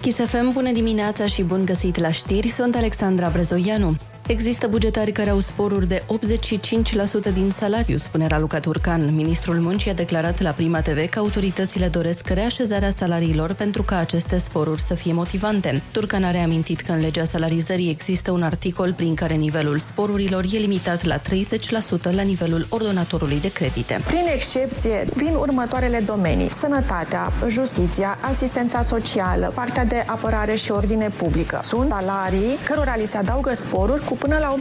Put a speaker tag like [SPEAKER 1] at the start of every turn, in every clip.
[SPEAKER 1] Chisefem, bună dimineața și bun găsit la știri, sunt Alexandra Brezoianu. Există bugetari care au sporuri de 85% din salariu, spune Raluca Turcan. Ministrul Muncii a declarat la Prima TV că autoritățile doresc reașezarea salariilor pentru ca aceste sporuri să fie motivante. Turcan a reamintit că în legea salarizării există un articol prin care nivelul sporurilor e limitat la 30% la nivelul ordonatorului de credite.
[SPEAKER 2] Prin excepție, vin următoarele domenii. Sănătatea, justiția, asistența socială, partea de apărare și ordine publică. Sunt salarii cărora li se adaugă sporuri cu până la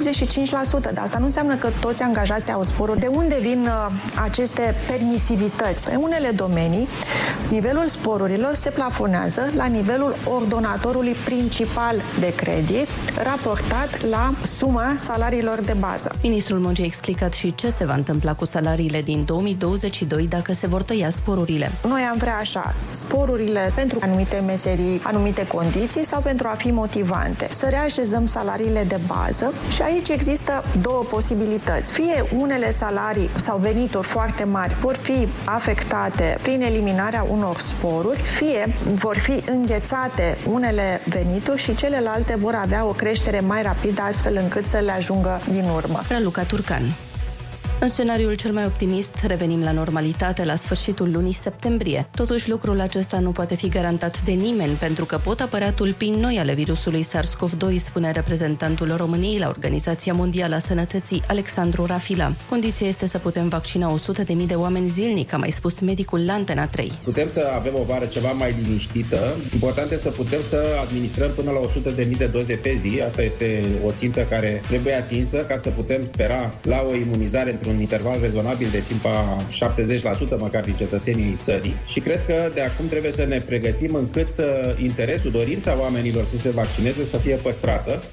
[SPEAKER 2] 85%, dar asta nu înseamnă că toți angajații au sporuri. De unde vin uh, aceste permisivități? În unele domenii, nivelul sporurilor se plafonează la nivelul ordonatorului principal de credit, raportat la suma salariilor de bază.
[SPEAKER 1] Ministrul Muncii a explicat și ce se va întâmpla cu salariile din 2022 dacă se vor tăia sporurile.
[SPEAKER 2] Noi am vrea așa, sporurile pentru anumite meserii, anumite condiții sau pentru a fi motivante. Să reașezăm salariile de bază și aici există două posibilități. Fie unele salarii sau venituri foarte mari vor fi afectate prin eliminarea unor sporuri, fie vor fi înghețate unele venituri și celelalte vor avea o creștere mai rapidă astfel încât să le ajungă din urmă.
[SPEAKER 1] Raluca Turcan. În scenariul cel mai optimist, revenim la normalitate la sfârșitul lunii septembrie. Totuși, lucrul acesta nu poate fi garantat de nimeni, pentru că pot apărea tulpini noi ale virusului SARS-CoV-2, spune reprezentantul României la Organizația Mondială a Sănătății, Alexandru Rafila. Condiția este să putem vaccina 100.000 de oameni zilnic, a mai spus medicul la Antena 3.
[SPEAKER 3] Putem să avem o vară ceva mai liniștită. Important este să putem să administrăm până la 100.000 de doze pe zi. Asta este o țintă care trebuie atinsă ca să putem spera la o imunizare într-un interval rezonabil de timp a 70% măcar din cetățenii țării. Și cred că de acum trebuie să ne pregătim încât uh, interesul, dorința oamenilor să se vaccineze să fie păstrată.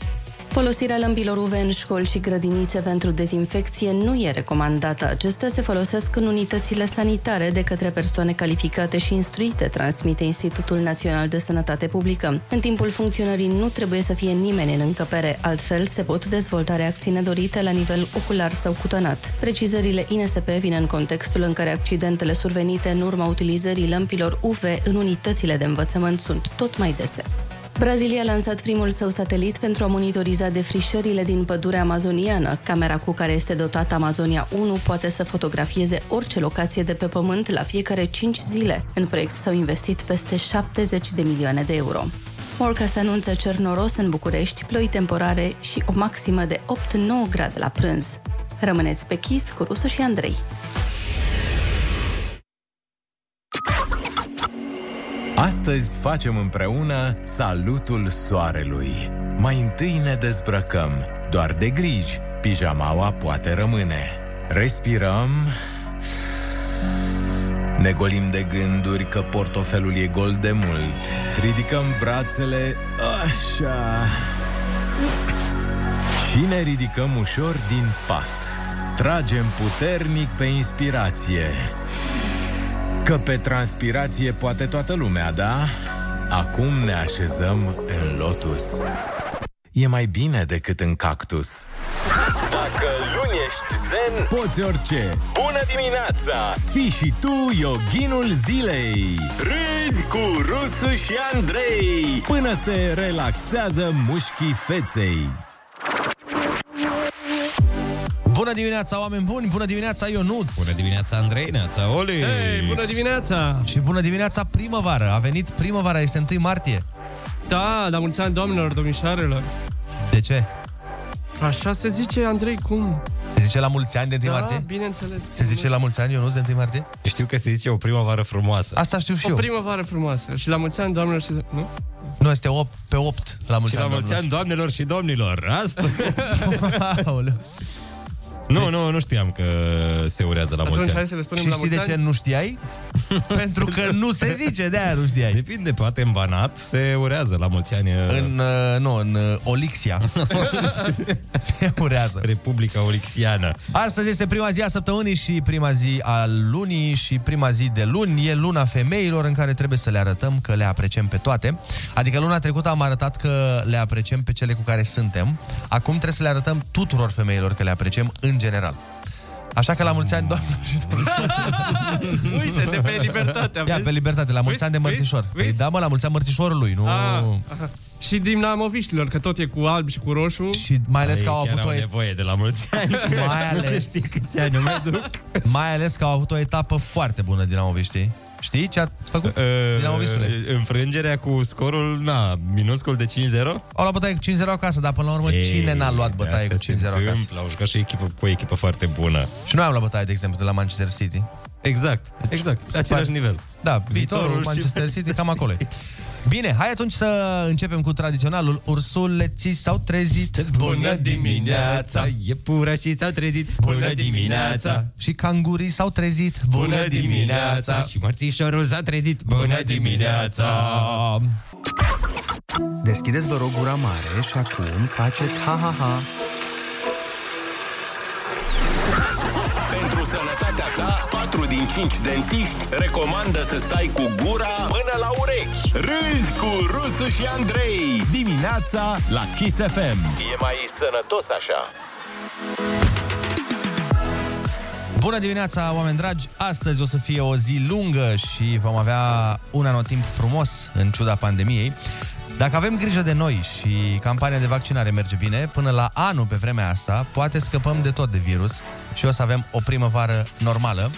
[SPEAKER 1] Folosirea lămpilor UV în școli și grădinițe pentru dezinfecție nu e recomandată. Acestea se folosesc în unitățile sanitare de către persoane calificate și instruite, transmite Institutul Național de Sănătate Publică. În timpul funcționării nu trebuie să fie nimeni în încăpere, altfel se pot dezvolta reacții nedorite la nivel ocular sau cutanat. Precizările INSP vin în contextul în care accidentele survenite în urma utilizării lămpilor UV în unitățile de învățământ sunt tot mai dese. Brazilia a lansat primul său satelit pentru a monitoriza defrișările din pădurea amazoniană. Camera cu care este dotată Amazonia 1 poate să fotografieze orice locație de pe pământ la fiecare 5 zile. În proiect s-au investit peste 70 de milioane de euro. Morca se anunță cer noros în București, ploi temporare și o maximă de 8-9 grade la prânz. Rămâneți pe chis cu Rusu și Andrei.
[SPEAKER 4] Astăzi facem împreună salutul soarelui. Mai întâi ne dezbrăcăm, doar de griji, pijamaua poate rămâne. Respirăm, ne golim de gânduri că portofelul e gol de mult. Ridicăm brațele, așa, și ne ridicăm ușor din pat. Tragem puternic pe inspirație. Că pe transpirație poate toată lumea, da? Acum ne așezăm în lotus. E mai bine decât în cactus.
[SPEAKER 5] Dacă luni ești zen,
[SPEAKER 4] Poți orice,
[SPEAKER 5] bună dimineața!
[SPEAKER 4] fii și tu yoghinul zilei.
[SPEAKER 5] Râzi cu Rusu și Andrei!
[SPEAKER 4] Până se relaxează mușchii feței.
[SPEAKER 6] Bună dimineața, oameni buni! Bună dimineața, Ionuț! Bună.
[SPEAKER 7] Bună dimineața, Andrei, neața, Oli!
[SPEAKER 8] Hei, bună dimineața!
[SPEAKER 6] Și bună dimineața, primăvară! A venit primăvara, este 1 martie.
[SPEAKER 8] Da, la mulți ani, doamnelor, domnișoarelor!
[SPEAKER 6] De ce?
[SPEAKER 8] Așa se zice, Andrei, cum?
[SPEAKER 6] Se zice la mulți ani de 1
[SPEAKER 8] da,
[SPEAKER 6] martie?
[SPEAKER 8] bineînțeles.
[SPEAKER 6] Se zice la mulți ani, Ionuț, de 1 martie?
[SPEAKER 7] Știu că se zice o primăvară frumoasă.
[SPEAKER 6] Asta știu și
[SPEAKER 8] O
[SPEAKER 6] eu.
[SPEAKER 8] primăvară frumoasă. Și la mulți ani, doamnelor și... Nu?
[SPEAKER 6] Nu, este 8, pe 8 la mulți
[SPEAKER 7] Și la
[SPEAKER 6] ani.
[SPEAKER 7] mulți ani, doamnelor și domnilor! Asta...
[SPEAKER 6] doamnelor. Aoleu.
[SPEAKER 7] nu, nu, nu știam că se urează la
[SPEAKER 8] Atunci
[SPEAKER 7] mulți
[SPEAKER 8] hai
[SPEAKER 7] ani.
[SPEAKER 8] să le spunem
[SPEAKER 6] Și
[SPEAKER 8] la
[SPEAKER 6] știi
[SPEAKER 8] mulți
[SPEAKER 6] de ce
[SPEAKER 8] ani.
[SPEAKER 6] nu știai? Pentru că nu se zice, de-aia nu știai.
[SPEAKER 7] Depinde, poate în Banat se urează la mulți ani în
[SPEAKER 6] În, uh, nu, în uh, Olixia. se urează.
[SPEAKER 7] Republica Olixiană.
[SPEAKER 6] Astăzi este prima zi a săptămânii și prima zi a lunii și prima zi de luni. E luna femeilor în care trebuie să le arătăm că le apreciem pe toate. Adică luna trecută am arătat că le apreciem pe cele cu care suntem. Acum trebuie să le arătăm tuturor femeilor că le apreciem în general. Așa că la mulți ani, doamnă și domnilor.
[SPEAKER 8] Uite, de pe libertatea,
[SPEAKER 6] Ia,
[SPEAKER 8] vezi?
[SPEAKER 6] pe libertate, la mulți
[SPEAKER 8] Vezi?
[SPEAKER 6] ani de
[SPEAKER 8] Vezi?
[SPEAKER 6] mărțișor. Păi,
[SPEAKER 8] Vezi?
[SPEAKER 6] da, mă, la mulți ani mărțișorului, nu...
[SPEAKER 8] Ah, aha. Și dinamoviștilor, că tot e cu alb și cu roșu.
[SPEAKER 6] Și mai ales că
[SPEAKER 7] Ei
[SPEAKER 6] au
[SPEAKER 7] chiar
[SPEAKER 6] avut o
[SPEAKER 7] nevoie de la mulți ani.
[SPEAKER 6] Mai
[SPEAKER 7] Nu se
[SPEAKER 6] ales.
[SPEAKER 7] știe câți ani mai duc.
[SPEAKER 6] Mai ales că au avut o etapă foarte bună Dinamovi, știi? Știi ce a făcut? Dinamovistule.
[SPEAKER 7] Uh, Înfrângerea cu scorul, na, minuscul de 5-0.
[SPEAKER 6] Au luat bătaie cu 5-0 acasă, dar până la urmă cine n-a luat bătaie cu 5-0 acasă?
[SPEAKER 7] acasă? Au jucat și echipă, cu o echipă foarte bună.
[SPEAKER 6] Și noi am luat bătaie, de exemplu, de la Manchester City. Deci,
[SPEAKER 7] Exact, exact, același nivel.
[SPEAKER 6] Da,
[SPEAKER 7] Viitorul
[SPEAKER 6] viitorul
[SPEAKER 7] și
[SPEAKER 6] Manchester City cam acolo e. Bine, hai atunci să începem cu tradiționalul Ursuleții s-au trezit
[SPEAKER 7] Iepurașii s-au trezit
[SPEAKER 6] Și cangurii s-au trezit
[SPEAKER 7] Și mărțișorul s-a trezit
[SPEAKER 9] Deschideți, vă rog, gura mare și acum faceți ha-ha-ha.
[SPEAKER 5] Pentru sănătatea ta, 4 din 5 dentiști recomandă să stai cu gura până la urechi. Râzi cu Rusu și Andrei.
[SPEAKER 7] Dimineața la Kiss FM
[SPEAKER 5] E mai sănătos așa.
[SPEAKER 6] Bună dimineața, oameni dragi! Astăzi o să fie o zi lungă și vom avea un anotimp frumos în ciuda pandemiei. Dacă avem grijă de noi și campania de vaccinare merge bine, până la anul pe vremea asta, poate scăpăm de tot de virus și o să avem o primăvară normală.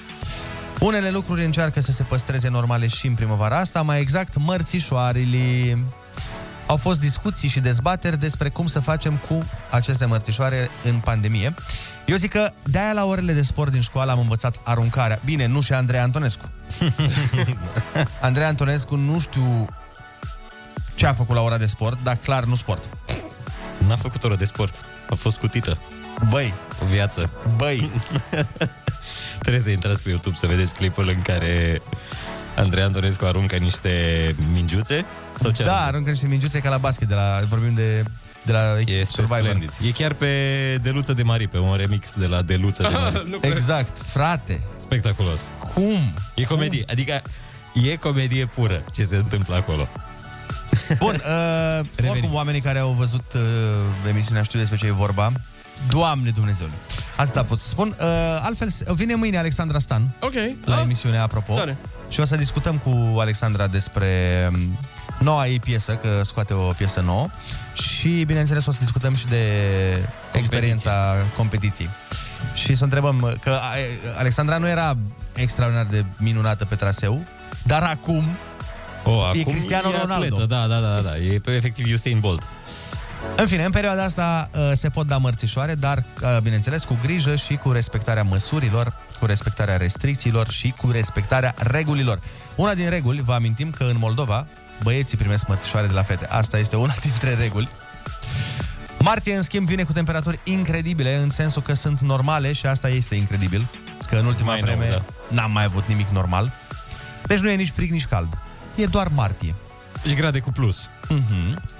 [SPEAKER 6] Unele lucruri încearcă să se păstreze normale și în primăvara asta, mai exact mărțișoarele. Au fost discuții și dezbateri despre cum să facem cu aceste mărțișoare în pandemie. Eu zic că de-aia la orele de sport din școală am învățat aruncarea. Bine, nu și Andrei Antonescu. Andrei Antonescu nu știu ce a făcut la ora de sport, dar clar nu sport.
[SPEAKER 7] N-a făcut oră de sport, a fost cutită
[SPEAKER 6] Băi,
[SPEAKER 7] o viață
[SPEAKER 6] băi,
[SPEAKER 7] Trebuie să intrați pe YouTube să vedeți clipul în care Andrei Antonescu aruncă niște mingiuțe sau ce
[SPEAKER 6] da,
[SPEAKER 7] aruncă?
[SPEAKER 6] aruncă niște mingiuțe ca la basket, de la, vorbim de, de la
[SPEAKER 7] Este
[SPEAKER 6] Survivor.
[SPEAKER 7] splendid. E chiar pe Deluță de Mari, pe un remix de la Deluță de Mari.
[SPEAKER 8] nu cred.
[SPEAKER 6] Exact, frate,
[SPEAKER 7] Spectaculos.
[SPEAKER 6] cum?
[SPEAKER 7] E comedie, adică e comedie pură ce se întâmplă acolo.
[SPEAKER 6] Bun, uh, oricum
[SPEAKER 7] Revenim.
[SPEAKER 6] oamenii care au văzut uh, emisiunea știu despre ce e vorba. Doamne Dumnezeule! Atâta pot să spun. Uh, altfel, s- vine mâine Alexandra Stan
[SPEAKER 8] Ok.
[SPEAKER 6] la
[SPEAKER 7] da.
[SPEAKER 8] Ah,
[SPEAKER 6] emisiunea Apropo.
[SPEAKER 8] tare.
[SPEAKER 6] Și o să discutăm cu Alexandra despre um, noua ei piesă, că scoate o piesă nouă. Și, bineînțeles, o să discutăm și de experiența competiției. Și să întrebăm uh, că a, Alexandra nu era extraordinar de minunată pe traseu, dar acum
[SPEAKER 7] O, acum
[SPEAKER 6] Cristiano Ronaldo.
[SPEAKER 7] Atletă. Da, da, da, da, da. E pe efectiv Usain Bolt.
[SPEAKER 6] În fine, în perioada asta uh, se pot da mărțișoare, dar, uh, bineînțeles, cu grijă și cu respectarea măsurilor, cu respectarea restricțiilor și cu respectarea regulilor. Una din reguli, vă amintim că în Moldova băieții primesc mărțișoare de la fete. Asta este una dintre reguli. Martie, în schimb, vine cu temperaturi incredibile, în sensul că sunt normale și asta este incredibil, că în ultima
[SPEAKER 7] Mai nou,
[SPEAKER 6] vreme n-am mai avut nimic normal. Deci nu e nici frig, nici cald. E doar martie. Mhm.
[SPEAKER 7] Și grade cu plus.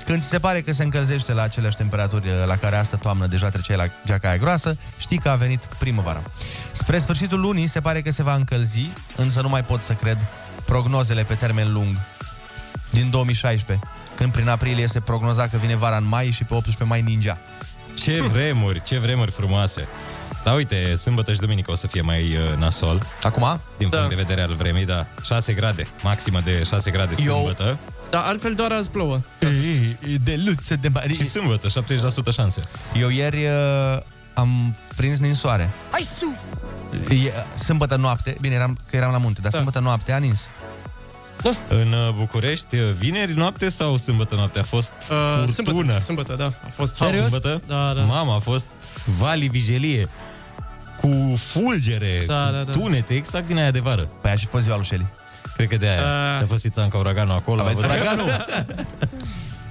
[SPEAKER 6] Când ți se pare că se încălzește la aceleași temperaturi eh, la care astă toamnă deja treceai la geaca aia groasă, știi că a venit primăvara. Spre sfârșitul lunii se pare că se va încălzi, însă nu mai pot să cred prognozele pe termen lung din 2016, când prin aprilie se prognoza că vine vara în mai și pe 18 mai ningea.
[SPEAKER 7] Ce vremuri, ce vremuri frumoase. Dar uite, sâmbătă și duminică o să fie mai uh, nasol,
[SPEAKER 6] Acum?
[SPEAKER 7] din
[SPEAKER 8] Da.
[SPEAKER 7] punct de vedere al vremii, da. 6 grade, maximă de 6 grade
[SPEAKER 6] Eu-
[SPEAKER 7] sâmbătă.
[SPEAKER 8] Dar Da, altfel doar azi plouă.
[SPEAKER 6] De luță de
[SPEAKER 7] Și
[SPEAKER 6] mari.
[SPEAKER 7] sâmbătă, 70% șanse.
[SPEAKER 6] Eu ieri eh, am prins ninsoare. E- Sâmbătă noapte, bine, eram, că eram la munte, dar
[SPEAKER 8] Da.
[SPEAKER 6] sâmbătă noapte a nins.
[SPEAKER 7] În uh, București, uh, vineri noapte sau sâmbătă noapte? A fost
[SPEAKER 8] Uh,
[SPEAKER 7] furtună.
[SPEAKER 8] sâmbătă, sâmbătă, da. A fost
[SPEAKER 7] Serios?
[SPEAKER 8] haos.
[SPEAKER 7] Sâmbătă?
[SPEAKER 8] Da, da.
[SPEAKER 7] Mama, a fost vali vijelie cu fulgere,
[SPEAKER 8] Da,
[SPEAKER 7] cu
[SPEAKER 8] da, da.
[SPEAKER 7] tunete, exact din aia de vară.
[SPEAKER 6] Păi a și fost ziua lui Shelley.
[SPEAKER 7] Cred că de aia.
[SPEAKER 8] Ah.
[SPEAKER 7] Uh. A fost Ițanca Uraganul acolo.
[SPEAKER 6] Aveți
[SPEAKER 7] a avut-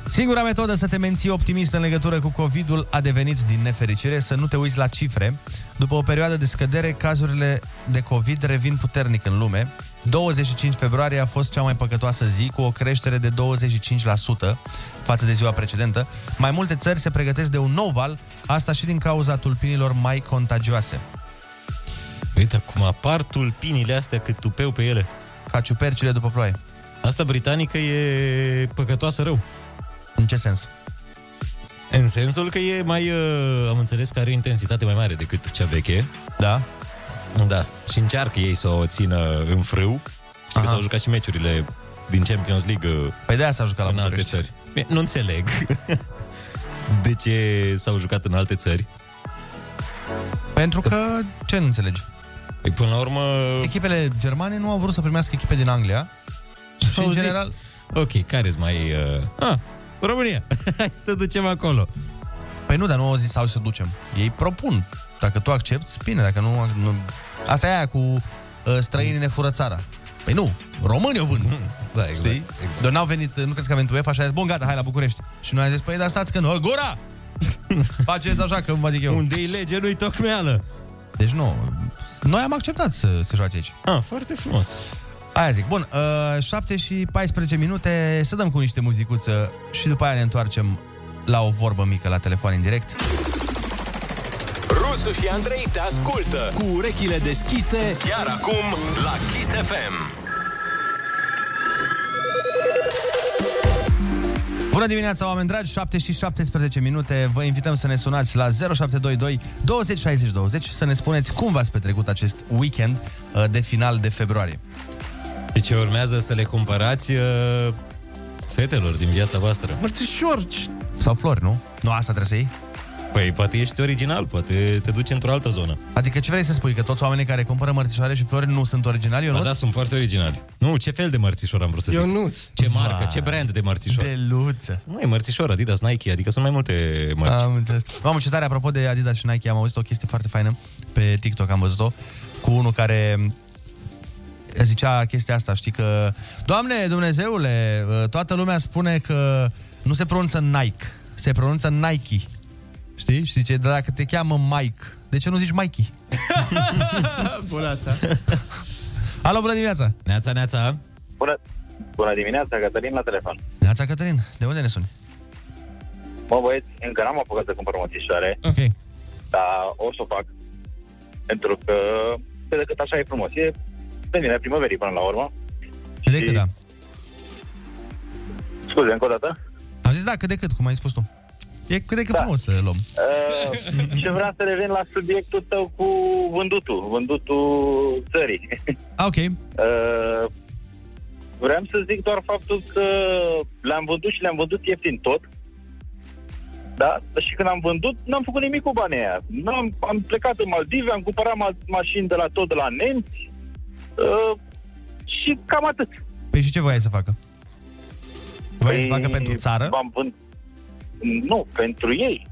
[SPEAKER 6] Singura metodă să te menții optimist în legătură cu COVID-ul a devenit, din nefericire, să nu te uiți la cifre. După o perioadă de scădere, cazurile de COVID revin puternic în lume. 25 februarie a fost cea mai păcătoasă zi, cu o creștere de 25% față de ziua precedentă. Mai multe țări se pregătesc de un nou val, asta și din cauza tulpinilor mai contagioase.
[SPEAKER 7] Uite cum apar tulpinile astea cât tupeu pe ele.
[SPEAKER 6] Ca ciupercile după ploaie.
[SPEAKER 7] Asta britanică e păcătoasă rău.
[SPEAKER 6] În ce sens?
[SPEAKER 7] În sensul că e mai... uh, am înțeles că are o intensitate mai mare decât cea veche.
[SPEAKER 6] Da?
[SPEAKER 7] Da. Și încearcă ei să o țină în frâu. Știi că s-au jucat și meciurile din Champions League uh,
[SPEAKER 6] Păi de-aia s-a jucat la
[SPEAKER 7] în alte
[SPEAKER 6] București.
[SPEAKER 7] țări. Bine, Nu înțeleg de ce s-au jucat în alte țări.
[SPEAKER 6] Pentru că, ce nu înțelegi?
[SPEAKER 7] Păi, până la urmă,
[SPEAKER 6] Echipele germane nu au vrut să primească echipe din Anglia. Și,
[SPEAKER 7] au
[SPEAKER 6] în
[SPEAKER 7] zis,
[SPEAKER 6] general,
[SPEAKER 7] Ok, care-s mai... Uh... Ah, România! Hai să ducem acolo.
[SPEAKER 6] Păi nu, dar nu au zis hai să ducem. Ei propun. Dacă tu accepti, bine, dacă nu... nu... Asta e aia cu uh, străinii ne fură țara. Păi nu, românii o vând.
[SPEAKER 7] Da,
[SPEAKER 6] Exact, Știi? Exact. Dar n-au venit, nu crezi că a venit UEFA și a zis, bun, gata, hai la București. Și noi am zis, păi, dar stați că nu, gura! Faceți așa, că vă zic eu.
[SPEAKER 7] Unde-i lege, nu-i tocmeală.
[SPEAKER 6] Deci nu, noi am acceptat să se joace aici.
[SPEAKER 7] Ah, foarte frumos.
[SPEAKER 6] Aia zic, bun, uh, 7 și 14 minute, să dăm cu niște muzicuță și după aia ne întoarcem la o vorbă mică la telefon în direct.
[SPEAKER 5] Rusu și Andrei te ascultă cu urechile deschise chiar acum la Kiss FM.
[SPEAKER 6] Bună dimineața, oameni dragi, 7 și 17 minute. Vă invităm să ne sunați la 0722 20 60 20 să ne spuneți cum v-ați petrecut acest weekend uh, de final de februarie.
[SPEAKER 7] Deci urmează să le cumpărați uh, fetelor din viața voastră.
[SPEAKER 8] Mărțișor, ce-
[SPEAKER 6] Sau flori, nu? Nu asta trebuie să iei?
[SPEAKER 7] Păi poate ești original, poate te duci într-o altă zonă.
[SPEAKER 6] Adică ce vrei să spui? Că toți oamenii care cumpără mărțișoare și flori nu sunt originali? Eu
[SPEAKER 7] Ba
[SPEAKER 6] nu?
[SPEAKER 7] da, sunt foarte originali. Nu, ce fel de mărțișor am vrut să zic?
[SPEAKER 8] Ionuț.
[SPEAKER 7] Ce marcă, ce brand de mărțișor?
[SPEAKER 6] De
[SPEAKER 7] De...
[SPEAKER 6] luță.
[SPEAKER 7] Nu, e mărțișor, Adidas, Nike, adică sunt mai multe mărci.
[SPEAKER 6] Am înțeles. Mamă, ce tare, apropo de Adidas și Nike, am auzit o chestie foarte faină pe TikTok, am văzut-o, cu unul care zicea chestia asta, știi că Doamne, Dumnezeule, toată lumea spune că nu se pronunță Nike, se pronunță Nike. Știi? Și zice, dar dacă te cheamă Mike, de ce nu zici Mikey?
[SPEAKER 8] Bună asta.
[SPEAKER 6] Alo, bună dimineața!
[SPEAKER 7] Neața, neața.
[SPEAKER 10] Bună, bună dimineața, Cătălin la telefon.
[SPEAKER 6] Neața, Cătălin, de unde ne suni?
[SPEAKER 10] Mă, băieți, încă n-am apucat să cumpăr mățișoare,
[SPEAKER 6] Ok.
[SPEAKER 10] dar o să o fac. Pentru că, pe de cât așa e frumos, e de mine primăverii până la urmă.
[SPEAKER 6] Cât de cât, da.
[SPEAKER 10] Scuze, încă o dată.
[SPEAKER 6] Am zis da, cât de cât, cum ai spus tu. E cât de cât da.
[SPEAKER 10] Da.
[SPEAKER 6] frumos să luăm.
[SPEAKER 10] Uh, și vreau să revin la subiectul tău cu vândutul, vândutul țării.
[SPEAKER 6] A, Ah, ok.
[SPEAKER 10] Uh, vreau să zic doar faptul că le-am vândut și le-am vândut ieftin tot. Da? Și când am vândut, n-am făcut nimic cu banii aia. N-am, am plecat în Maldive, am cumpărat ma- mașini de la tot, de la nemți. Uh, și cam atât.
[SPEAKER 6] Păi și ce voiai să facă? Voiai să facă pentru țară?
[SPEAKER 10] Am Păi, vând... Nu, pentru ei.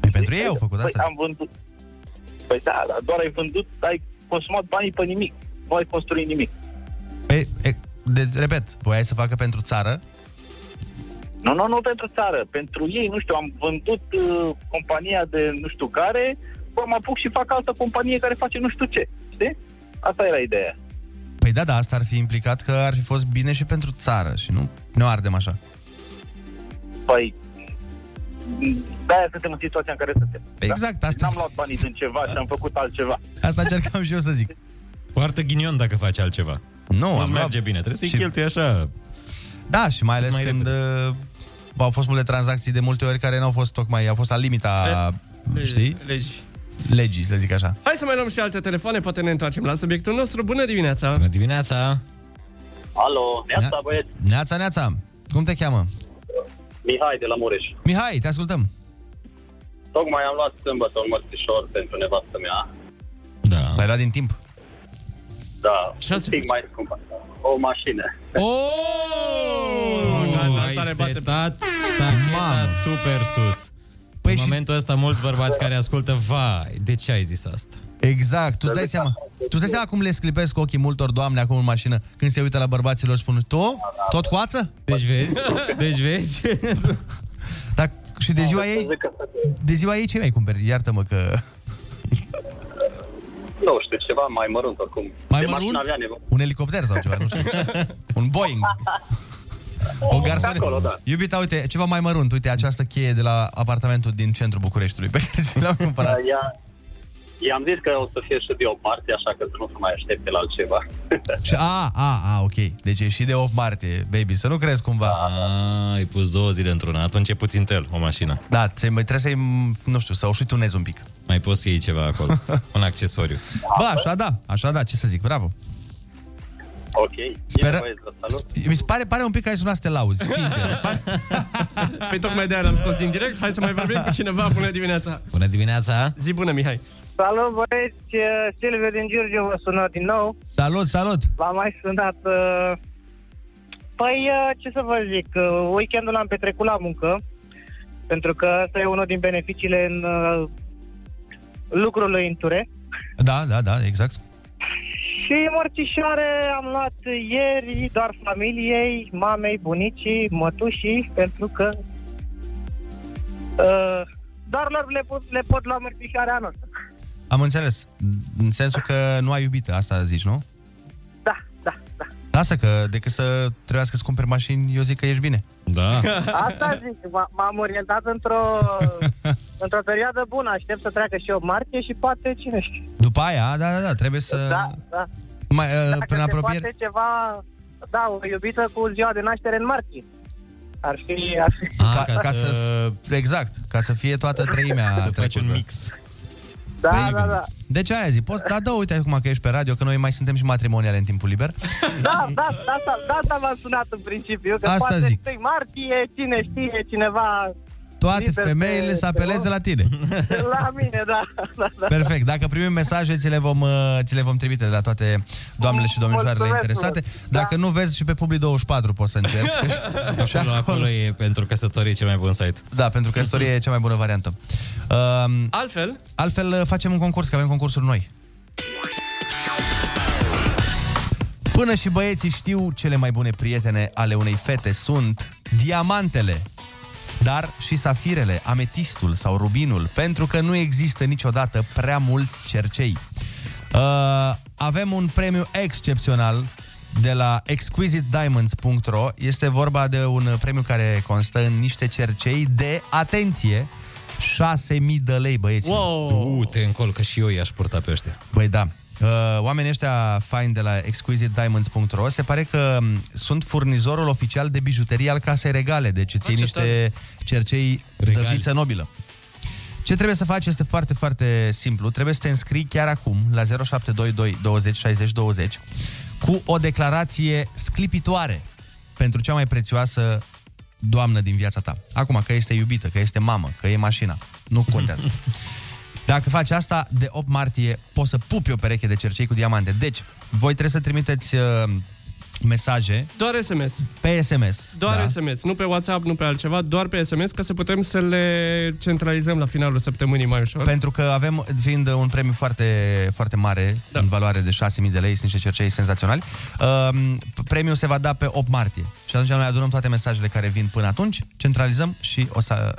[SPEAKER 6] Păi pentru ei au făcut
[SPEAKER 10] păi,
[SPEAKER 6] asta.
[SPEAKER 10] am vândut. Păi da, dar doar ai vândut, ai consumat banii pe nimic. Nu ai construit nimic.
[SPEAKER 6] Păi, e, de, repet, voiai să facă pentru țară?
[SPEAKER 10] Nu, nu, nu pentru țară, pentru ei, nu știu, am vândut uh, compania de nu știu care, bă, mă apuc și fac altă companie care face nu știu ce, știi? Asta era ideea.
[SPEAKER 6] Păi da, da, asta ar fi implicat că ar fi fost bine și pentru țară și nu ne ardem așa.
[SPEAKER 10] Păi, de-aia suntem în situația în care suntem. da?
[SPEAKER 6] Exact, asta-
[SPEAKER 10] N-am luat banii din ceva și am făcut altceva.
[SPEAKER 6] Asta încercam și eu să zic.
[SPEAKER 7] Poartă ghinion dacă faci altceva.
[SPEAKER 6] Nu,
[SPEAKER 7] Nu
[SPEAKER 6] am
[SPEAKER 7] îți
[SPEAKER 6] luat-
[SPEAKER 7] merge bine, trebuie să-i
[SPEAKER 6] și-
[SPEAKER 7] cheltui așa.
[SPEAKER 6] Da, și mai ales mai
[SPEAKER 7] Mai
[SPEAKER 6] când uh, au fost multe tranzacții de multe ori care n-au fost tocmai, au fost la limita, știi,
[SPEAKER 8] Legi.
[SPEAKER 6] legii, să zic așa.
[SPEAKER 8] Hai să mai luăm și alte telefoane, poate ne întoarcem la subiectul nostru. Bună dimineața!
[SPEAKER 7] Bună dimineața!
[SPEAKER 10] Alo,
[SPEAKER 6] neața,
[SPEAKER 10] băieți,
[SPEAKER 6] Neața, neața, cum te cheamă?
[SPEAKER 10] Mihai de la Mureș.
[SPEAKER 6] Mihai, te ascultăm.
[SPEAKER 10] Tocmai am luat sâmbătă un mărțișor pentru nevastă mea.
[SPEAKER 7] Da.
[SPEAKER 6] L-ai luat din timp.
[SPEAKER 10] Da,
[SPEAKER 8] Ce un ați pic făcut?
[SPEAKER 10] mai scumpă. O mașină.
[SPEAKER 7] Oh!
[SPEAKER 8] da, da, asta
[SPEAKER 7] Ai
[SPEAKER 8] le bate.
[SPEAKER 7] setat tacheta
[SPEAKER 6] Mamă.
[SPEAKER 7] super sus.
[SPEAKER 6] Păi
[SPEAKER 7] în
[SPEAKER 6] și-
[SPEAKER 7] momentul ăsta, mulți bărbați care ascultă, vai, de ce ai zis asta?
[SPEAKER 6] Exact, tu îți dai seama. Tu îți dai seama cum le sclipesc ochii multor doamne acum în mașină când se uită la bărbaților și spun Tu? Tot coață?
[SPEAKER 7] Deci vezi? Deci vezi?
[SPEAKER 6] Dar și de ziua ei, de ziua ei ce mai cumperi? Iartă-mă că...
[SPEAKER 10] Nu știu, ceva mai mărunt oricum.
[SPEAKER 6] Mai De mărunt? mașină avea Un elicopter sau ceva, nu știu. Un Boeing. O garsonă.
[SPEAKER 10] Acolo, da.
[SPEAKER 6] Iubita, uite, ceva mai mărunt. Uite, această cheie de la apartamentul din centrul Bucureștiului pe care ți l-am cumpărat.
[SPEAKER 10] Ea,
[SPEAKER 11] I-am zis că o să fie și de 8 martie, așa că să nu se mai aștepte la altceva.
[SPEAKER 10] Da.
[SPEAKER 6] Și, a, a, a, ok. Deci e și de 8 martie, baby, să nu crezi cumva.
[SPEAKER 7] A, ai pus două zile într-una, atunci e puțin tel o mașină.
[SPEAKER 6] Da, ți- mai trebuie să-i, nu știu, să ușitunezi un pic.
[SPEAKER 7] Mai poți să iei ceva acolo, un accesoriu.
[SPEAKER 6] Bă, așa da, așa da, ce să zic, bravo.
[SPEAKER 11] Ok,
[SPEAKER 6] Speră-
[SPEAKER 11] e nevoie să salut.
[SPEAKER 6] Mi se pare, pare un pic că ai sunat să te lauzi, sincer.
[SPEAKER 8] Păi tocmai de-aia l-am scos din direct. Hai să mai vorbim cu cineva. Bună dimineața!
[SPEAKER 7] Bună dimineața!
[SPEAKER 8] Zi bună, Mihai!
[SPEAKER 12] Salut băieți, Silviu din Giurgiu vă sună din nou.
[SPEAKER 6] Salut, salut!
[SPEAKER 12] V-am mai sunat. uh, Păi, uh, ce să vă zic, uh, weekendul l-am petrecut la muncă, pentru că asta e unul din beneficiile în uh, lucrul în ture.
[SPEAKER 6] Da, da, da, exact.
[SPEAKER 12] Și mărțișoare am luat ieri doar familiei, mamei, bunicii, mătușii, pentru că uh, doar lor le pot, le pot lua mărțișoare anul ăsta.
[SPEAKER 6] Am înțeles. În sensul că nu ai iubită, asta zici, nu?
[SPEAKER 12] Da, da, da.
[SPEAKER 6] Lasă că decât să trebuiască să cumperi mașini, eu zic că ești bine.
[SPEAKER 7] Da.
[SPEAKER 12] Asta zic, m- m-am orientat într-o, într-o perioadă bună, aștept să treacă și 8 martie și poate cine știe.
[SPEAKER 6] După aia, da, da, da, trebuie să...
[SPEAKER 12] Da, da.
[SPEAKER 6] Mai, uh,
[SPEAKER 12] Dacă
[SPEAKER 6] până
[SPEAKER 12] se
[SPEAKER 6] apropiere...
[SPEAKER 12] poate ceva, da, o iubită cu ziua de naștere în martie. Ar fi, ar fi.
[SPEAKER 6] Ah, ca, ca, să... Exact, ca să fie toată treimea Să faci un
[SPEAKER 7] mix.
[SPEAKER 12] Da, da, da.
[SPEAKER 6] Deci aia zic, poți, da, da, uite acum că ești pe radio, că noi mai suntem și matrimoniale în timpul liber.
[SPEAKER 12] Da, da, da, da, da, da m-am sunat în principiu, că
[SPEAKER 6] Asta
[SPEAKER 12] poate
[SPEAKER 6] zic.
[SPEAKER 12] 1 martie, cine știe, cineva...
[SPEAKER 6] Toate
[SPEAKER 12] liber pe-
[SPEAKER 6] femeile să
[SPEAKER 12] pe
[SPEAKER 6] apeleze
[SPEAKER 12] loc.
[SPEAKER 6] la tine.
[SPEAKER 12] La mine, da, da, da.
[SPEAKER 6] Perfect. Dacă primim mesaje, ți le vom, uh, ți le vom trimite de la toate doamnele și domnișoarele
[SPEAKER 12] Mulțumesc Da.
[SPEAKER 6] interesate. Dacă nu vezi și pe Publi24 poți să încerci.
[SPEAKER 7] Acolo, acolo e pentru căsătorie cel mai bun site.
[SPEAKER 6] Da, pentru că istoria e cea mai bună variantă. Um,
[SPEAKER 8] altfel?
[SPEAKER 6] Altfel uh, facem un concurs, că avem concursuri noi. Până și băieții știu cele mai bune prietene ale unei fete sunt diamantele, dar și safirele, ametistul sau rubinul, pentru că nu există niciodată prea mulți cercei. Uh, avem un premiu excepțional de la exquisitediamonds.ro. Este vorba de un premiu care constă în niște cercei de, atenție, 6000 de lei, băieți.
[SPEAKER 7] Wow. Du-te încolo, că și eu i-aș purta pe ăștia.
[SPEAKER 6] Băi, da. Uh, Oamenii ăștia faini de la exquisitediamonds.ro se pare că m, sunt furnizorul oficial de bijuterie al casei regale, deci îți iei niște cercei de viță nobilă. Ce trebuie să faci este foarte, foarte simplu. Trebuie să te înscrii chiar acum la 0722 20 60 20 cu o declarație sclipitoare pentru cea mai prețioasă doamnă din viața ta. Acum, că este iubită, că este mamă, că e mașina. Nu contează. Dacă faci asta, de 8 martie poți să pupi o pereche de cercei cu diamante. Deci, voi trebuie să trimiteți uh, mesaje
[SPEAKER 8] Doar SMS.
[SPEAKER 6] pe SMS.
[SPEAKER 8] Doar da. SMS, nu pe WhatsApp, nu pe altceva, doar pe SMS, ca să putem să le centralizăm la finalul săptămânii mai ușor.
[SPEAKER 6] Pentru că avem, fiind un premiu foarte, foarte mare, da. în valoare de 6.000 de lei, sunt niște cercei senzaționali, um, premiul se va da pe 8 martie. Și atunci noi adunăm toate mesajele care vin până atunci, centralizăm și o să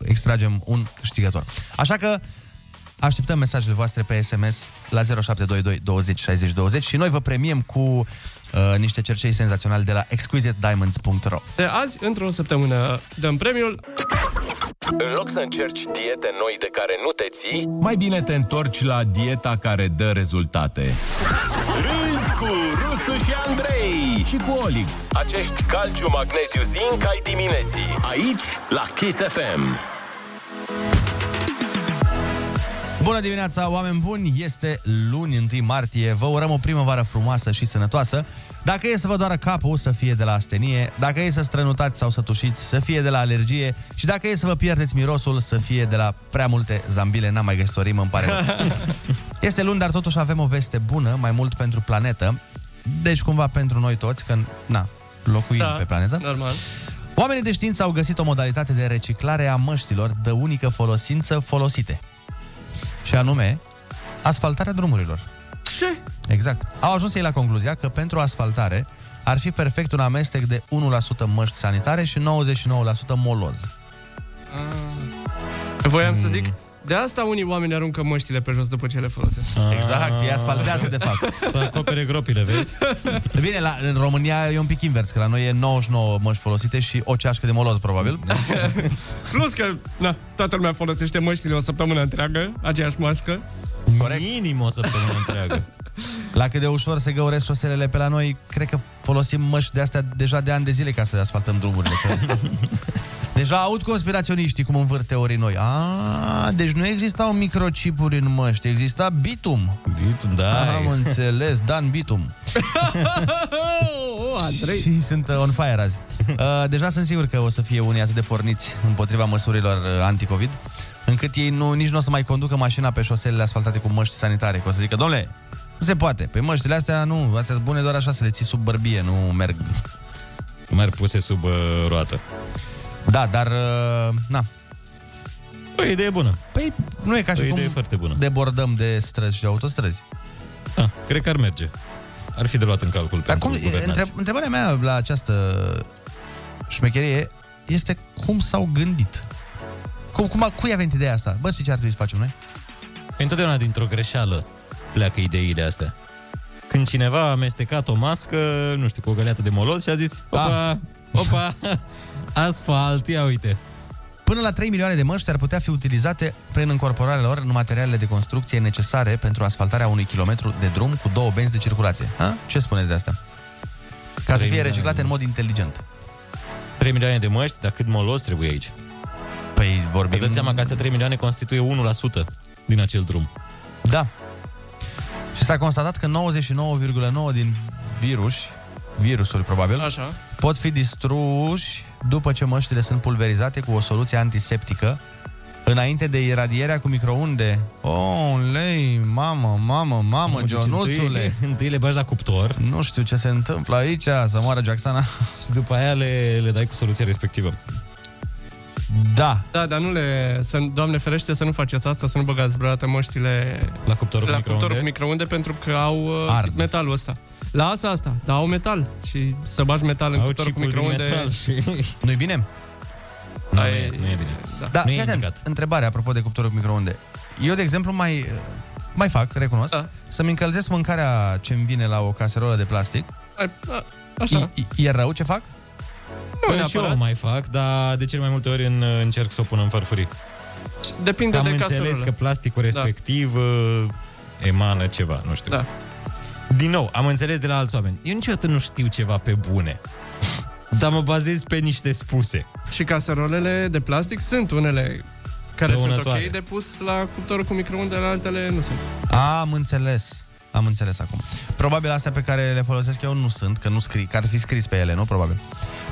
[SPEAKER 6] extragem un câștigător. Așa că așteptăm mesajele voastre pe SMS la 0722 20 60 20 și noi vă premiem cu uh, niște cercei senzaționale de la exquisitediamonds.ro
[SPEAKER 8] De azi, într-o săptămână, dăm premiul.
[SPEAKER 5] În loc să încerci diete noi de care nu te ții, mai bine te întorci la dieta care dă rezultate. Râzi cu Rusu și Andrei și cu Olix. Acești calciu, magneziu, zinc ai dimineții. Aici, la Kiss FM.
[SPEAKER 6] Bună dimineața, oameni buni! Este luni, 1 martie. Vă urăm o primăvară frumoasă și sănătoasă. Dacă e să vă doară capul, să fie de la astenie. Dacă e să strănutați sau să tușiți, să fie de la alergie. Și dacă e să vă pierdeți mirosul, să fie de la prea multe zambile. N-am mai găsit o rimă, îmi pare rău. Este luni, dar totuși avem o veste bună, mai mult pentru planetă. Deci cumva pentru noi toți, că na, locuim da, pe planetă.
[SPEAKER 8] Normal.
[SPEAKER 6] Oamenii de știință au găsit o modalitate de reciclare a măștilor de unică folosință folosite. Și anume, asfaltarea drumurilor.
[SPEAKER 8] Ce?
[SPEAKER 6] Exact. Au ajuns ei la concluzia că pentru asfaltare ar fi perfect un amestec de 1% măști sanitare și 99% moloz.
[SPEAKER 8] Voiam să zic,
[SPEAKER 6] Mm.
[SPEAKER 8] de asta unii oameni aruncă măștile pe jos după ce le folosesc.
[SPEAKER 6] Exact, ei asfaltează de fapt.
[SPEAKER 7] Să acopere gropile, vezi?
[SPEAKER 6] Bine, la, în România e un pic invers, că la noi e 99 măști folosite și o ceașcă de moloz, probabil.
[SPEAKER 8] Plus că, na, toată lumea folosește măștile o săptămână întreagă, aceeași mască.
[SPEAKER 6] Corect?
[SPEAKER 7] Minim o săptămână întreagă.
[SPEAKER 6] La cât de ușor se găuresc șoselele pe la noi, cred că folosim măști de astea deja de ani de zile ca să asfaltăm drumurile. Că... Deja aud conspiraționiștii cum învârt teorii noi. A, deci nu existau microchipuri în măști, exista bitum.
[SPEAKER 7] Bitum, da.
[SPEAKER 6] Am înțeles, Dan Bitum.
[SPEAKER 8] Oh,
[SPEAKER 6] Andrei. Și sunt uh, on fire azi. Uh, deja sunt sigur că o să fie unii atât de porniți împotriva măsurilor uh, anticovid, încât ei nu, nici nu o să mai conducă mașina pe șoselele asfaltate cu măști sanitare. Că o să zică, domnule, nu se poate. Pe măștile astea nu, astea sunt bune doar așa să le ții sub bărbie, nu merg.
[SPEAKER 7] Merg puse sub uh, roată.
[SPEAKER 6] Da, dar, uh, na.
[SPEAKER 7] O idee bună.
[SPEAKER 6] Păi, nu e ca și
[SPEAKER 7] O idee
[SPEAKER 6] cum
[SPEAKER 7] foarte bună.
[SPEAKER 6] debordăm de străzi și de autostrăzi.
[SPEAKER 7] Da, cred că ar merge. Ar fi de luat în calcul
[SPEAKER 6] Dar
[SPEAKER 7] pentru
[SPEAKER 6] cum,
[SPEAKER 7] guvernanți.
[SPEAKER 6] între, întrebarea mea la această șmecherie este cum s-au gândit? Cum, cum, a- cui a venit ideea asta? Bă, știi ce ar trebui să facem noi?
[SPEAKER 7] Întotdeauna dintr-o greșeală pleacă ideile astea. Când cineva a amestecat o mască, nu știu, cu o găleată de moloz și a zis, opa,
[SPEAKER 6] Da.
[SPEAKER 7] opa, asfalt, ia uite.
[SPEAKER 6] Până la 3 milioane de măști ar putea fi utilizate prin încorporarea lor în materialele de construcție necesare pentru asfaltarea unui kilometru de drum cu două benzi de circulație. Ha? Ce spuneți de asta? Ca să
[SPEAKER 7] Trei
[SPEAKER 6] fie
[SPEAKER 7] milioane
[SPEAKER 6] reciclate
[SPEAKER 7] de
[SPEAKER 6] în mod inteligent.
[SPEAKER 7] 3 milioane de măști, dar cât moloz trebuie aici?
[SPEAKER 6] Păi vorbim...
[SPEAKER 7] Vă dați seama că astea 3 milioane constituie 1% din acel drum.
[SPEAKER 6] Da. Și s-a constatat că 99,9 din virus, virusuri probabil,
[SPEAKER 8] Așa.
[SPEAKER 6] pot fi distruși după ce măștile sunt pulverizate cu o soluție antiseptică înainte de iradierea cu microunde. Oh, lei, mamă, mamă, mamă,
[SPEAKER 7] Deci
[SPEAKER 6] Gionuțule!
[SPEAKER 7] Întâi, întâi le bagi la cuptor.
[SPEAKER 6] Nu știu ce se întâmplă aici, să moară Jacksana.
[SPEAKER 7] Și după aia le, le dai cu soluția respectivă.
[SPEAKER 6] Da.
[SPEAKER 8] Da, dar nu le... Să, doamne ferește să nu faceți asta, să nu băgați vreodată măștile
[SPEAKER 7] La cuptorul cu
[SPEAKER 8] la cuptor cu
[SPEAKER 7] microunde?
[SPEAKER 8] microunde pentru că au uh,
[SPEAKER 7] Ard.
[SPEAKER 8] metalul ăsta. La asta asta, dar au metal și să bagi metal în
[SPEAKER 7] Au
[SPEAKER 8] cuptor cu
[SPEAKER 7] chipul din
[SPEAKER 8] microunde.
[SPEAKER 7] metal și-
[SPEAKER 6] Nu-i bine?
[SPEAKER 7] Nu, nu, e, nu e bine.
[SPEAKER 6] Da,
[SPEAKER 7] nu
[SPEAKER 6] fii
[SPEAKER 7] e
[SPEAKER 6] atent,
[SPEAKER 7] indicat.
[SPEAKER 6] întrebare apropo de cuptorul cu microunde. Eu, de exemplu, mai, mai fac, recunosc,
[SPEAKER 7] Da.
[SPEAKER 6] să-mi încălzesc mâncarea ce-mi vine la o caserolă de plastic.
[SPEAKER 8] Ai, a, așa.
[SPEAKER 6] E, e rău ce fac? Păi
[SPEAKER 7] Bă,
[SPEAKER 8] Nu
[SPEAKER 7] Păi și eu
[SPEAKER 8] neapărat.
[SPEAKER 7] o mai fac, dar de cel mai multe ori în, încerc să o pun în farfurii.
[SPEAKER 8] Depinde
[SPEAKER 7] Am
[SPEAKER 8] de
[SPEAKER 7] înțeles
[SPEAKER 8] caserolă.
[SPEAKER 7] că plasticul respectiv da. emană ceva, nu știu. Da. Din nou, am înțeles de la alți oameni. Eu niciodată nu știu ceva pe bune. Dar mă bazez pe niște spuse.
[SPEAKER 8] Și caserolele de plastic sunt unele care sunt
[SPEAKER 7] Dăunătoare.
[SPEAKER 8] ok de pus la cuptorul cu microunde, la altele nu sunt.
[SPEAKER 6] Am înțeles. Am înțeles acum. Probabil astea pe care le folosesc eu nu sunt, că nu scrii, că ar fi scris pe ele, nu? Probabil.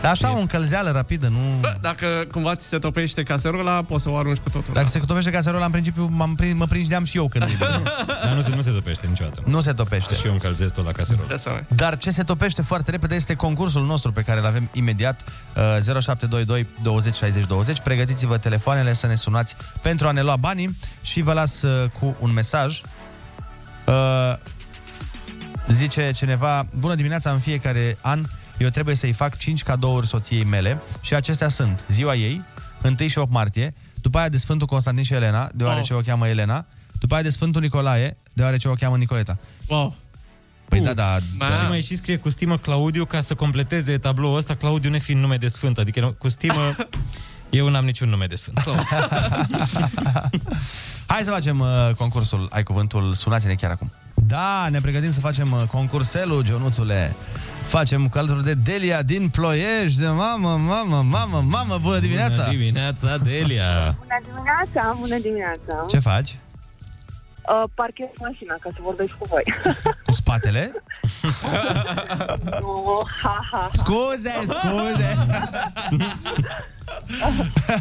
[SPEAKER 6] Dar așa, o încălzeală rapidă, nu...
[SPEAKER 7] Da.
[SPEAKER 8] Bă, dacă cumva ți se topește caserola, poți să o arunci cu totul.
[SPEAKER 6] Dacă se topește caserola, în principiu m-am prins, mă prindeam și eu când e bine.
[SPEAKER 7] Dar nu se, nu se topește niciodată.
[SPEAKER 6] Nu se topește.
[SPEAKER 7] Și eu încălzesc tot la caserolă.
[SPEAKER 6] Dar ce se topește foarte repede este concursul nostru pe care îl avem imediat uh, 0722 20 60 20. Pregătiți-vă telefoanele să ne sunați pentru a ne lua banii și vă las uh, cu un mesaj. Uh, zice cineva, bună dimineața în fiecare an, eu trebuie să-i fac 5 cadouri soției mele și acestea sunt ziua ei, 1 și 8 martie, după aia de Sfântul Constantin și Elena, deoarece
[SPEAKER 8] Wow.
[SPEAKER 6] o cheamă Elena, după aia de Sfântul Nicolae, deoarece o cheamă Nicoleta.
[SPEAKER 8] Wow.
[SPEAKER 6] Păi da, da, da.
[SPEAKER 7] Și mai și scrie cu stimă Claudiu ca să completeze tabloul ăsta, Claudiu ne fiind nume de sfânt. Adică nu- cu stimă eu n-am niciun nume de sfânt. Claudiu.
[SPEAKER 6] Hai să facem uh, concursul, ai cuvântul, sunați-ne chiar acum. Da, ne pregătim să facem uh, concurselul, Ionuțule. Facem cu alături de Delia din Ploiești. De mamă, mamă, mamă, mamă, bună dimineața!
[SPEAKER 7] Bună dimineața, Delia!
[SPEAKER 13] Bună dimineața, bună dimineața.
[SPEAKER 6] Ce faci?
[SPEAKER 13] Uh, parchez mașina ca să vorbesc cu voi.
[SPEAKER 6] Cu spatele?
[SPEAKER 13] nu, Oh, ha, ha, ha.
[SPEAKER 6] Scuze, scuze.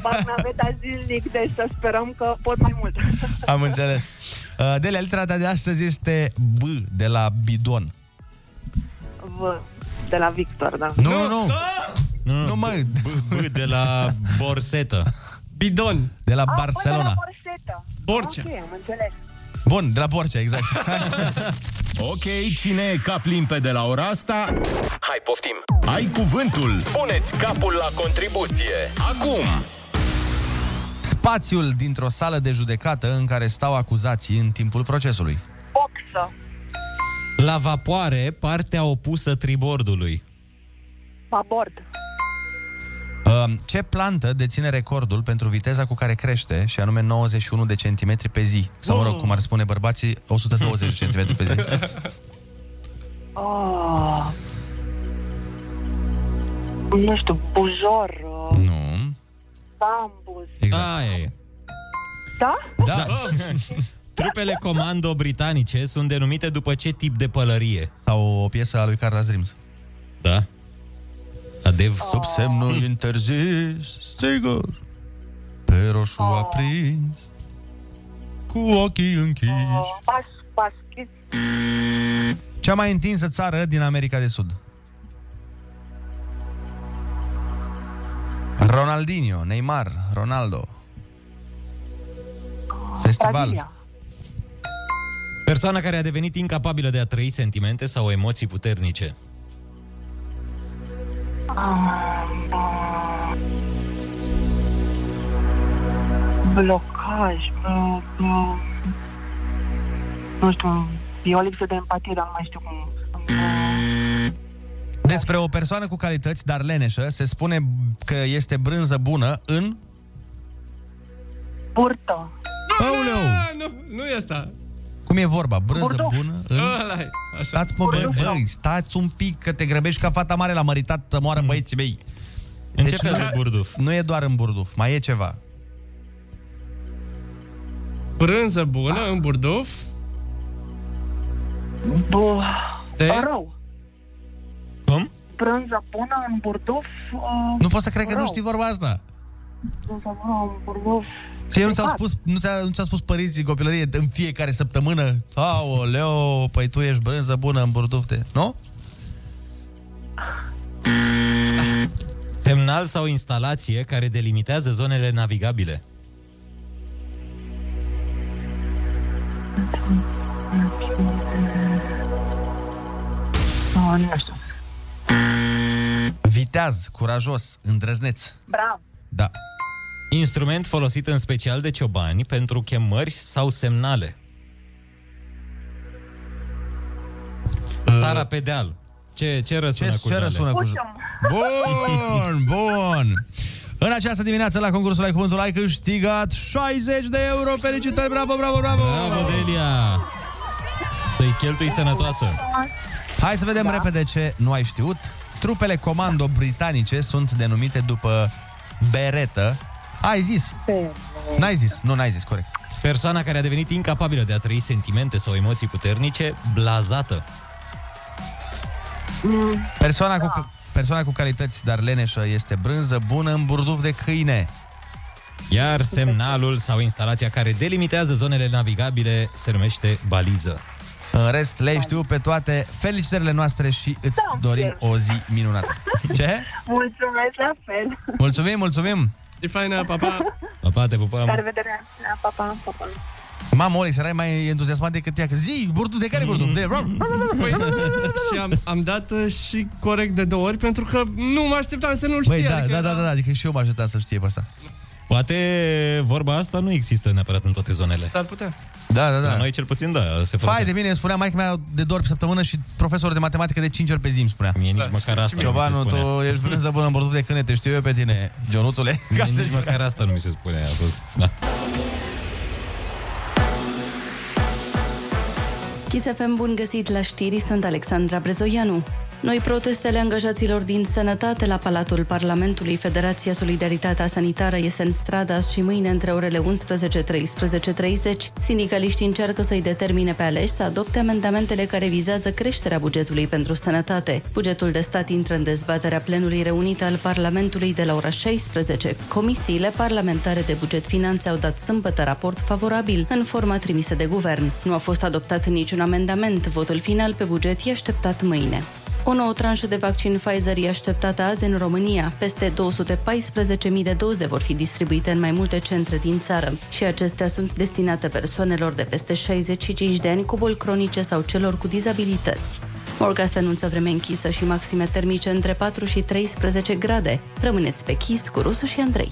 [SPEAKER 13] Fac naveta zilnic, deci să sperăm că pot mai mult.
[SPEAKER 6] Am înțeles. Uh, Delia, litera ta de astăzi este B, de la bidon.
[SPEAKER 13] Vă, de la Victor, da.
[SPEAKER 6] Nu, nu, nu.
[SPEAKER 7] Nu,
[SPEAKER 6] nu mă.
[SPEAKER 7] B, B de la borsetă.
[SPEAKER 8] Bidon.
[SPEAKER 6] De la
[SPEAKER 13] Ah, bă, De
[SPEAKER 6] Barcelona.
[SPEAKER 13] la Borsetă.
[SPEAKER 8] Borcea.
[SPEAKER 13] Ok, am înțeles.
[SPEAKER 6] Bun, de la Borcea, exact.
[SPEAKER 5] ok, cine e cap limpede la ora asta? Hai, poftim! Ai cuvântul! Puneți capul la contribuție! Acum!
[SPEAKER 6] Spațiul dintr-o sală de judecată în care stau acuzații în timpul procesului.
[SPEAKER 13] Boxă,
[SPEAKER 7] La vapoare, partea opusă tribordului.
[SPEAKER 13] babord,
[SPEAKER 6] Uh, Ce plantă deține recordul pentru viteza cu care crește, și anume 91 de centimetri pe zi? Sau, mă rog, cum ar spune bărbații, 120 de centimetri pe zi.
[SPEAKER 13] Oh. Nu știu, bujor.
[SPEAKER 6] Nu.
[SPEAKER 13] Bambus.
[SPEAKER 6] Exact.
[SPEAKER 7] Aia e.
[SPEAKER 13] Da?
[SPEAKER 7] Da. Trupele comando britanice sunt denumite după ce tip de pălărie?
[SPEAKER 6] Sau o piesă a lui Carla Dreams.
[SPEAKER 7] Da. Adev.
[SPEAKER 6] Sub semnul interzis, sigur, pe roșu aprins, cu ochii închiși.
[SPEAKER 13] Pas, pas, chis.
[SPEAKER 6] Cea mai întinsă țară din America de Sud. Ronaldinho, Neymar, Ronaldo.
[SPEAKER 13] Adică.
[SPEAKER 6] Festival.
[SPEAKER 7] Persoana care a devenit incapabilă de a trăi sentimente sau emoții puternice.
[SPEAKER 13] Ah. Blocaj. mm, mm. Nu știu, e o lipsă de empatie, dar nu mai știu cum.
[SPEAKER 6] Despre o persoană cu calități, dar leneșă, se spune că este brânză bună în...
[SPEAKER 13] Burtă.
[SPEAKER 6] Aoleu!
[SPEAKER 8] Ah, Nu, nu e asta.
[SPEAKER 6] Cum e vorba? Brânză
[SPEAKER 8] Bordeaux.
[SPEAKER 6] bună în...
[SPEAKER 8] Ăla-i, așa.
[SPEAKER 6] Stați, mă, bă,
[SPEAKER 8] Bordeaux.
[SPEAKER 6] băi, stați un pic, că te grăbești ca fata mare la măritat, să
[SPEAKER 8] Mm.
[SPEAKER 6] moară băieții mei. Deci
[SPEAKER 7] În ce fel de burduf?
[SPEAKER 6] Nu e doar în burduf, mai e ceva.
[SPEAKER 8] Brânză bună în burduf.
[SPEAKER 13] Bu...
[SPEAKER 8] De?
[SPEAKER 13] Rău.
[SPEAKER 7] Cum?
[SPEAKER 13] Brânză bună în burduf. Uh,
[SPEAKER 6] Nu pot să cred că nu
[SPEAKER 13] rău.
[SPEAKER 6] știi vorba asta.
[SPEAKER 13] Brânză bună în burduf.
[SPEAKER 6] Ție nu ți-au
[SPEAKER 13] Exact.
[SPEAKER 6] spus, nu ți-a, nu ți-au spus părinții în copilărie în fiecare săptămână? Aoleo, păi tu ești brânză bună în burdufte, nu?
[SPEAKER 7] Semnal sau instalație care delimitează zonele navigabile.
[SPEAKER 13] Nu, nu știu.
[SPEAKER 6] Viteaz, curajos, îndrăzneț.
[SPEAKER 13] Bravo.
[SPEAKER 6] Da.
[SPEAKER 7] Instrument folosit în special de ciobani pentru chemări sau semnale. Țara pe deal. Ce, ce răsună
[SPEAKER 6] Uh. Ce,
[SPEAKER 7] cu
[SPEAKER 6] ce
[SPEAKER 7] jale?
[SPEAKER 6] răsună cu jale? Bun, bun. În această dimineață la concursul Ai Cuvântul Ai câștigat 60 de euro. Felicitări, bravo, bravo, bravo!
[SPEAKER 7] Bravo, Delia! Să-i cheltui sănătoasă.
[SPEAKER 6] Hai să vedem da. repede ce nu ai știut. Trupele comando britanice sunt denumite după beretă. Ai zis? N-ai zis, nu, n-ai zis, corect.
[SPEAKER 7] Persoana care a devenit incapabilă de a trăi sentimente sau emoții puternice, blazată.
[SPEAKER 6] Persoana, da. cu, persoana cu calități, dar leneșă, este brânză, bună în burduf de câine.
[SPEAKER 7] Iar semnalul sau instalația care delimitează zonele navigabile se numește baliză.
[SPEAKER 6] În rest, le știu pe toate felicitările noastre și îți
[SPEAKER 13] Da,
[SPEAKER 6] dorim
[SPEAKER 13] fier.
[SPEAKER 6] o zi minunată. Ce?
[SPEAKER 13] Mulțumesc la fel.
[SPEAKER 6] Mulțumim, mulțumim!
[SPEAKER 8] E faină, pa, pa.
[SPEAKER 7] Pa, pa, te
[SPEAKER 13] La
[SPEAKER 7] pupăm!
[SPEAKER 13] revedere. La pa, pa, pa, pa.
[SPEAKER 6] Mamă, Olex, erai mai entuziasmat decât ea. că Zi, burduf de care burduf? De...
[SPEAKER 8] Păi, și am, am dat uh, și corect de două ori pentru că nu mă așteptam să nu știe.
[SPEAKER 6] Băi, da,
[SPEAKER 8] adică
[SPEAKER 6] da, da, da, da, adică și eu mă așteptam să-l știe pe asta.
[SPEAKER 7] Poate vorba asta nu există neapărat în toate zonele.
[SPEAKER 8] S-ar putea.
[SPEAKER 6] Da, da, da.
[SPEAKER 7] La noi cel puțin, da, se
[SPEAKER 6] Fai
[SPEAKER 7] folosește.
[SPEAKER 6] de mine, îmi spunea maica mea de două ori pe săptămână și profesor de matematică de 5 ori pe zi îmi spunea.
[SPEAKER 7] Mie nici măcar asta nu
[SPEAKER 6] Ciobanu,
[SPEAKER 7] mi se spune.
[SPEAKER 6] tu ești brânză bună în bordul de câine, te știu eu pe tine, Ionuțule. Ca
[SPEAKER 7] Mie
[SPEAKER 6] să
[SPEAKER 7] nici
[SPEAKER 6] zic
[SPEAKER 7] măcar
[SPEAKER 6] așa.
[SPEAKER 7] asta nu mi se spune. A fost, da.
[SPEAKER 1] Kiss FM, bun găsit la știri, sunt Alexandra Brezoianu. Noi protestele angajaților din sănătate la Palatul Parlamentului, Federația Solidaritatea Sanitară iese în strada și mâine între orele 11-13.30. Sindicaliștii încearcă să-i determine pe aleși să adopte amendamentele care vizează creșterea bugetului pentru sănătate. Bugetul de stat intră în dezbaterea plenului reunit al Parlamentului de la ora 16. Comisiile parlamentare de buget finanțe au dat sâmbătă raport favorabil în forma trimisă de guvern. Nu a fost adoptat niciun amendament. Votul final pe buget e așteptat mâine. O nouă tranșă de vaccin Pfizer e așteptată azi în România. Peste 214.000 de doze vor fi distribuite în mai multe centre din țară și acestea sunt destinate persoanelor de peste 65 de ani cu boli cronice sau celor cu dizabilități. Morgast anunță vreme închisă și maxime termice între 4 și 13 grade. Rămâneți pe chis cu Rusu și Andrei.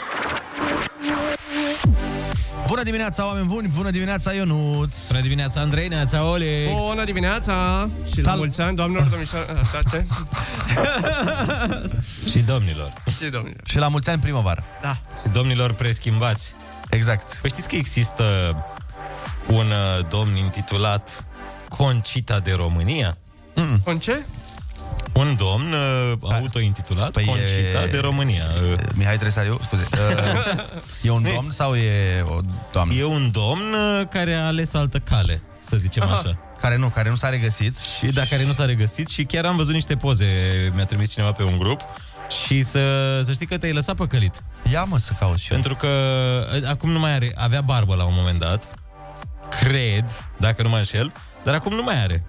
[SPEAKER 6] Bună dimineața, oameni buni! Bună dimineața, Ionuț!
[SPEAKER 7] Bună dimineața, Andrei, neața, Olex!
[SPEAKER 8] Bună dimineața! Și la
[SPEAKER 7] Sal-
[SPEAKER 8] mulți ani, doamnelor, domnișoare... Asta ce?
[SPEAKER 7] Și domnilor.
[SPEAKER 8] Și domnilor.
[SPEAKER 6] Și la mulți ani primăvară.
[SPEAKER 8] Da.
[SPEAKER 7] Și domnilor preschimbați.
[SPEAKER 6] Exact.
[SPEAKER 7] Păi știți că există un uh, domn intitulat Concita de România?
[SPEAKER 8] Un ce?
[SPEAKER 7] Un domn uh,
[SPEAKER 6] Da.
[SPEAKER 7] autointitulat păi Concita e... de România.
[SPEAKER 6] Mihai Tresariu, scuze. E un domn sau e o doamnă?
[SPEAKER 7] E un domn uh, care a ales altă cale, să zicem
[SPEAKER 6] Aha.
[SPEAKER 7] așa.
[SPEAKER 6] Care nu, care nu s-a regăsit.
[SPEAKER 7] Și da, care nu s-a regăsit și chiar am văzut niște poze, mi-a trimis cineva pe un grup și să, să știi că te-ai lăsat păcălit.
[SPEAKER 6] Ia mă să caut și eu.
[SPEAKER 7] Pentru că uh, acum nu mai are, avea barbă la un moment dat, cred, dacă nu mă înșel, dar acum nu mai are.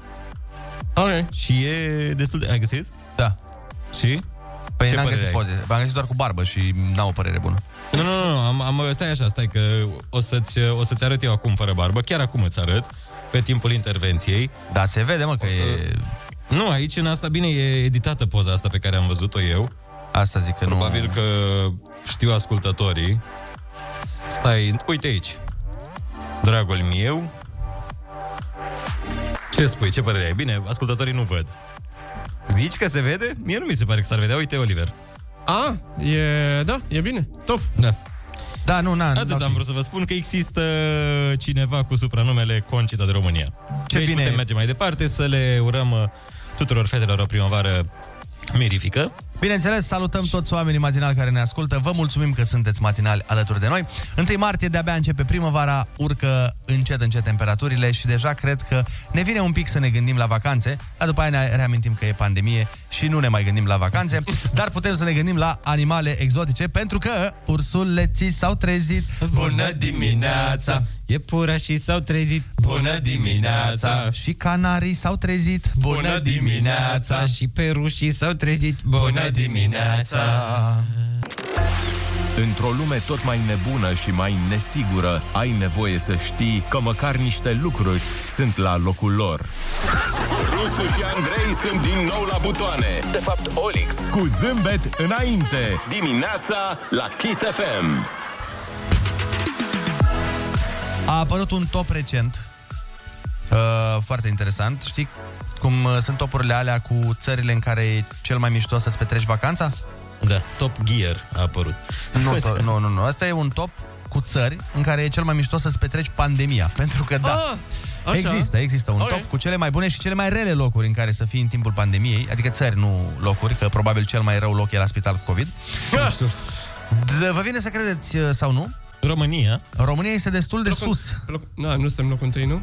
[SPEAKER 8] Okay.
[SPEAKER 7] Și e destul de... Ai găsit?
[SPEAKER 6] Da.
[SPEAKER 7] Și?
[SPEAKER 6] Păi
[SPEAKER 7] Ce
[SPEAKER 6] n-am
[SPEAKER 7] părere
[SPEAKER 6] găsit
[SPEAKER 7] ai?
[SPEAKER 6] poze. am găsit doar cu barbă și n-am o părere bună.
[SPEAKER 7] Nu, nu, nu, am, am, stai așa, stai că o să-ți, o să-ți arăt eu acum fără barbă, chiar acum îți arăt, pe timpul intervenției. uh,
[SPEAKER 6] Da, se vede, mă, că e...
[SPEAKER 7] Nu, aici în asta, bine, e editată poza asta pe care am văzut-o eu.
[SPEAKER 6] Asta zic că
[SPEAKER 7] Probabil nu... că știu ascultătorii. Stai, uite aici. Dragul meu. Ce spui, ce părere ai? Bine, ascultătorii nu văd. Zici că se vede? Mie nu mi se pare că s-ar vedea. Uite, Oliver.
[SPEAKER 8] A, e... Da, e bine. Top.
[SPEAKER 7] Da.
[SPEAKER 6] Da, nu, na,
[SPEAKER 7] Atât
[SPEAKER 6] ok.
[SPEAKER 7] am vrut să vă spun că există cineva cu supranumele Concita de România.
[SPEAKER 6] Ce
[SPEAKER 7] deci
[SPEAKER 6] bine.
[SPEAKER 7] putem merge mai departe să le urăm uh, tuturor fetelor o primăvară mirifică.
[SPEAKER 6] Bineînțeles, salutăm toți oamenii matinali care ne ascultă. Vă mulțumim că sunteți matinali alături de noi. 1 martie de-abia începe primăvara, urcă încet, încet temperaturile și deja cred că ne vine un pic să ne gândim la vacanțe, dar după aia ne reamintim că e pandemie și nu ne mai gândim la vacanțe, dar putem să ne gândim la animale exotice pentru că ursuleții s-au trezit.
[SPEAKER 7] E pura și s-au trezit
[SPEAKER 6] Și canarii s-au trezit.
[SPEAKER 7] Și perușii s-au trezit
[SPEAKER 4] Într-o lume tot mai nebună și mai nesigură, ai nevoie să știi că măcar niște lucruri sunt la locul lor.
[SPEAKER 5] Rusu și Andrei sunt din nou la butoane. De fapt, Olix.
[SPEAKER 4] Cu zâmbet înainte!
[SPEAKER 5] Dimineața la Kiss FM.
[SPEAKER 6] A apărut un top recent uh, foarte interesant. Știi cum uh, sunt topurile alea cu țările în care e cel mai mișto să-ți petreci vacanța?
[SPEAKER 7] Da, Top Gear a apărut.
[SPEAKER 6] Nu, to- nu, nu, nu. Asta e un top cu țări în care e cel mai mișto să-ți petreci pandemia. Pentru că da.
[SPEAKER 7] Ah,
[SPEAKER 8] așa.
[SPEAKER 6] Există, există un
[SPEAKER 8] Ok.
[SPEAKER 6] top cu cele mai bune și cele mai rele locuri în care să fii în timpul pandemiei, adică țări, nu locuri, că probabil cel mai rău loc e la spital cu COVID.
[SPEAKER 8] Ah.
[SPEAKER 6] D- Vă vine să credeți uh, sau nu?
[SPEAKER 7] România.
[SPEAKER 6] România este destul de sus. Mm,
[SPEAKER 8] Pe Loc... Na, nu suntem locul întâi, nu?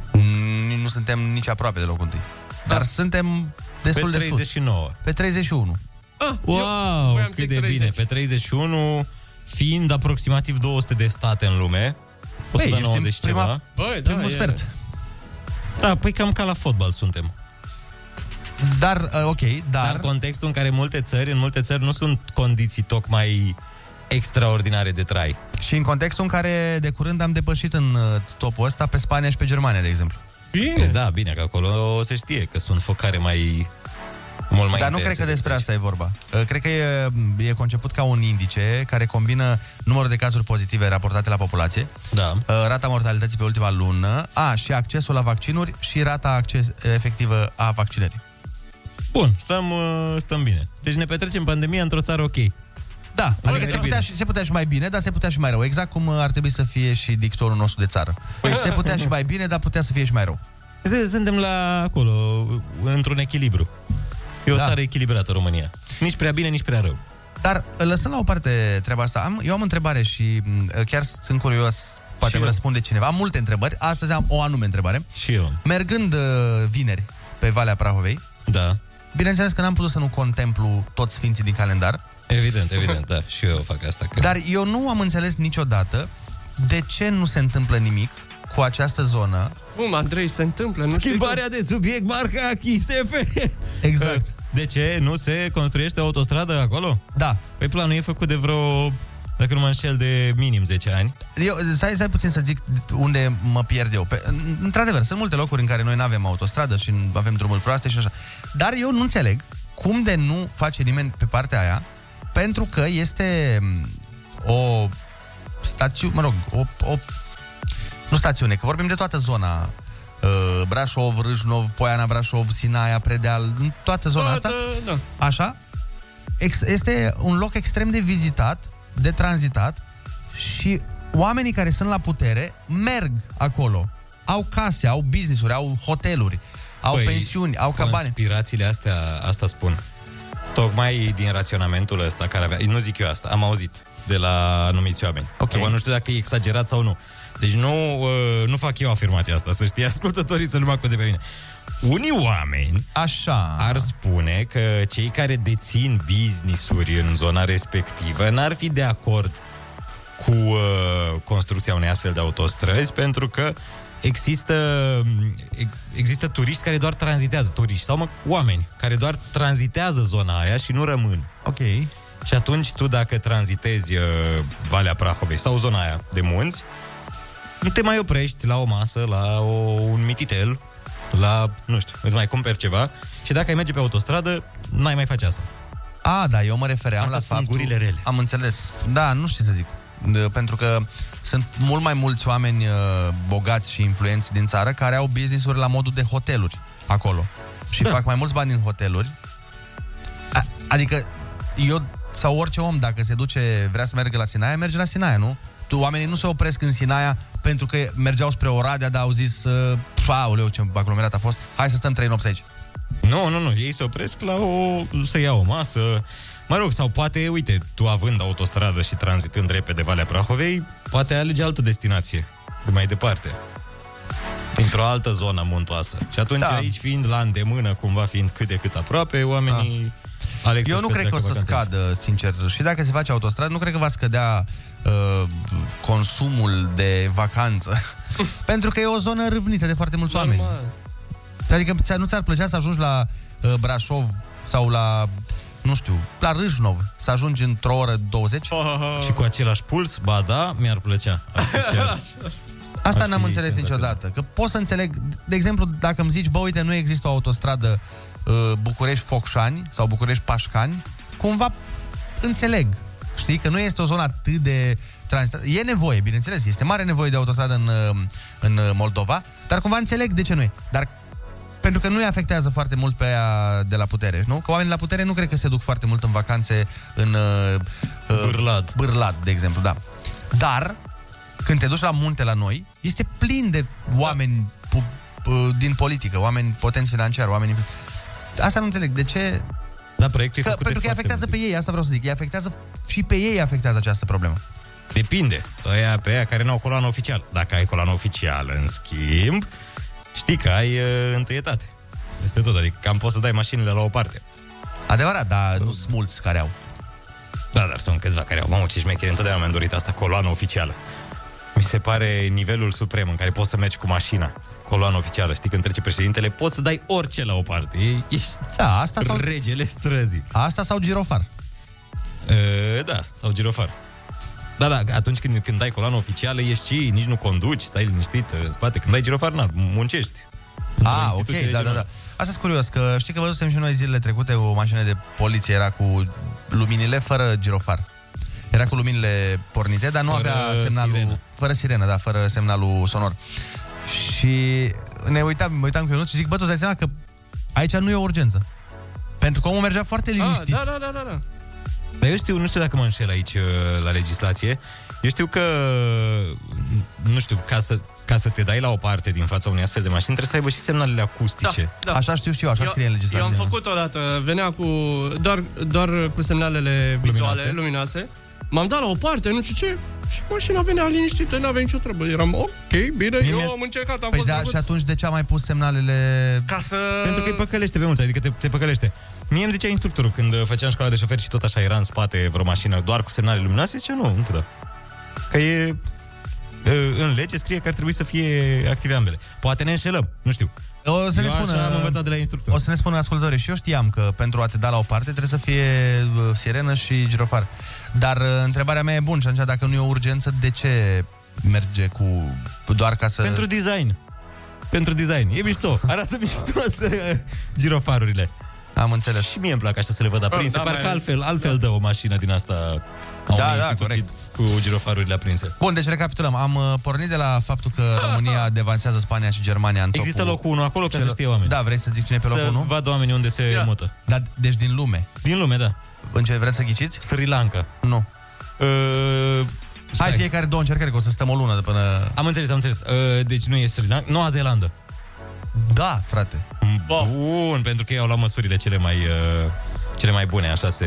[SPEAKER 6] Nu suntem nici aproape de locul întâi. Dar da. suntem destul
[SPEAKER 7] Pe
[SPEAKER 6] de sus.
[SPEAKER 7] 39.
[SPEAKER 6] Pe 31.
[SPEAKER 8] Ah,
[SPEAKER 7] Wow,
[SPEAKER 8] voiam să
[SPEAKER 7] cât
[SPEAKER 8] zic
[SPEAKER 7] de
[SPEAKER 8] 30.
[SPEAKER 7] bine. Pe 31, fiind aproximativ 200 de state în lume, 190
[SPEAKER 6] ești în prima-
[SPEAKER 7] ceva.
[SPEAKER 8] Băi, da,
[SPEAKER 6] primul
[SPEAKER 8] e-
[SPEAKER 6] sfert.
[SPEAKER 7] Da, păi cam ca la fotbal suntem.
[SPEAKER 6] Dar, uh, ok, dar...
[SPEAKER 7] Dar în contextul în care multe țări, în multe țări nu sunt condiții tocmai extraordinare de trai.
[SPEAKER 6] Și în contextul în care de curând am depășit în uh, topul ăsta pe Spania și pe Germania, de exemplu.
[SPEAKER 8] Bine.
[SPEAKER 7] Da, bine, că acolo se știe că sunt focare mai mult mai
[SPEAKER 6] Dar nu cred că despre asta e vorba. Uh, Cred că e, e conceput ca un indice care combină numărul de cazuri pozitive raportate la populație,
[SPEAKER 7] Da.
[SPEAKER 6] uh, rata mortalității pe ultima lună, a, și accesul la vaccinuri și rata acces, efectivă a vaccinării.
[SPEAKER 7] Bun, stăm, uh, stăm bine. Deci ne petrecem pandemia într-o țară ok.
[SPEAKER 6] Da, adică
[SPEAKER 7] e
[SPEAKER 6] se
[SPEAKER 7] bine.
[SPEAKER 6] putea, și, se putea și mai bine, dar se putea și mai rău. Exact cum uh, ar trebui să fie și dictorul nostru de țară.
[SPEAKER 7] Păi
[SPEAKER 6] Deci se putea și mai bine, dar putea să fie și mai rău.
[SPEAKER 7] Z- Suntem la acolo, într-un echilibru. E o
[SPEAKER 6] Da.
[SPEAKER 7] da. țară echilibrată, România. Nici prea bine, nici prea rău.
[SPEAKER 6] Dar uh, lăsând la o parte treaba asta, am, eu am o întrebare și m, chiar sunt curios, poate
[SPEAKER 7] Și
[SPEAKER 6] îmi
[SPEAKER 7] eu.
[SPEAKER 6] răspunde cineva. Am multe întrebări, astăzi am o anume întrebare.
[SPEAKER 7] Și eu.
[SPEAKER 6] Mergând uh, vineri pe Valea Prahovei,
[SPEAKER 7] Da.
[SPEAKER 6] bineînțeles că n-am putut să nu contemplu toți sfinții din calendar,
[SPEAKER 7] Evident, evident, da. Și eu fac asta. Că...
[SPEAKER 6] dar eu nu am înțeles niciodată de ce nu se întâmplă nimic cu această zonă?
[SPEAKER 8] Cum, Andrei, se întâmplă? Nu
[SPEAKER 7] Schimbarea de subiect, marca Kiss FM.
[SPEAKER 6] Exact.
[SPEAKER 7] De ce? Nu se construiește autostradă acolo?
[SPEAKER 6] Da.
[SPEAKER 7] Păi planul e făcut de vreo, dacă nu mă înșel, de minim 10 ani.
[SPEAKER 6] Eu, stai, stai puțin să zic unde mă pierd eu. Pe, într-adevăr, sunt multe locuri în care noi nu avem autostradă și nu avem drumuri proaste și așa. Dar eu nu înțeleg cum de nu face nimeni pe partea aia, pentru că este mm, o stațiu, mă rog, o, o nu stațiune, că vorbim de toată zona uh, Brașov, Râșnov, Poiana Brașov, Sinaia, Predeal, toată zona
[SPEAKER 8] Toată,
[SPEAKER 6] asta.
[SPEAKER 8] da.
[SPEAKER 6] Așa? Ex- este un loc extrem de vizitat, de tranzitat și oamenii care sunt la putere merg acolo. Au case, au business-uri, au hoteluri, au păi, pensiuni, au cabane.
[SPEAKER 7] Conspirațiile astea, asta spun. Tocmai din raționamentul ăsta care avea, nu zic eu asta, am auzit de la anumiți oameni. Okay. Acum nu știu dacă e exagerat sau nu. Deci nu, uh, nu fac eu afirmația asta, să știi ascultătorii să nu mă acuze pe mine. Unii oameni
[SPEAKER 6] Așa.
[SPEAKER 7] ar spune că cei care dețin business-uri în zona respectivă n-ar fi de acord cu uh, construcția unei astfel de autostrăzi pentru că există e- există turiști care doar tranzitează, turiști sau mă, oameni care doar tranzitează zona aia și nu rămân.
[SPEAKER 6] Ok.
[SPEAKER 7] Și atunci tu dacă tranzitezi uh, Valea Prahovei sau zona aia de munți, nu te mai oprești la o masă, la o, un mititel, la, nu știu, îți mai cumperi ceva și dacă ai merge pe autostradă, n-ai mai face asta.
[SPEAKER 6] A, da, eu mă refeream
[SPEAKER 7] Asta
[SPEAKER 6] la
[SPEAKER 7] spun
[SPEAKER 6] faptul...
[SPEAKER 7] gurile rele.
[SPEAKER 6] Am înțeles. Da, nu știu ce să zic. De- Pentru că sunt mult mai mulți oameni uh, bogați și influenți din țară care au business-uri la modul de hoteluri acolo. Și
[SPEAKER 7] Hm.
[SPEAKER 6] da. fac mai mulți bani în hoteluri. A, adică eu sau orice om dacă se duce, vrea să meargă la Sinaia, merge la Sinaia, nu? Tu, oamenii nu se opresc în Sinaia pentru că mergeau spre Oradea, dar au zis, uh, "Pf, aoleu, ce aglomerat a fost, hai să stăm trei nopți aici.
[SPEAKER 7] Nu, nu, nu, ei se opresc la o... să ia o masă. Mă rog, sau poate, uite, tu având autostradă și tranzitând repede Valea Prahovei, poate alege altă destinație, de mai departe. Într-o altă zonă muntoasă. Și atunci da. aici, fiind la îndemână, cumva fiind cât de cât aproape, oamenii... Da. Alex
[SPEAKER 6] Ah. Eu nu cred că o să scadă, sincer. Și dacă se face autostradă, nu cred că va scădea uh, consumul de vacanță. Pentru că e o zonă râvnită de foarte mulți Normal. oameni. Adică ți nu ți-ar plăcea să ajungi la uh, Brașov sau la, nu știu, la Râșnov, să ajungi într-o oră 20?
[SPEAKER 7] Și cu același puls, ba da, mi-ar plăcea. Ar fi chiar-
[SPEAKER 6] Asta
[SPEAKER 7] ar
[SPEAKER 6] n-am
[SPEAKER 7] fi
[SPEAKER 6] înțeles
[SPEAKER 7] senzațional.
[SPEAKER 6] niciodată. Că pot să înțeleg, de exemplu, dacă îmi zici, bă, uite, nu există o autostradă uh, București-Focșani sau București-Pașcani, cumva înțeleg. Știi că nu este o zonă atât de tranzitată. E nevoie, bineînțeles, este mare nevoie de autostradă în, uh, în uh, Moldova, dar cumva înțeleg de ce nu e. Dar pentru că nu îi afectează foarte mult pe aia de la putere, nu? Că oamenii la putere nu cred că se duc foarte mult în vacanțe în... Uh, uh,
[SPEAKER 7] Bârlad.
[SPEAKER 6] Bârlad, de exemplu, da. Dar, când te duci la munte la noi, este plin de oameni pu- pu- din politică, oameni potenți financiari, oameni... Asta nu înțeleg, de ce...
[SPEAKER 7] Da, proiectul
[SPEAKER 6] că, Pentru că îi afectează pe ei, asta vreau să zic. Îi afectează și pe ei îi afectează această problemă.
[SPEAKER 7] Depinde. Aia pe aia care nu au coloană oficială. Dacă ai coloană oficială, în schimb, știi că ai uh, întâietate. Este tot, adică cam poți să dai mașinile la o parte.
[SPEAKER 6] Adevărat, dar nu sunt mulți care au.
[SPEAKER 7] Da, dar sunt câțiva care au. Mamă, ce șmecheri, întotdeauna mi-am dorit asta, coloană oficială. Mi se pare nivelul suprem în care poți să mergi cu mașina. Coloană oficială, știi, când trece președintele, poți să dai orice la o parte. E- Ești
[SPEAKER 6] da, asta
[SPEAKER 7] sau... regele străzii.
[SPEAKER 6] Asta sau girofar.
[SPEAKER 7] E, da, sau girofar. Da, da, atunci când, când dai coloană oficială, ești și nici nu conduci, stai liniștit uh, în spate. Când dai girofar, na, muncești. Într-o
[SPEAKER 6] Ah, ok,
[SPEAKER 7] instituție de
[SPEAKER 6] da, da,
[SPEAKER 7] genul
[SPEAKER 6] da. Asta e curios, că știi că văzusem și noi zilele trecute o mașină de poliție era cu luminile fără girofar. Era cu luminile pornite, dar nu
[SPEAKER 7] Fără
[SPEAKER 6] avea semnalul...
[SPEAKER 7] sirenă.
[SPEAKER 6] Fără sirenă, da, fără semnalul sonor. Și ne uitam, mă uitam cu Ionut și zic, bă, tu îți dai seama că aici nu e o urgență. Pentru că omul mergea foarte liniștit.
[SPEAKER 8] Ah, da, da, da, da, da.
[SPEAKER 7] Dar eu știu, nu știu dacă mă înșel aici uh, la legislație, eu știu că, nu știu, ca să, ca să te dai la o parte din fața unei astfel de mașini, trebuie să aibă și semnalele acustice.
[SPEAKER 8] Da, da. Așa
[SPEAKER 6] știu și eu, așa
[SPEAKER 8] eu, Eu am făcut odată, venea cu doar, doar cu semnalele vizuale, luminoase. M-am dat la o parte, nu știu ce, și mașina venea liniștită, n-avea nicio treabă. Eram ok, bine,
[SPEAKER 6] Mie
[SPEAKER 8] eu
[SPEAKER 6] mi-e-
[SPEAKER 8] am încercat, am
[SPEAKER 6] Păi
[SPEAKER 8] fost
[SPEAKER 6] da,
[SPEAKER 8] drăguț.
[SPEAKER 6] și atunci de ce a mai pus semnalele...
[SPEAKER 8] Ca să...
[SPEAKER 7] Pentru că îi păcălește pe mulți, adică te, te păcălește. Mie îmi zicea instructorul, când uh, făceam școala de șofer și tot așa era în spate vreo mașină doar cu semnale luminoase, zicea nu, nu te dă. Că e în lege scrie că ar trebui să fie active ambele. Poate ne înșelăm, nu știu.
[SPEAKER 6] O să ne
[SPEAKER 7] Eu așa
[SPEAKER 6] spună,
[SPEAKER 7] am învățat de la instructor.
[SPEAKER 6] O să ne spună ascultătorii și eu știam că pentru a te da la o parte trebuie să fie uh, sirenă și girofar. Dar uh, întrebarea mea e bun și atunci dacă nu e o urgență, de ce merge cu doar ca să...
[SPEAKER 7] Pentru design. Pentru design. E mișto. Oh, Arată mișto să, girofarurile.
[SPEAKER 6] Am înțeles.
[SPEAKER 7] Și mie îmi plac așa să le văd aprinse.
[SPEAKER 6] Da,
[SPEAKER 7] Da, Parcă
[SPEAKER 6] mai ales.
[SPEAKER 7] altfel, altfel dă o mașină din asta a
[SPEAKER 6] Da,
[SPEAKER 7] unei
[SPEAKER 6] da,
[SPEAKER 7] instituții cu girofarurile aprinse.
[SPEAKER 6] Bun, deci recapitulăm. Am uh, pornit de la faptul că România devansează Spania și Germania în
[SPEAKER 7] Există
[SPEAKER 6] topul
[SPEAKER 7] locul 1 acolo ca să
[SPEAKER 6] celor-
[SPEAKER 7] știe oamenii.
[SPEAKER 6] Da, vrei să zici cine e pe locul
[SPEAKER 7] Să
[SPEAKER 6] 1?
[SPEAKER 7] vadă oamenii unde se yeah. mută.
[SPEAKER 6] Da, deci din lume.
[SPEAKER 7] Din lume, da.
[SPEAKER 6] În ce vreți să ghiciți?
[SPEAKER 7] Sri Lanka.
[SPEAKER 6] Nu.
[SPEAKER 7] Uh,
[SPEAKER 6] Hai fiecare două încercări, că o să stăm o lună de până...
[SPEAKER 7] Am înțeles, am înțeles. Uh, deci nu e Sri Lanka, Noua Zeelandă.
[SPEAKER 6] Da, frate.
[SPEAKER 7] Bun, pentru că ei au luat măsurile cele mai, uh, cele mai bune, așa se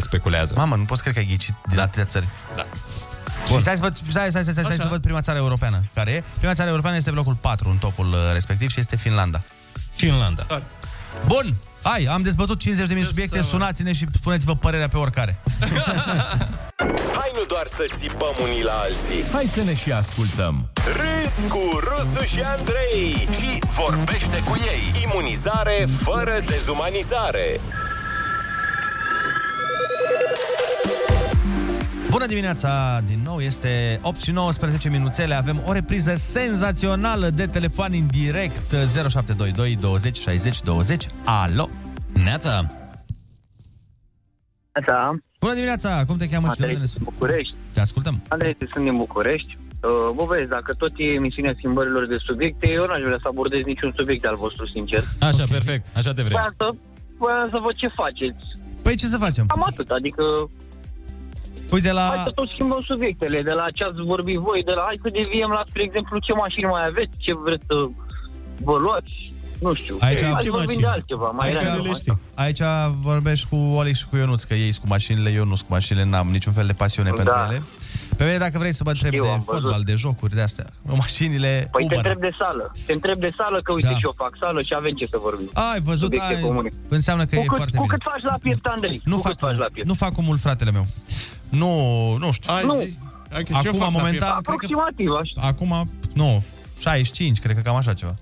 [SPEAKER 7] speculează.
[SPEAKER 6] Mamă, nu poți cred că ai ghicit din da. atâtea țări.
[SPEAKER 7] Da.
[SPEAKER 6] Bun. Și stai să văd, stai, stai, stai, stai, stai să văd prima țară europeană care e. Prima țară europeană este pe locul 4 în topul uh, respectiv și este Finlanda.
[SPEAKER 7] Finlanda.
[SPEAKER 6] Bun, hai, am dezbătut 50 de mii subiecte, sunați-ne și spuneți-vă părerea pe oricare.
[SPEAKER 5] Hai nu doar să țipăm unii la alții
[SPEAKER 6] Hai să ne și ascultăm.
[SPEAKER 5] Râzi cu Rusu și Andrei Și vorbește cu ei Imunizare fără dezumanizare
[SPEAKER 6] Bună dimineața din nou, este 8 și 19 minuțele, avem o repriză senzațională de telefon în direct 0722 20 60 20, alo!
[SPEAKER 7] Neața!
[SPEAKER 11] Da.
[SPEAKER 6] Bună dimineața, cum te cheamă și de
[SPEAKER 11] Andrei,
[SPEAKER 6] unde ne
[SPEAKER 11] sunt din București.
[SPEAKER 6] Te ascultăm.
[SPEAKER 11] Andrei, sunt din București. Uh, Bă, vezi, dacă tot e emisiunea schimbărilor de subiecte, eu n-aș vrea să abordez niciun subiect al vostru, sincer.
[SPEAKER 7] Așa, okay. perfect, așa te vrei.
[SPEAKER 11] Vreau să, vreau să văd ce faceți.
[SPEAKER 6] Păi ce să facem?
[SPEAKER 11] Am atât, adică...
[SPEAKER 6] Păi de la...
[SPEAKER 11] Hai să tot schimbăm subiectele, de la ce ați vorbit voi, de la hai să deviem la, spre exemplu, ce mașini mai aveți, ce vreți să vă luați, nu știu.
[SPEAKER 6] Aici-
[SPEAKER 11] hai
[SPEAKER 6] Ce
[SPEAKER 11] să vorbim
[SPEAKER 6] mașini?
[SPEAKER 11] de altceva, mai
[SPEAKER 6] Aici-
[SPEAKER 11] rar.
[SPEAKER 6] Aici vorbești cu Olex și cu Ionuț, că ei sunt cu mașinile, eu nu sunt cu mașinile, n-am niciun fel de pasiune da. pentru ele. Pe mine, dacă vrei să mă întrebi de fotbal, de jocuri, de astea, mașinile,
[SPEAKER 11] Păi te
[SPEAKER 6] Uber.
[SPEAKER 11] întreb de sală. Te întreb de sală că uite da. și eu fac sală și avem ce să vorbim.
[SPEAKER 6] Ai văzut,
[SPEAKER 11] Subiecte
[SPEAKER 6] ai,
[SPEAKER 11] comune.
[SPEAKER 6] înseamnă că
[SPEAKER 11] cu
[SPEAKER 6] e
[SPEAKER 11] cât,
[SPEAKER 6] foarte
[SPEAKER 11] cu
[SPEAKER 6] bine.
[SPEAKER 11] cât faci la piept, Andrei?
[SPEAKER 6] Nu
[SPEAKER 11] cu
[SPEAKER 6] fac,
[SPEAKER 11] cât faci la piept?
[SPEAKER 6] nu fac cu mult fratele meu. Nu, nu știu.
[SPEAKER 11] Hai
[SPEAKER 6] nu.
[SPEAKER 11] zi. Hai că și eu
[SPEAKER 6] Acum,
[SPEAKER 11] fac la
[SPEAKER 6] momentan,
[SPEAKER 11] piept. Aproximativ, așa.
[SPEAKER 6] Acum, nu, 65, cred că cam așa ceva.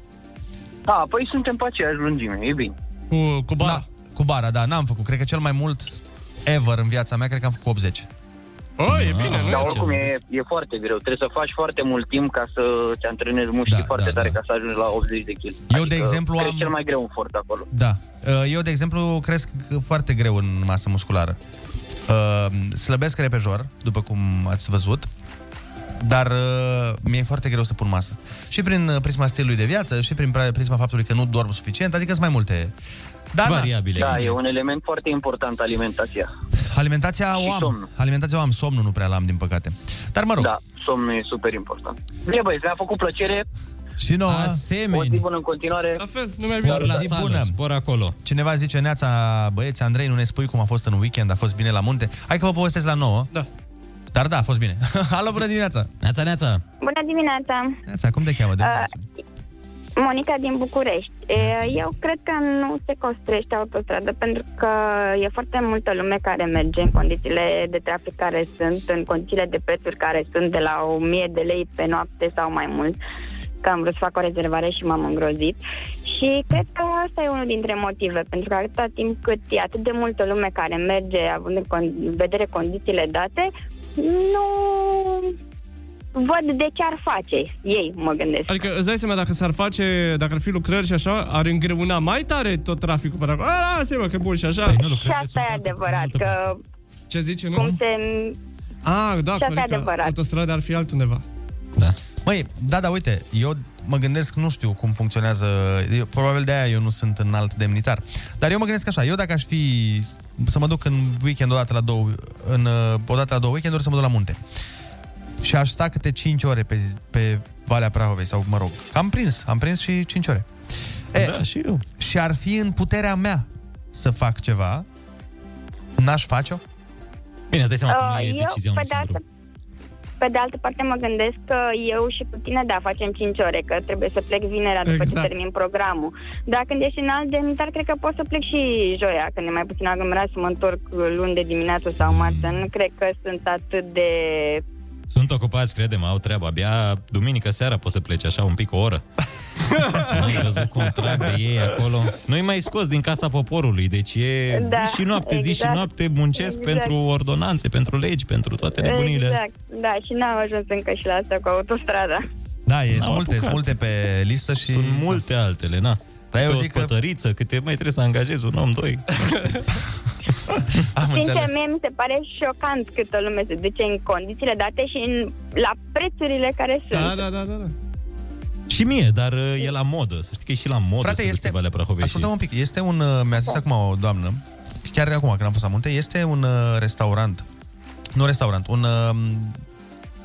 [SPEAKER 11] Da, păi suntem pe aceeași lungime, e bine.
[SPEAKER 6] Cu, cu bara? Da, cu bara, da, n-am făcut. Cred că cel mai mult ever în viața mea, cred că am făcut 80.
[SPEAKER 11] Oh,
[SPEAKER 6] e bine, nu e
[SPEAKER 11] Dar oricum
[SPEAKER 6] ceva.
[SPEAKER 11] e, e foarte greu. Trebuie să faci foarte mult timp ca să te antrenezi mușchii da, foarte da, tare da. ca să ajungi la 80 de kg.
[SPEAKER 6] Eu, de exemplu,
[SPEAKER 11] am...
[SPEAKER 6] am-
[SPEAKER 11] cel mai greu în fort acolo.
[SPEAKER 6] Da. Eu, de exemplu, cresc foarte greu în masă musculară. Uh, Slăbesc repejor, după cum ați văzut, dar uh, mi-e foarte greu să pun masă. Și prin uh, prisma stilului de viață, și prin pra- prisma faptului că nu dorm suficient, adică sunt mai multe. Dar, na.
[SPEAKER 11] Da, e un element foarte important alimentația.
[SPEAKER 6] Alimentația o am. Alimentația o am, somnul nu prea l-am, din păcate. Dar mă rog.
[SPEAKER 11] Da, somnul e super important. Bine, băieți, ne-a făcut plăcere.
[SPEAKER 6] Și nouă.
[SPEAKER 11] O zi bună în continuare. La fel, nu mai
[SPEAKER 6] Spor la zi bună.
[SPEAKER 7] Spor acolo.
[SPEAKER 6] Cineva zice, Neața, băieți, Andrei, nu ne spui cum a fost în weekend, a fost bine la munte. Hai că vă povestesc la nouă. Da. Dar da, a fost bine. Alo, bună dimineața!
[SPEAKER 7] Neața, neața!
[SPEAKER 14] Bună dimineața!
[SPEAKER 6] Neața, cum te cheamă? De unde
[SPEAKER 14] Uh, Monica din București. E, Eu cred că nu se construiește autostradă pentru că e foarte multă lume care merge în condițiile de trafic care sunt, în condițiile de prețuri care sunt de la 1000 de lei pe noapte sau mai mult că am vrut să fac o rezervare și m-am îngrozit și cred că asta e unul dintre motive, pentru că atâta timp cât e atât de multă lume care merge având în con- în vedere condițiile date, nu văd de ce ar face ei, mă gândesc.
[SPEAKER 8] Adică îți dai seama dacă s-ar face, dacă ar fi lucrări și așa, ar îngreuna mai tare tot traficul pe acolo. A, lasă mă, că bun și
[SPEAKER 6] Păi
[SPEAKER 8] așa.
[SPEAKER 14] și asta e adevărat, că
[SPEAKER 8] Ce zice, nu?
[SPEAKER 14] cum se...
[SPEAKER 8] Ah, da,
[SPEAKER 14] Și asta e
[SPEAKER 8] adică
[SPEAKER 14] adevărat.
[SPEAKER 8] autostrada ar fi altundeva.
[SPEAKER 6] Măi, da, da, uite, eu mă gândesc, nu știu cum funcționează, eu, probabil de-aia eu nu sunt înalt demnitar, dar eu mă gândesc așa, eu dacă aș fi să mă duc în weekend odată la două, în, uh, odată la două weekenduri să mă duc la munte și aș sta câte 5 ore pe, zi- pe Valea Prahovei sau, mă rog, am prins, am prins și 5 ore. E, da,
[SPEAKER 7] și eu.
[SPEAKER 6] Și ar fi în puterea mea să fac ceva, n-aș face-o?
[SPEAKER 7] Bine, îți dai
[SPEAKER 14] Uh, eu, păi da, pe de, altă, pe de altă parte, mă gândesc că eu și cu tine, da, facem 5 ore, că trebuie să plec vinerea după
[SPEAKER 12] Exact.
[SPEAKER 14] ce termin programul. Dar când ești în alt demnitar, cred că pot să plec și joia, când e mai puțin aglomerat, să mă întorc luni de dimineață sau marți. Nu cred că sunt atât de
[SPEAKER 7] Sunt ocupați, credem, au treabă. Abia duminică seara poți să pleci așa un pic o oră. Am văzut contracte ei acolo. Noi mai scos din casa poporului, deci e zi
[SPEAKER 14] Da,
[SPEAKER 7] și noapte, zi și
[SPEAKER 14] exact.
[SPEAKER 7] noapte muncesc
[SPEAKER 14] Exact.
[SPEAKER 7] pentru ordonanțe, pentru legi, pentru toate nebunile astea.
[SPEAKER 14] Exact, da, și n-am ajuns încă și la asta cu autostrada.
[SPEAKER 6] Da, e,
[SPEAKER 7] sunt multe, sunt multe
[SPEAKER 6] pe listă și...
[SPEAKER 7] Sunt multe altele, na. Dar eu zic că... câte mai trebuie să angajezi un om, doi. Am
[SPEAKER 14] Sincer, mie mi se pare șocant câtă lume se duce în condițiile date și în, la prețurile care sunt.
[SPEAKER 8] da, da, da.
[SPEAKER 7] Și mie, dar uh, e la modă. Să știi că e și la modă
[SPEAKER 6] Frate,
[SPEAKER 7] să te duci
[SPEAKER 6] este-
[SPEAKER 7] pe Valea Prahovei și...
[SPEAKER 6] Ascultă un pic, este un, uh, mi-a
[SPEAKER 8] Da.
[SPEAKER 6] zis acum o doamnă, chiar acum când am fost la munte, este un uh, restaurant, nu restaurant, un, uh,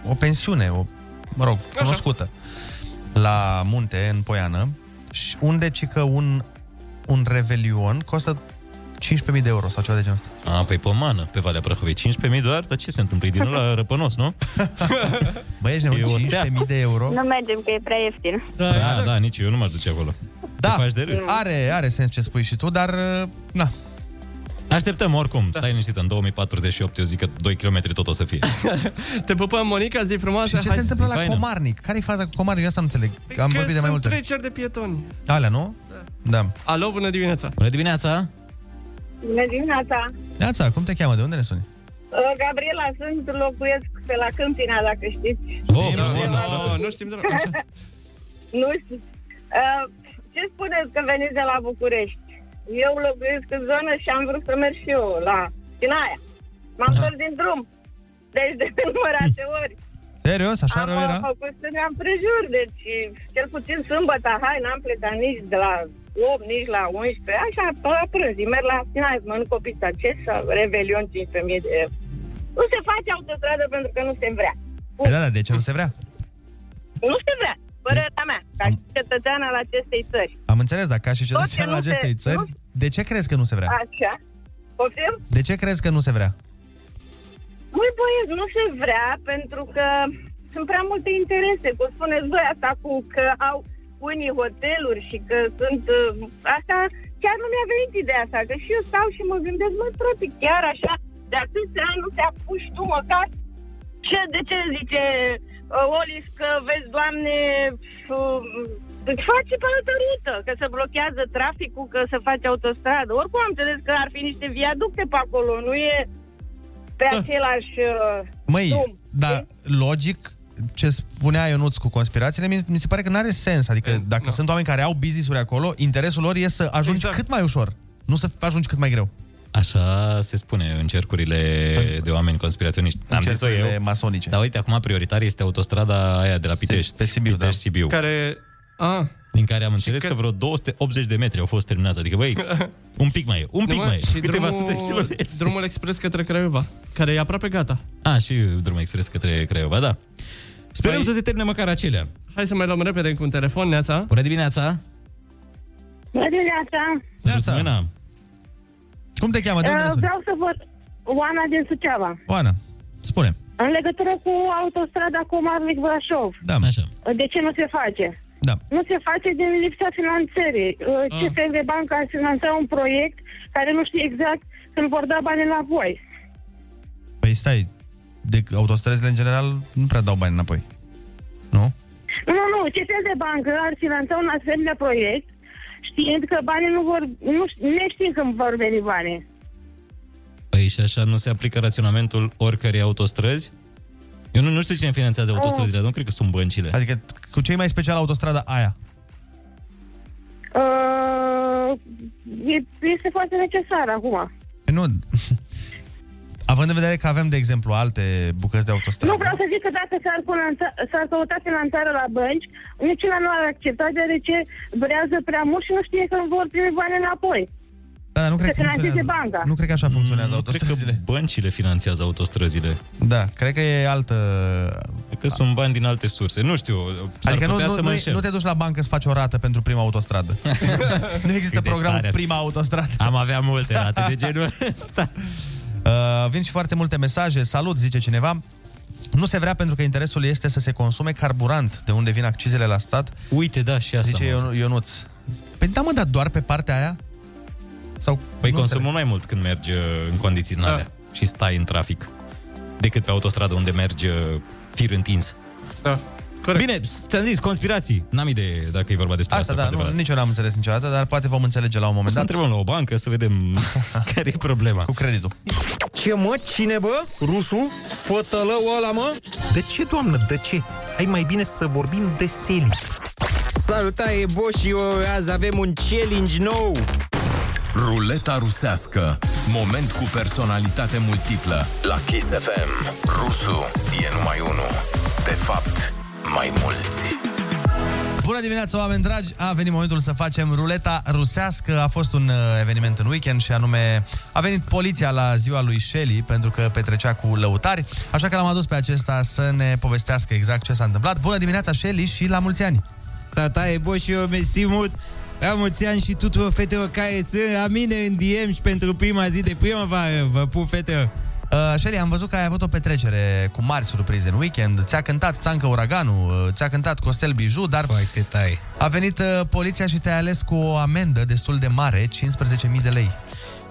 [SPEAKER 6] o pensiune, o, mă rog, cunoscută, la munte, în Poiană, și unde ci că un, un revelion costă 15.000 de euro sau ceva de genul ăsta.
[SPEAKER 7] A, păi pe mană, pe Valea Prahovei. 15.000 doar? Dar ce se întâmplă? E din ăla răpănos, nu?
[SPEAKER 6] Băi, ești
[SPEAKER 7] nebun,
[SPEAKER 6] 15.000 de euro?
[SPEAKER 8] Da,
[SPEAKER 14] Nu mergem, că e prea ieftin.
[SPEAKER 7] Da, da, exact. da, nici eu nu m-aș duce acolo.
[SPEAKER 6] Da,
[SPEAKER 7] faci de râs.
[SPEAKER 6] are, are sens ce spui și tu, dar, uh, na,
[SPEAKER 7] Așteptăm oricum. Da. Stai liniștită, în 2048 eu zic că 2 km tot o să fie.
[SPEAKER 8] Te pupăm, Monica, zi frumoasă.
[SPEAKER 6] Și ce
[SPEAKER 8] hai
[SPEAKER 6] se
[SPEAKER 8] să-
[SPEAKER 6] întâmplă la
[SPEAKER 8] Faină.
[SPEAKER 6] Comarnic? Care-i faza cu Comarnic? Eu asta nu înțeleg. Am
[SPEAKER 8] Că
[SPEAKER 6] vorbit de mai
[SPEAKER 8] sunt
[SPEAKER 6] multe.
[SPEAKER 8] treceri de pietoni.
[SPEAKER 6] Alea, nu? Da.
[SPEAKER 8] Alo, bună dimineața.
[SPEAKER 7] Bună dimineața.
[SPEAKER 12] Bună dimineața!
[SPEAKER 6] Neața, cum te cheamă? De unde ne suni?
[SPEAKER 12] Uh, Gabriela, sunt, locuiesc pe la Câmpina, dacă știți.
[SPEAKER 7] Oh,
[SPEAKER 8] da, da, nu știm deloc. Așa.
[SPEAKER 12] Nu știu. Uh, Ce spuneți că veniți de la București? Eu locuiesc în zonă și am vrut să merg și eu la Chinaia. M-am întors din drum. Deci de numărate ori.
[SPEAKER 6] Serios? Așa
[SPEAKER 12] am
[SPEAKER 6] rău
[SPEAKER 12] uh,
[SPEAKER 6] era?
[SPEAKER 12] făcut să ne-am prejur, deci cel puțin sâmbătă, hai, n-am plecat nici de la 8, nici la 11, așa, pe la prânz, îi merg la Chinaia, să mănânc copii acest, revelion 15.000 de euro. Nu se face autostradă pentru că nu se vrea.
[SPEAKER 6] Păi da, da, de ce nu se vrea?
[SPEAKER 12] Nu se vrea, părerea mea, ca și cetățean al acestei țări.
[SPEAKER 6] Am înțeles, dar ca și cetățean
[SPEAKER 12] nu
[SPEAKER 6] al
[SPEAKER 12] se-
[SPEAKER 6] acestei țări, de ce crezi că nu se vrea?
[SPEAKER 12] Așa. Poftim?
[SPEAKER 6] De ce crezi că nu se vrea?
[SPEAKER 12] Măi, băieți, nu se vrea pentru că sunt prea multe interese. Cum spuneți voi asta cu că au unii hoteluri și că sunt... uh, Asta chiar nu mi-a venit ideea asta, că și eu stau și mă gândesc, mă, frate, chiar așa, de atâția ani nu te-a pus tu măcar ce, de ce zice uh, Olis că vezi, doamne, uh, îți face pe altă rută, că se blochează traficul, că se face autostradă. Oricum am înțeles că ar fi niște viaducte pe acolo, nu e pe același... uh,
[SPEAKER 6] Măi, dar logic, ce spunea Ionuț cu conspirațiile, mi- mi se pare că nu are sens. Adică dacă sunt oameni care au business-uri acolo, interesul lor e să ajungi cât mai ușor, nu să ajungi cât mai greu.
[SPEAKER 7] Așa se spune în cercurile de oameni conspiraționiști. Am zis-o
[SPEAKER 6] cercurile
[SPEAKER 7] eu.
[SPEAKER 6] masonice.
[SPEAKER 7] Dar uite, acum prioritar este autostrada aia de la Pitești. Pe Sibiu, Pitești, da. Sibiu.
[SPEAKER 8] Care... A,
[SPEAKER 7] Din care am înțeles că... că vreo 280 de metri au fost terminați. Adică, băi, un pic mai e, un pic
[SPEAKER 8] Nu, mă,
[SPEAKER 7] mai e.
[SPEAKER 8] și
[SPEAKER 7] Câteva
[SPEAKER 8] drumul-
[SPEAKER 7] sute de kilometri.
[SPEAKER 8] Drumul expres către Craiova, care e aproape gata.
[SPEAKER 7] A, și drumul expres către Craiova, da. Sperăm să se termine măcar acelea.
[SPEAKER 8] Păi- Hai să mai luăm repede cu un telefon, Neața.
[SPEAKER 7] Bună dimineața!
[SPEAKER 12] Bună dimineața!
[SPEAKER 7] Neața. Mâna.
[SPEAKER 6] Cum te cheamă? De unde ne
[SPEAKER 12] Uh,
[SPEAKER 6] suni?
[SPEAKER 12] vreau să văd Oana din Suceava.
[SPEAKER 6] Oana, spune.
[SPEAKER 12] În legătură cu autostrada Comarnic Brașov, Uh,
[SPEAKER 6] Da. Așa.
[SPEAKER 12] de ce nu se face?
[SPEAKER 6] Da.
[SPEAKER 12] Nu se face din lipsa finanțării. Uh,
[SPEAKER 6] Ah.
[SPEAKER 12] CFR de Banca a finanțat un proiect care nu știe exact când vor da bani înapoi.
[SPEAKER 6] Păi stai, de autostrăzile în general nu prea dau bani înapoi.
[SPEAKER 12] Nu, nu, CFR de Bancă ar finanța un asemenea proiect știind că banii nu vor, nu, ș- neștiind când vor veni banii.
[SPEAKER 7] Păi și așa nu se aplică raționamentul oricărei autostrăzi? Eu nu, nu știu cine finanțează autostrăzile, dar nu cred că sunt băncile.
[SPEAKER 6] Adică cu cei mai special autostrada aia.
[SPEAKER 12] Uh, e- este foarte necesar acum.
[SPEAKER 6] Păi Nu. Având în vedere că avem, de exemplu, alte bucăți de autostradă.
[SPEAKER 12] Nu vreau să zic că dacă s-ar, finanța, s-ar căuta finanțarea la bănci, niciuna nu ar accepta, deoarece vrează prea mult și nu știe că vor primi bani înapoi.
[SPEAKER 6] Da, dar nu cred
[SPEAKER 12] să
[SPEAKER 6] că
[SPEAKER 12] finanțeze
[SPEAKER 6] funcționează.
[SPEAKER 12] banca.
[SPEAKER 6] Nu cred că așa funcționează
[SPEAKER 7] Nu Mm, cred că
[SPEAKER 6] autostrăzile.
[SPEAKER 7] băncile finanțează autostrăzile.
[SPEAKER 6] Da, cred că e altă...
[SPEAKER 7] Cred că sunt bani din alte surse. Nu știu, s-ar
[SPEAKER 6] Adică nu,
[SPEAKER 7] putea
[SPEAKER 6] nu,
[SPEAKER 7] să mă
[SPEAKER 6] nu,
[SPEAKER 7] înșel.
[SPEAKER 6] nu te duci la bancă să faci o rată pentru prima autostradă. nu există programul
[SPEAKER 7] tare ar fi.
[SPEAKER 6] prima autostradă.
[SPEAKER 7] Am avea multe rate de genul ăsta.
[SPEAKER 6] Uh, vin și foarte multe mesaje. Salut, zice cineva. Nu se vrea pentru că interesul este să se consume carburant, de unde vin accizele la stat.
[SPEAKER 7] Uite, da, și asta
[SPEAKER 6] Zice
[SPEAKER 7] am
[SPEAKER 6] Ion-
[SPEAKER 7] auzit.
[SPEAKER 6] Ionuț. Păi da, mă, dar doar pe partea aia? Sau
[SPEAKER 7] Păi
[SPEAKER 6] nu
[SPEAKER 7] consumăm mai mult când
[SPEAKER 8] Da.
[SPEAKER 7] mergi uh, în condiții din alea și stai în trafic decât pe autostradă unde mergi uh, fir întins.
[SPEAKER 8] Da. Corect.
[SPEAKER 7] Bine, ți-am zis, conspirații. N-am idee dacă e vorba despre asta.
[SPEAKER 6] Asta, da, nu, nici eu n-am înțeles niciodată, dar poate vom înțelege la un moment
[SPEAKER 7] Să
[SPEAKER 6] dat.
[SPEAKER 7] întrebăm la o bancă să vedem care e problema. Cu
[SPEAKER 6] creditul.
[SPEAKER 9] Ce mă? Cine bă? Rusu? Fătălău ăla mă? De ce, doamnă, de ce? Hai mai bine să vorbim de seli.
[SPEAKER 15] Salutare, Bo și eu, azi avem un challenge nou.
[SPEAKER 5] Ruleta rusească. Moment cu personalitate multiplă. La Kiss FM. Rusu e numai unul. De fapt, mai mulți.
[SPEAKER 6] Bună dimineața, oameni dragi! A venit momentul să facem ruleta rusească. A fost un uh, eveniment în weekend și anume a venit poliția la ziua lui Shelly pentru că petrecea cu lăutari, așa că l-am adus pe acesta să ne povestească exact ce s-a întâmplat. Bună dimineața, Shelly, și la mulți ani!
[SPEAKER 15] Tata e bo și eu, mersi mult La mulți ani și tuturor fetelor care sunt la mine în DM și pentru prima zi de primăvară Vă pup, fete!
[SPEAKER 6] Uh, Shelly, am văzut că ai avut o petrecere cu mari surprize în weekend. Ți-a cântat Țancă Uraganul, uh, ți-a cântat Costel Biju, dar
[SPEAKER 15] Foarte tai.
[SPEAKER 6] a venit uh, poliția și te-a ales cu o amendă destul de mare, 15.000 de lei.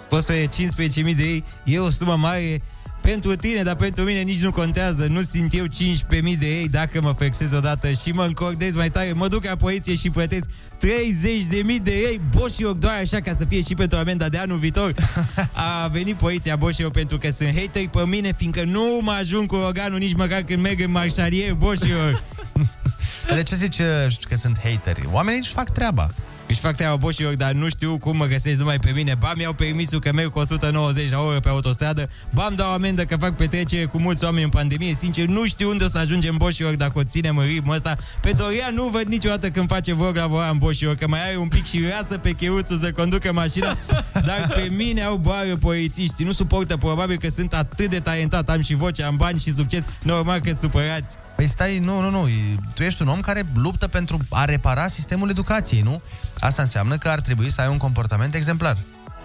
[SPEAKER 15] Poți să e 15.000 de ei, e o sumă mare pentru tine, dar pentru mine nici nu contează. Nu sunt eu 15.000 de ei dacă mă flexez odată și mă încordez mai tare. Mă duc la poliție și plătesc 30.000 de ei. Boșioc, doar așa ca să fie și pentru amenda de anul viitor. A venit poliția Boșioc pentru că sunt hateri pe mine, fiindcă nu mă ajung cu organul nici măcar când merg în marșalier, Boșioc.
[SPEAKER 6] De ce zici uh, că sunt hateri? Oamenii își fac treaba.
[SPEAKER 15] Își fac treaba boșilor, dar nu știu cum mă găsesc numai pe mine. Ba, mi-au permisul că merg cu 190 la oră pe autostradă. Ba, îmi dau amendă că fac petrecere cu mulți oameni în pandemie. Sincer, nu știu unde o să ajungem boșilor dacă o ținem în ritmul ăsta. Pe Dorian nu văd niciodată când face vlog la volan boșilor, că mai are un pic și rasă pe cheuțul să conducă mașina. Dar pe mine au bară polițiști. Nu suportă, probabil că sunt atât de talentat. Am și voce, am bani și succes. Normal că supărați.
[SPEAKER 6] Păi stai, nu, nu, nu, e- tu ești un om care luptă pentru a repara sistemul educației, nu? Asta înseamnă că ar trebui să ai un comportament exemplar.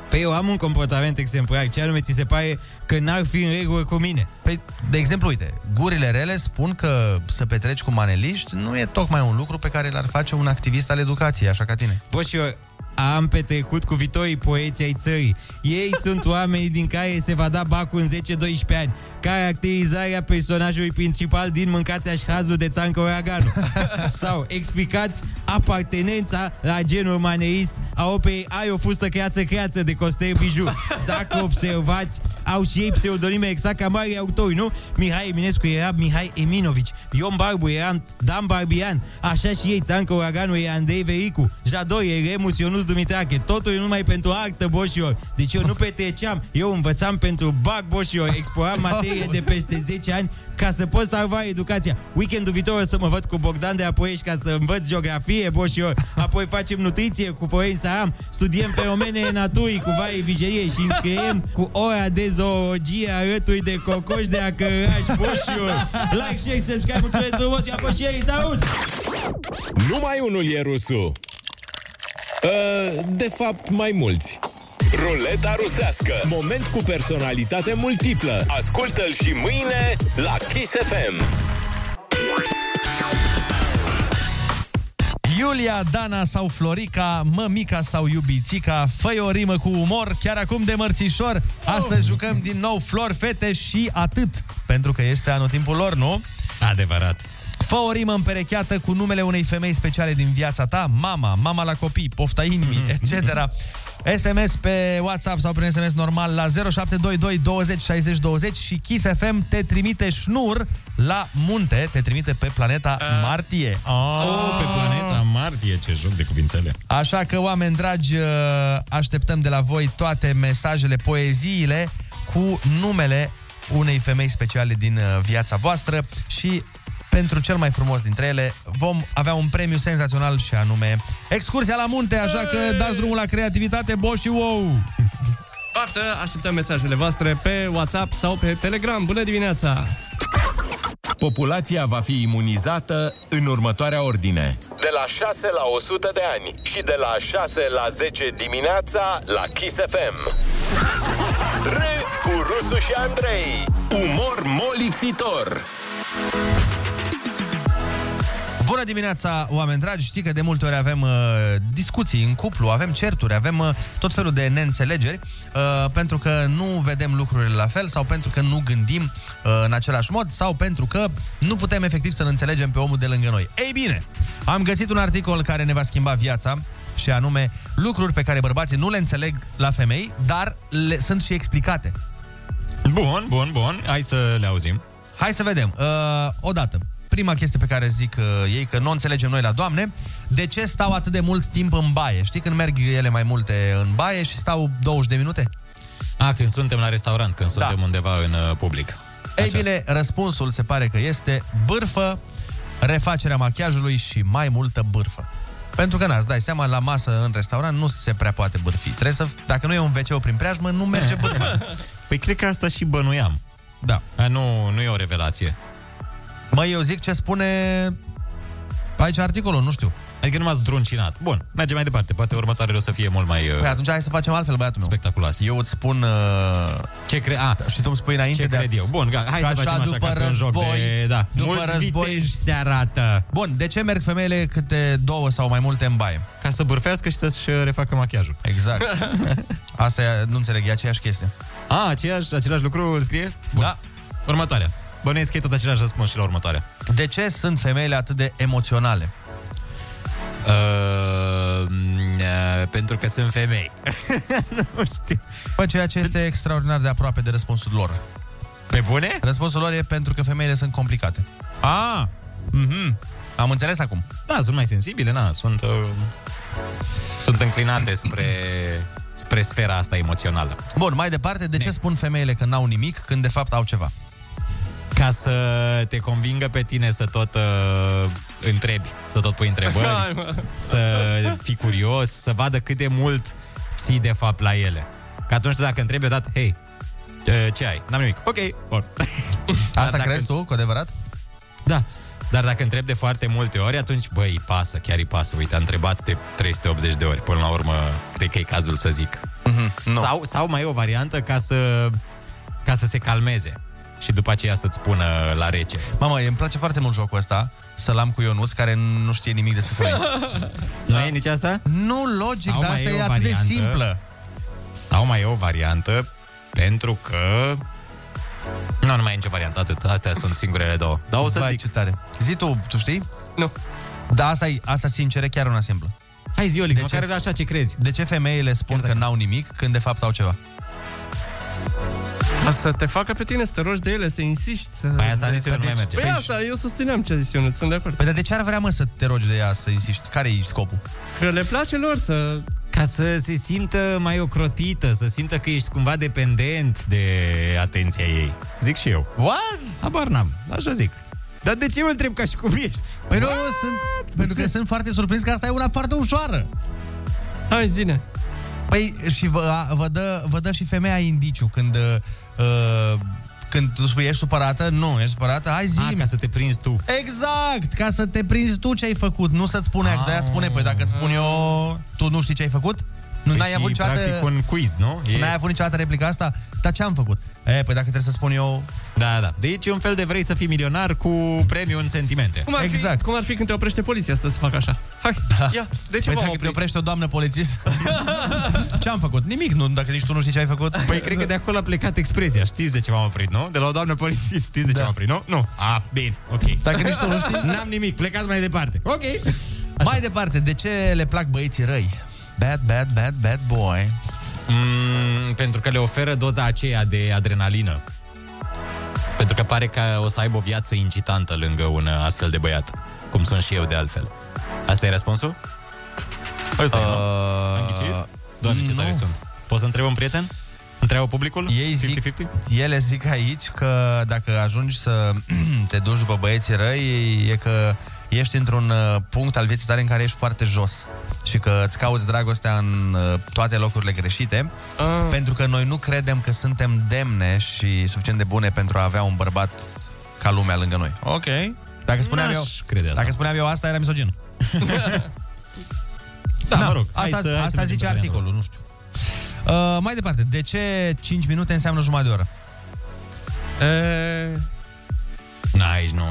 [SPEAKER 15] Păi eu am un comportament exemplar. Ce anume ți se pare că n-ar fi în regulă cu mine?
[SPEAKER 6] Păi, de exemplu, uite, gurile rele spun că să petreci cu maneliști nu e tocmai un lucru pe care l-ar face un activist al educației, așa ca tine.
[SPEAKER 15] Bă, și eu am petrecut cu vitorii poeții ai țării. Ei sunt oamenii din care se va da bacul în 10-12 ani. Caracterizarea personajului principal din Mâncația și Hazul de Țancă Uraganu. Sau explicați apartenența la genul maneist a opei Ai o fustă creață creață de Costel Biju. Dacă observați, au și ei pseudonime exact ca mari autori, nu? Mihai Eminescu era Mihai Eminovici, Ion Barbu era Dan Barbian, așa și ei, Țancă Uraganu e Andrei Vericu, Jadoi e Remus Ionuț Dumitrache, totul e numai pentru artă, boșilor. Deci eu nu petreceam, eu învățam pentru bag, boșilor, exploram materie de peste 10 ani ca să pot salva educația. Weekendul viitor o să mă văd cu Bogdan de Apoiești ca să învăț geografie, boșilor, apoi facem nutriție cu Florin Saram, studiem fenomene naturii cu varii vijeriei și încheiem cu ora de zoologie a râtului de cocoș de acăraș, boșilor. Like, share, subscribe, mulțumesc frumos, eu am fost și ei, salut!
[SPEAKER 5] Numai unul e rusul. Uh, De fapt, mai mulți. Ruleta rusească. Moment cu personalitate multiplă. Ascultă-l și mâine la Kiss FM.
[SPEAKER 6] Iulia, Dana sau Florica, mămica sau iubițica, fă o rimă cu umor, chiar acum de mărțișor. Astăzi jucăm din nou flori, fete și atât, pentru că este anotimpul lor, nu?
[SPEAKER 7] Adevărat.
[SPEAKER 6] Fă o rimă împerecheată cu numele unei femei speciale din viața ta, mama, mama la copii, pofta inimii, etc. SMS pe WhatsApp sau prin SMS normal la 0722 20 60 20 și Kiss FM te trimite șnur la munte, te trimite pe planeta Martie.
[SPEAKER 7] Oh, pe planeta Martie, ce joc de cuvințele.
[SPEAKER 6] Așa că, oameni dragi, uh, așteptăm de la voi toate mesajele, poeziile cu numele unei femei speciale din uh, viața voastră și pentru cel mai frumos dintre ele vom avea un premiu senzațional și anume excursia la munte, așa că dați drumul la creativitate, bo și wow!
[SPEAKER 8] Baftă, așteptăm mesajele voastre pe WhatsApp sau pe Telegram. Bună dimineața!
[SPEAKER 5] Populația va fi imunizată în următoarea ordine. De la 6 la 100 de ani și de la 6 la 10 dimineața la Kiss FM. Râs cu Rusu și Andrei. Umor molipsitor.
[SPEAKER 6] Bună Bună dimineața, oameni dragi! Știi că de multe ori avem uh, discuții în cuplu, avem certuri, avem uh, tot felul de neînțelegeri, uh, pentru că nu vedem lucrurile la fel sau pentru că nu gândim uh, în același mod sau pentru că nu putem efectiv să-l înțelegem pe omul de lângă noi. Ei bine, am găsit un articol care ne va schimba viața și anume lucruri pe care bărbații nu le înțeleg la femei, dar le, sunt și explicate.
[SPEAKER 7] Bun, bun, bun. Hai să le auzim.
[SPEAKER 6] Hai să vedem. Uh, odată, prima chestie pe care zic uh, ei, că nu o înțelegem noi la doamne, de ce stau atât de mult timp în baie? Știi când merg ele mai multe în baie și stau 20 de minute?
[SPEAKER 7] A, când suntem la restaurant, când
[SPEAKER 6] Da.
[SPEAKER 7] suntem undeva în uh, public.
[SPEAKER 6] Ei bine, răspunsul se pare că este bârfă, refacerea machiajului și mai multă bârfă. Pentru că, n-ați dai seama, la masă în restaurant nu se prea poate bârfi. Trebuie să, dacă nu e un wc prin preajmă, nu merge bârfa.
[SPEAKER 7] Păi cred că asta și bănuiam.
[SPEAKER 6] Da.
[SPEAKER 7] A, nu, nu e o revelație.
[SPEAKER 6] Mă, eu zic ce spune aici articolul, nu știu.
[SPEAKER 7] Adică nu m-ați druncinat. Bun, mergem mai departe. Poate următoarele o să fie mult mai... uh,
[SPEAKER 6] Păi atunci hai să facem altfel, băiatul meu.
[SPEAKER 7] Spectaculoase.
[SPEAKER 6] Eu îți spun... Uh,
[SPEAKER 7] ce cre... A,
[SPEAKER 6] și tu îmi spui înainte
[SPEAKER 7] ce
[SPEAKER 6] de
[SPEAKER 7] cred
[SPEAKER 6] a-
[SPEAKER 7] eu. Bun, ga- hai
[SPEAKER 6] Că
[SPEAKER 7] să facem așa,
[SPEAKER 6] după
[SPEAKER 7] ca pe un
[SPEAKER 6] război,
[SPEAKER 7] joc de- da.
[SPEAKER 6] După
[SPEAKER 7] Mulți
[SPEAKER 6] război,
[SPEAKER 7] viteji se arată.
[SPEAKER 6] Bun, de ce merg femeile câte două sau mai multe în baie?
[SPEAKER 7] Ca să bârfească și să-și uh, refacă machiajul.
[SPEAKER 6] Exact. Asta e, nu înțeleg, e aceeași chestie.
[SPEAKER 7] A, aceeași, același lucru îl scrie? Bun. Da. Următoarea. Bănuiesc că e tot același răspuns și la următoarea.
[SPEAKER 6] De ce sunt femeile atât de emoționale?
[SPEAKER 7] Uh, uh, pentru că sunt femei. nu știu.
[SPEAKER 6] Păi ceea ce este extraordinar de aproape de răspunsul lor.
[SPEAKER 7] Pe bune? Ah!
[SPEAKER 6] Răspunsul lor e pentru că femeile sunt complicate. A, mhm. Am înțeles acum.
[SPEAKER 7] Da, sunt mai sensibile, na, sunt, uh, sunt înclinate spre, spre sfera asta emoțională.
[SPEAKER 6] Bun, mai departe, de ce spun femeile că n-au nimic când de fapt au ceva?
[SPEAKER 7] Ca să te convingă pe tine să tot uh, întrebi, să tot pui
[SPEAKER 8] Hai,
[SPEAKER 7] întrebări,
[SPEAKER 8] mă.
[SPEAKER 7] să fii curios, să vadă cât de mult ții de fapt la ele. Că atunci dacă întrebi odată, hei, uh, ce ai? N-am nimic. Ok, bun.
[SPEAKER 6] Asta crezi tu, cu adevărat?
[SPEAKER 7] Da. Dar dacă întreb de foarte multe ori, atunci, băi, îi pasă, chiar îi pasă. Uite, a întrebat de 380 de ori. Până la urmă, cred că e cazul să zic.
[SPEAKER 6] Mm-hmm,
[SPEAKER 7] Sau, sau mai e o variantă ca să, ca să se calmeze și după aceea să-ți spună la rece.
[SPEAKER 6] Mamă, îmi place foarte mult jocul ăsta, să-l am cu Ionuț, care nu știe nimic despre
[SPEAKER 7] Păi.
[SPEAKER 6] femei.
[SPEAKER 7] Nu e nici asta?
[SPEAKER 6] Nu, logic, dar asta e atât de simplă.
[SPEAKER 7] Sau mai e o variantă pentru că... Nu, nu mai e nicio variantă, atât. Astea sunt singurele două. Dar Da, o să
[SPEAKER 6] Vai,
[SPEAKER 7] zic.
[SPEAKER 6] Ce tare. Zi tu, tu știi?
[SPEAKER 8] Nu.
[SPEAKER 6] Da, asta, e, asta sincer e chiar una simplă.
[SPEAKER 7] Hai zi, Olic, măcar era așa ce crezi.
[SPEAKER 6] De ce femeile spun că n-au nimic când de fapt au ceva?
[SPEAKER 8] Ca să te facă pe tine, să te rogi de ele, să insiști. Să...
[SPEAKER 7] Păi asta zis eu, nu
[SPEAKER 8] Păi
[SPEAKER 7] mai merge.
[SPEAKER 8] Păi asta, eu susțineam ce a zis Ionuț, sunt de acord.
[SPEAKER 6] Păi dar de ce ar vrea, mă, să te rogi de ea, să insiști? Care-i scopul?
[SPEAKER 8] Că le place lor să...
[SPEAKER 7] Ca să se simtă mai ocrotită, să simtă că ești cumva dependent de atenția ei. Zic și eu.
[SPEAKER 6] What?
[SPEAKER 7] Habar n-am, așa zic. Dar de ce mă întreb ca și cum ești?
[SPEAKER 6] Păi nu, sunt, pentru că sunt foarte surprins că asta e una foarte ușoară.
[SPEAKER 8] Hai, zine.
[SPEAKER 6] Păi și vă, a, vă, dă, vă dă și femeia indiciu când... Uh, când tu spui ești supărată, nu, ești supărată, hai zi
[SPEAKER 7] ca să te prinzi tu.
[SPEAKER 6] Exact, ca să te prinzi tu ce ai făcut, nu să-ți
[SPEAKER 10] Ah.
[SPEAKER 6] spune, că de-aia spune, păi dacă îți spun eu, tu nu știi ce ai făcut? Nu
[SPEAKER 7] Păi
[SPEAKER 6] n-ai
[SPEAKER 7] și
[SPEAKER 6] avut niciodată...
[SPEAKER 7] practic un quiz, nu? E-
[SPEAKER 6] N-ai avut niciodată replica asta? Dar ce am făcut? E, păi dacă trebuie să spun eu...
[SPEAKER 7] Da, da. Deci e un fel de vrei să fii milionar cu premiu în sentimente.
[SPEAKER 8] Cum ar, exact. fi, cum ar fi când te oprește poliția să se facă așa? Hai,
[SPEAKER 7] Da.
[SPEAKER 8] ia, de ce
[SPEAKER 6] păi
[SPEAKER 8] v-am
[SPEAKER 6] dacă te
[SPEAKER 8] oprit?
[SPEAKER 6] oprește o doamnă polițist Ce am făcut? Nimic, nu, dacă nici tu nu știi ce ai făcut
[SPEAKER 7] Păi cred că de acolo a plecat expresia. Știți de ce m-am oprit, nu? De la o doamnă polițist, știți de ce m-am oprit, nu? Nu. A, bine, ok.
[SPEAKER 6] Da. Dacă nici tu nu știi.
[SPEAKER 7] N-am nimic, plecați mai departe. Ok.
[SPEAKER 6] Mai departe, de ce le plac băieții răi? Bad, bad, bad, bad boy
[SPEAKER 7] Mm, pentru că le oferă doza aceea de adrenalină. Pentru că pare că o să aibă o viață incitantă lângă un uh, astfel de băiat. Cum sunt și eu de altfel. Asta e răspunsul? Ăsta uh, e, nu? Am ghicit? Doamne, ce tare sunt. Poți să întrebi un prieten? Întreabă publicul?
[SPEAKER 6] Ei zic, 50-50? Ele zic aici că dacă ajungi să te duci după băieții răi E că ești într-un uh, punct al vieții tale în care ești foarte jos Și că îți cauți dragostea în uh, toate locurile greșite
[SPEAKER 7] Ah.
[SPEAKER 6] Pentru că noi nu credem că suntem demne și suficient de bune pentru a avea un bărbat ca lumea lângă noi Ok Dacă spuneam,
[SPEAKER 7] N-aș
[SPEAKER 6] eu,
[SPEAKER 7] crede asta.
[SPEAKER 6] dacă spuneam eu asta, era misogin
[SPEAKER 7] Da,
[SPEAKER 6] Na,
[SPEAKER 7] mă rog.
[SPEAKER 6] Asta,
[SPEAKER 7] hai să, hai
[SPEAKER 6] asta
[SPEAKER 7] să
[SPEAKER 6] zice
[SPEAKER 7] mergem pe
[SPEAKER 6] articolul, nu știu. Uh, mai departe, de ce 5 minute înseamnă jumătate de oră?
[SPEAKER 8] E...
[SPEAKER 7] Na, aici nu,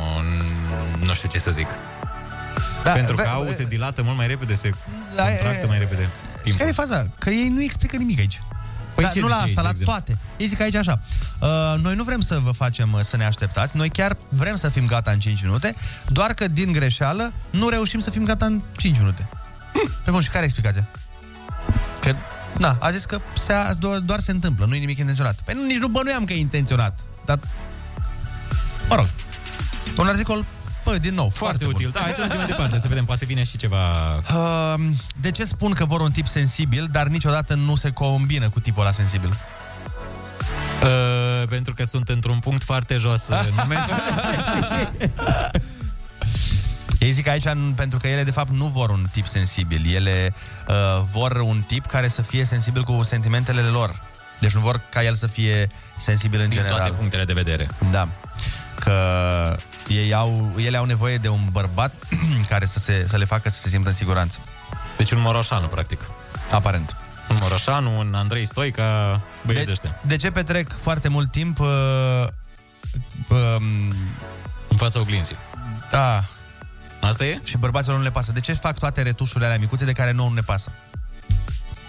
[SPEAKER 7] nu știu ce să zic. Da, Pentru că au se dilată mult mai repede, se
[SPEAKER 6] Da, e-
[SPEAKER 7] contractă mai repede.
[SPEAKER 6] Și
[SPEAKER 7] Timpul.
[SPEAKER 6] care e faza? Că ei nu explică nimic aici.
[SPEAKER 7] Păi
[SPEAKER 6] Dar
[SPEAKER 7] ce
[SPEAKER 6] nu la
[SPEAKER 7] zice aici,
[SPEAKER 6] asta, la
[SPEAKER 7] de exemplu?
[SPEAKER 6] toate. Ei zic aici așa. Uh, noi nu vrem să vă facem uh, să ne așteptați. Noi chiar vrem să fim gata în 5 minute, doar că din greșeală nu reușim să fim gata în 5 minute. Pe bun, și care e explicația? Că, na, a zis că se, doar, doar se întâmplă, nu e nimic intenționat. Păi nu, nici nu bănuiam că e intenționat. Dar, mă rog, un articol, bă, din nou, foarte,
[SPEAKER 7] Foarte util.
[SPEAKER 6] bun.
[SPEAKER 7] Da, hai să mergem mai departe, să vedem, poate vine și ceva...
[SPEAKER 6] Uh, de ce spun că vor un tip sensibil, dar niciodată nu se combină cu tipul ăla sensibil?
[SPEAKER 7] Uh, pentru că sunt într-un punct foarte jos în momentul...
[SPEAKER 6] Ei zic aici n- pentru că ele, de fapt, nu vor un tip sensibil. Ele uh, vor un tip care să fie sensibil cu sentimentele lor. Deci nu vor ca el să fie sensibil în
[SPEAKER 7] Din
[SPEAKER 6] general.
[SPEAKER 7] toate punctele de vedere.
[SPEAKER 6] Da. Că ei au, ele au nevoie de un bărbat care să, se, să le facă să se simtă în siguranță.
[SPEAKER 7] Deci un Moroșanu, practic.
[SPEAKER 6] Aparent.
[SPEAKER 7] Un Moroșanu, un Andrei Stoica, băieți de... ăștia.
[SPEAKER 6] De ce petrec foarte mult timp uh, um,
[SPEAKER 7] În fața oglinzii.
[SPEAKER 6] Da.
[SPEAKER 7] Asta e?
[SPEAKER 6] Și bărbaților nu le pasă. De ce fac toate retușurile alea micuțe de care nouă nu ne pasă?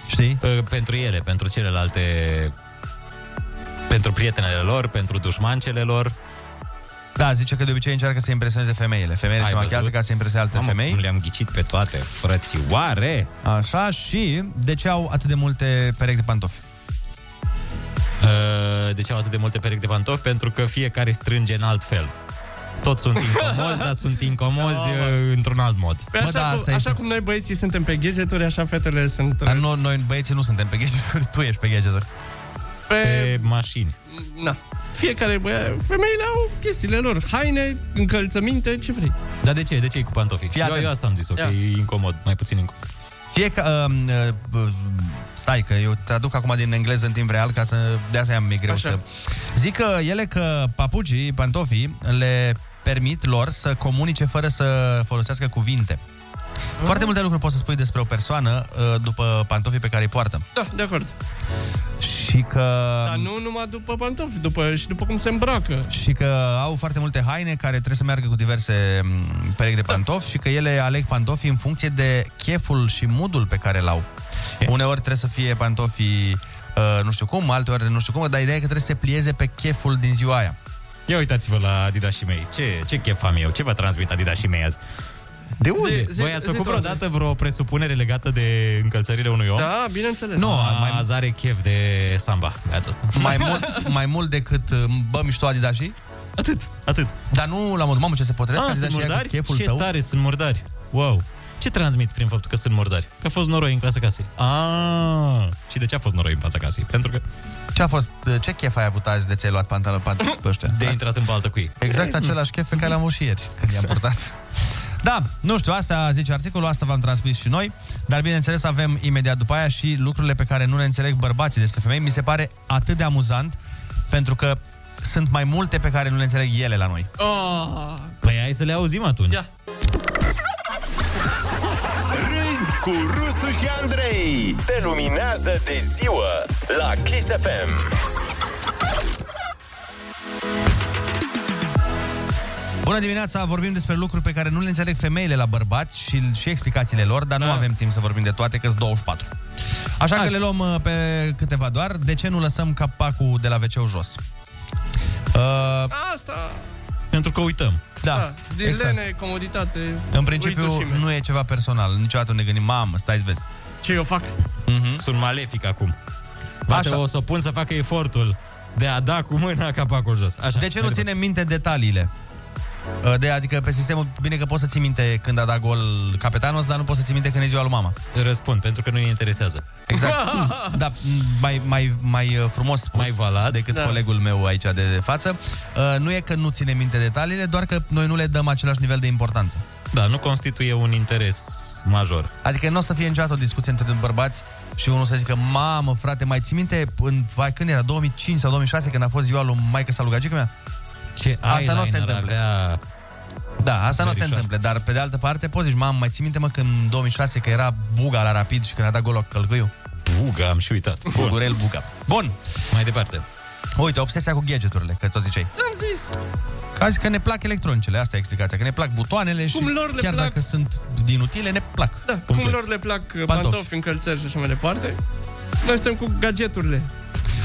[SPEAKER 6] Știi?
[SPEAKER 7] Ă, Pentru ele, pentru celelalte... Pentru prietenele lor, pentru dușmancele lor.
[SPEAKER 6] Da, zice că de obicei încearcă să impresioneze femeile. Femeile
[SPEAKER 7] Ai
[SPEAKER 6] se machează
[SPEAKER 7] văzut?
[SPEAKER 6] ca să impresioneze alte
[SPEAKER 7] Mamă,
[SPEAKER 6] femei.
[SPEAKER 7] cum le-am ghicit pe toate, frățioare!
[SPEAKER 6] Așa și de ce au atât de multe perechi de pantofi?
[SPEAKER 7] Uh, De ce au atât de multe perechi de pantofi? Pentru că fiecare strânge în alt fel. Toți sunt incomozi, dar sunt incomozi
[SPEAKER 8] Da, mă.
[SPEAKER 7] uh, într-un alt mod.
[SPEAKER 8] Păi așa,
[SPEAKER 6] da,
[SPEAKER 8] cum, așa cum noi băieții suntem pe gadgeturi, așa fetele sunt...
[SPEAKER 6] Dar nu, noi băieții nu suntem pe gadgeturi, tu ești pe gadgeturi.
[SPEAKER 8] Pe...
[SPEAKER 7] pe mașini.
[SPEAKER 8] Na. Fiecare băie, femeile au chestiile lor, haine, încălțăminte, ce vrei.
[SPEAKER 7] Dar de ce? De ce e cu pantofii?
[SPEAKER 8] Fii
[SPEAKER 7] Eu,
[SPEAKER 8] atent.
[SPEAKER 7] eu asta am zis-o, că
[SPEAKER 8] Ia.
[SPEAKER 7] e incomod, mai puțin incomod.
[SPEAKER 6] Fie că... Um, uh, uh, stai, că eu traduc acum din engleză în timp real, ca să... De asta mi-e greu Așa. să... Zic că ele că papucii, pantofii, le permit lor să comunice fără să folosească cuvinte.
[SPEAKER 8] Mm.
[SPEAKER 6] Foarte multe lucruri poți să spui despre o persoană uh, după pantofii pe care îi poartă.
[SPEAKER 8] Da, de acord.
[SPEAKER 6] Și că...
[SPEAKER 8] Dar nu numai după pantofi, după, și după cum se îmbracă.
[SPEAKER 6] Și că au foarte multe haine care trebuie să meargă cu diverse m, perechi
[SPEAKER 7] Da.
[SPEAKER 6] de pantofi și că ele aleg pantofii în funcție de cheful și moodul pe care l-au. Uneori trebuie să fie pantofii uh, nu știu cum, alteori nu știu cum, dar ideea e că trebuie să se plieze pe cheful din ziua aia.
[SPEAKER 7] Ia uitați-vă la Adidas și mei. Ce, ce chef am eu? Ce vă transmit Adidas și mei azi? De unde?
[SPEAKER 8] Zi- zi-
[SPEAKER 7] Voi ați
[SPEAKER 8] zi
[SPEAKER 7] făcut
[SPEAKER 8] tu,
[SPEAKER 7] vreodată vreo presupunere legată de încălțările unui om?
[SPEAKER 8] Da, bineînțeles.
[SPEAKER 7] Nu, mai... Azi are chef de samba, băiatul ăsta.
[SPEAKER 6] Mai mult, mai mult decât uh, bă, mișto Adidas și?
[SPEAKER 7] Atât, atât.
[SPEAKER 6] Dar nu la modul, mamă, ce se potrivesc
[SPEAKER 7] Ah,
[SPEAKER 6] Adidas
[SPEAKER 7] sunt
[SPEAKER 6] și ea cu
[SPEAKER 7] murdari?
[SPEAKER 6] cheful
[SPEAKER 7] Ce
[SPEAKER 6] tău.
[SPEAKER 7] tare, sunt murdari. Wow. Ce transmiți prin faptul că sunt murdari? Că a fost noroi în clasa casei. Ah, și de ce a fost noroi în fața casei? Pentru că
[SPEAKER 6] Ce a fost, uh, ce chef ai avut azi de ți-ai luat pantaloni pantaloni pe ăștia?
[SPEAKER 7] de intrat în baltă cu ei. mm.
[SPEAKER 6] Exact același chef pe care l-am avut și ieri când i-am purtat. Da, nu știu, asta zice articolul, asta v-am transmis și noi, dar bineînțeles avem imediat după aia și lucrurile pe care nu le înțeleg bărbații despre femei. Mi se pare atât de amuzant, pentru că sunt mai multe pe care nu le înțeleg ele la noi.
[SPEAKER 8] Oh.
[SPEAKER 7] Păi hai să le auzim atunci. Ia.
[SPEAKER 5] Râzi cu Rusu și Andrei. Te luminează de ziua la Kiss FM.
[SPEAKER 6] Bună dimineața, vorbim despre lucruri pe care nu le înțeleg femeile la bărbați și, și explicațiile lor, dar nu
[SPEAKER 7] Da.
[SPEAKER 6] avem timp să vorbim de toate, că 24. Așa că le luăm uh, pe câteva doar. De ce nu lăsăm capacul de la wc jos? Uh,
[SPEAKER 8] Asta,
[SPEAKER 7] Pentru că uităm.
[SPEAKER 6] Da,
[SPEAKER 8] da, din
[SPEAKER 6] exact.
[SPEAKER 8] lene, comoditate,
[SPEAKER 6] În principiu
[SPEAKER 8] uitușime.
[SPEAKER 6] nu e ceva personal. Niciodată nu ne gândim, mamă, stai să vezi.
[SPEAKER 8] Ce eu fac?
[SPEAKER 6] Mm-hmm.
[SPEAKER 7] Mhm, Sunt malefic acum. Bate,
[SPEAKER 6] Așa.
[SPEAKER 7] o să pun să facă efortul de a da cu mâna capacul jos. Așa,
[SPEAKER 6] De ce nu
[SPEAKER 7] mai
[SPEAKER 6] ținem minte detaliile? Uh, De, adică pe sistemul, bine că poți să ții minte când a dat gol capetanos, dar nu poți să ții minte când e ziua lui mama.
[SPEAKER 7] departe. Răspund, pentru că nu-i interesează.
[SPEAKER 6] Exact. da, m, mai, mai, mai uh, frumos spus mai valat, decât da. colegul meu aici de față. Uh, Nu e că nu ține minte detaliile, doar că noi nu le dăm același nivel de importanță.
[SPEAKER 7] Da, nu constituie un interes major.
[SPEAKER 6] Adică nu o să fie niciodată o discuție între bărbați și unul să zică, mamă, frate, mai ții minte în, vai, când era, 2005 sau 2006, când a fost ziua lui maică sau lui gagică mea?
[SPEAKER 7] Ce
[SPEAKER 6] asta nu o
[SPEAKER 7] eyeliner
[SPEAKER 6] se întâmplă.
[SPEAKER 7] Avea...
[SPEAKER 6] Uh, Da, asta nu o se
[SPEAKER 7] Verișoară.
[SPEAKER 6] întâmplă, dar pe de altă parte poți zici, mamă, mai ții minte, mă, când în 2006 că era Buga la Rapid și când a dat golul Călcăiu?
[SPEAKER 7] Buga, am și uitat. Bun.
[SPEAKER 6] Bugurel Buga. Bun.
[SPEAKER 7] Mai departe.
[SPEAKER 6] Uite, obsesia cu gadgeturile, că tot ziceai.
[SPEAKER 8] Ți-am zis.
[SPEAKER 6] Că azi că ne plac electronicele, asta e explicația, că ne plac butoanele și
[SPEAKER 8] Cum lor le
[SPEAKER 6] chiar
[SPEAKER 8] plac.
[SPEAKER 6] dacă sunt inutile, ne plac.
[SPEAKER 8] Da,
[SPEAKER 6] Complet.
[SPEAKER 8] cum lor le plac pantofi,
[SPEAKER 6] Pantofi.
[SPEAKER 8] pantofi încălțări și așa mai departe. Noi suntem cu gadgeturile.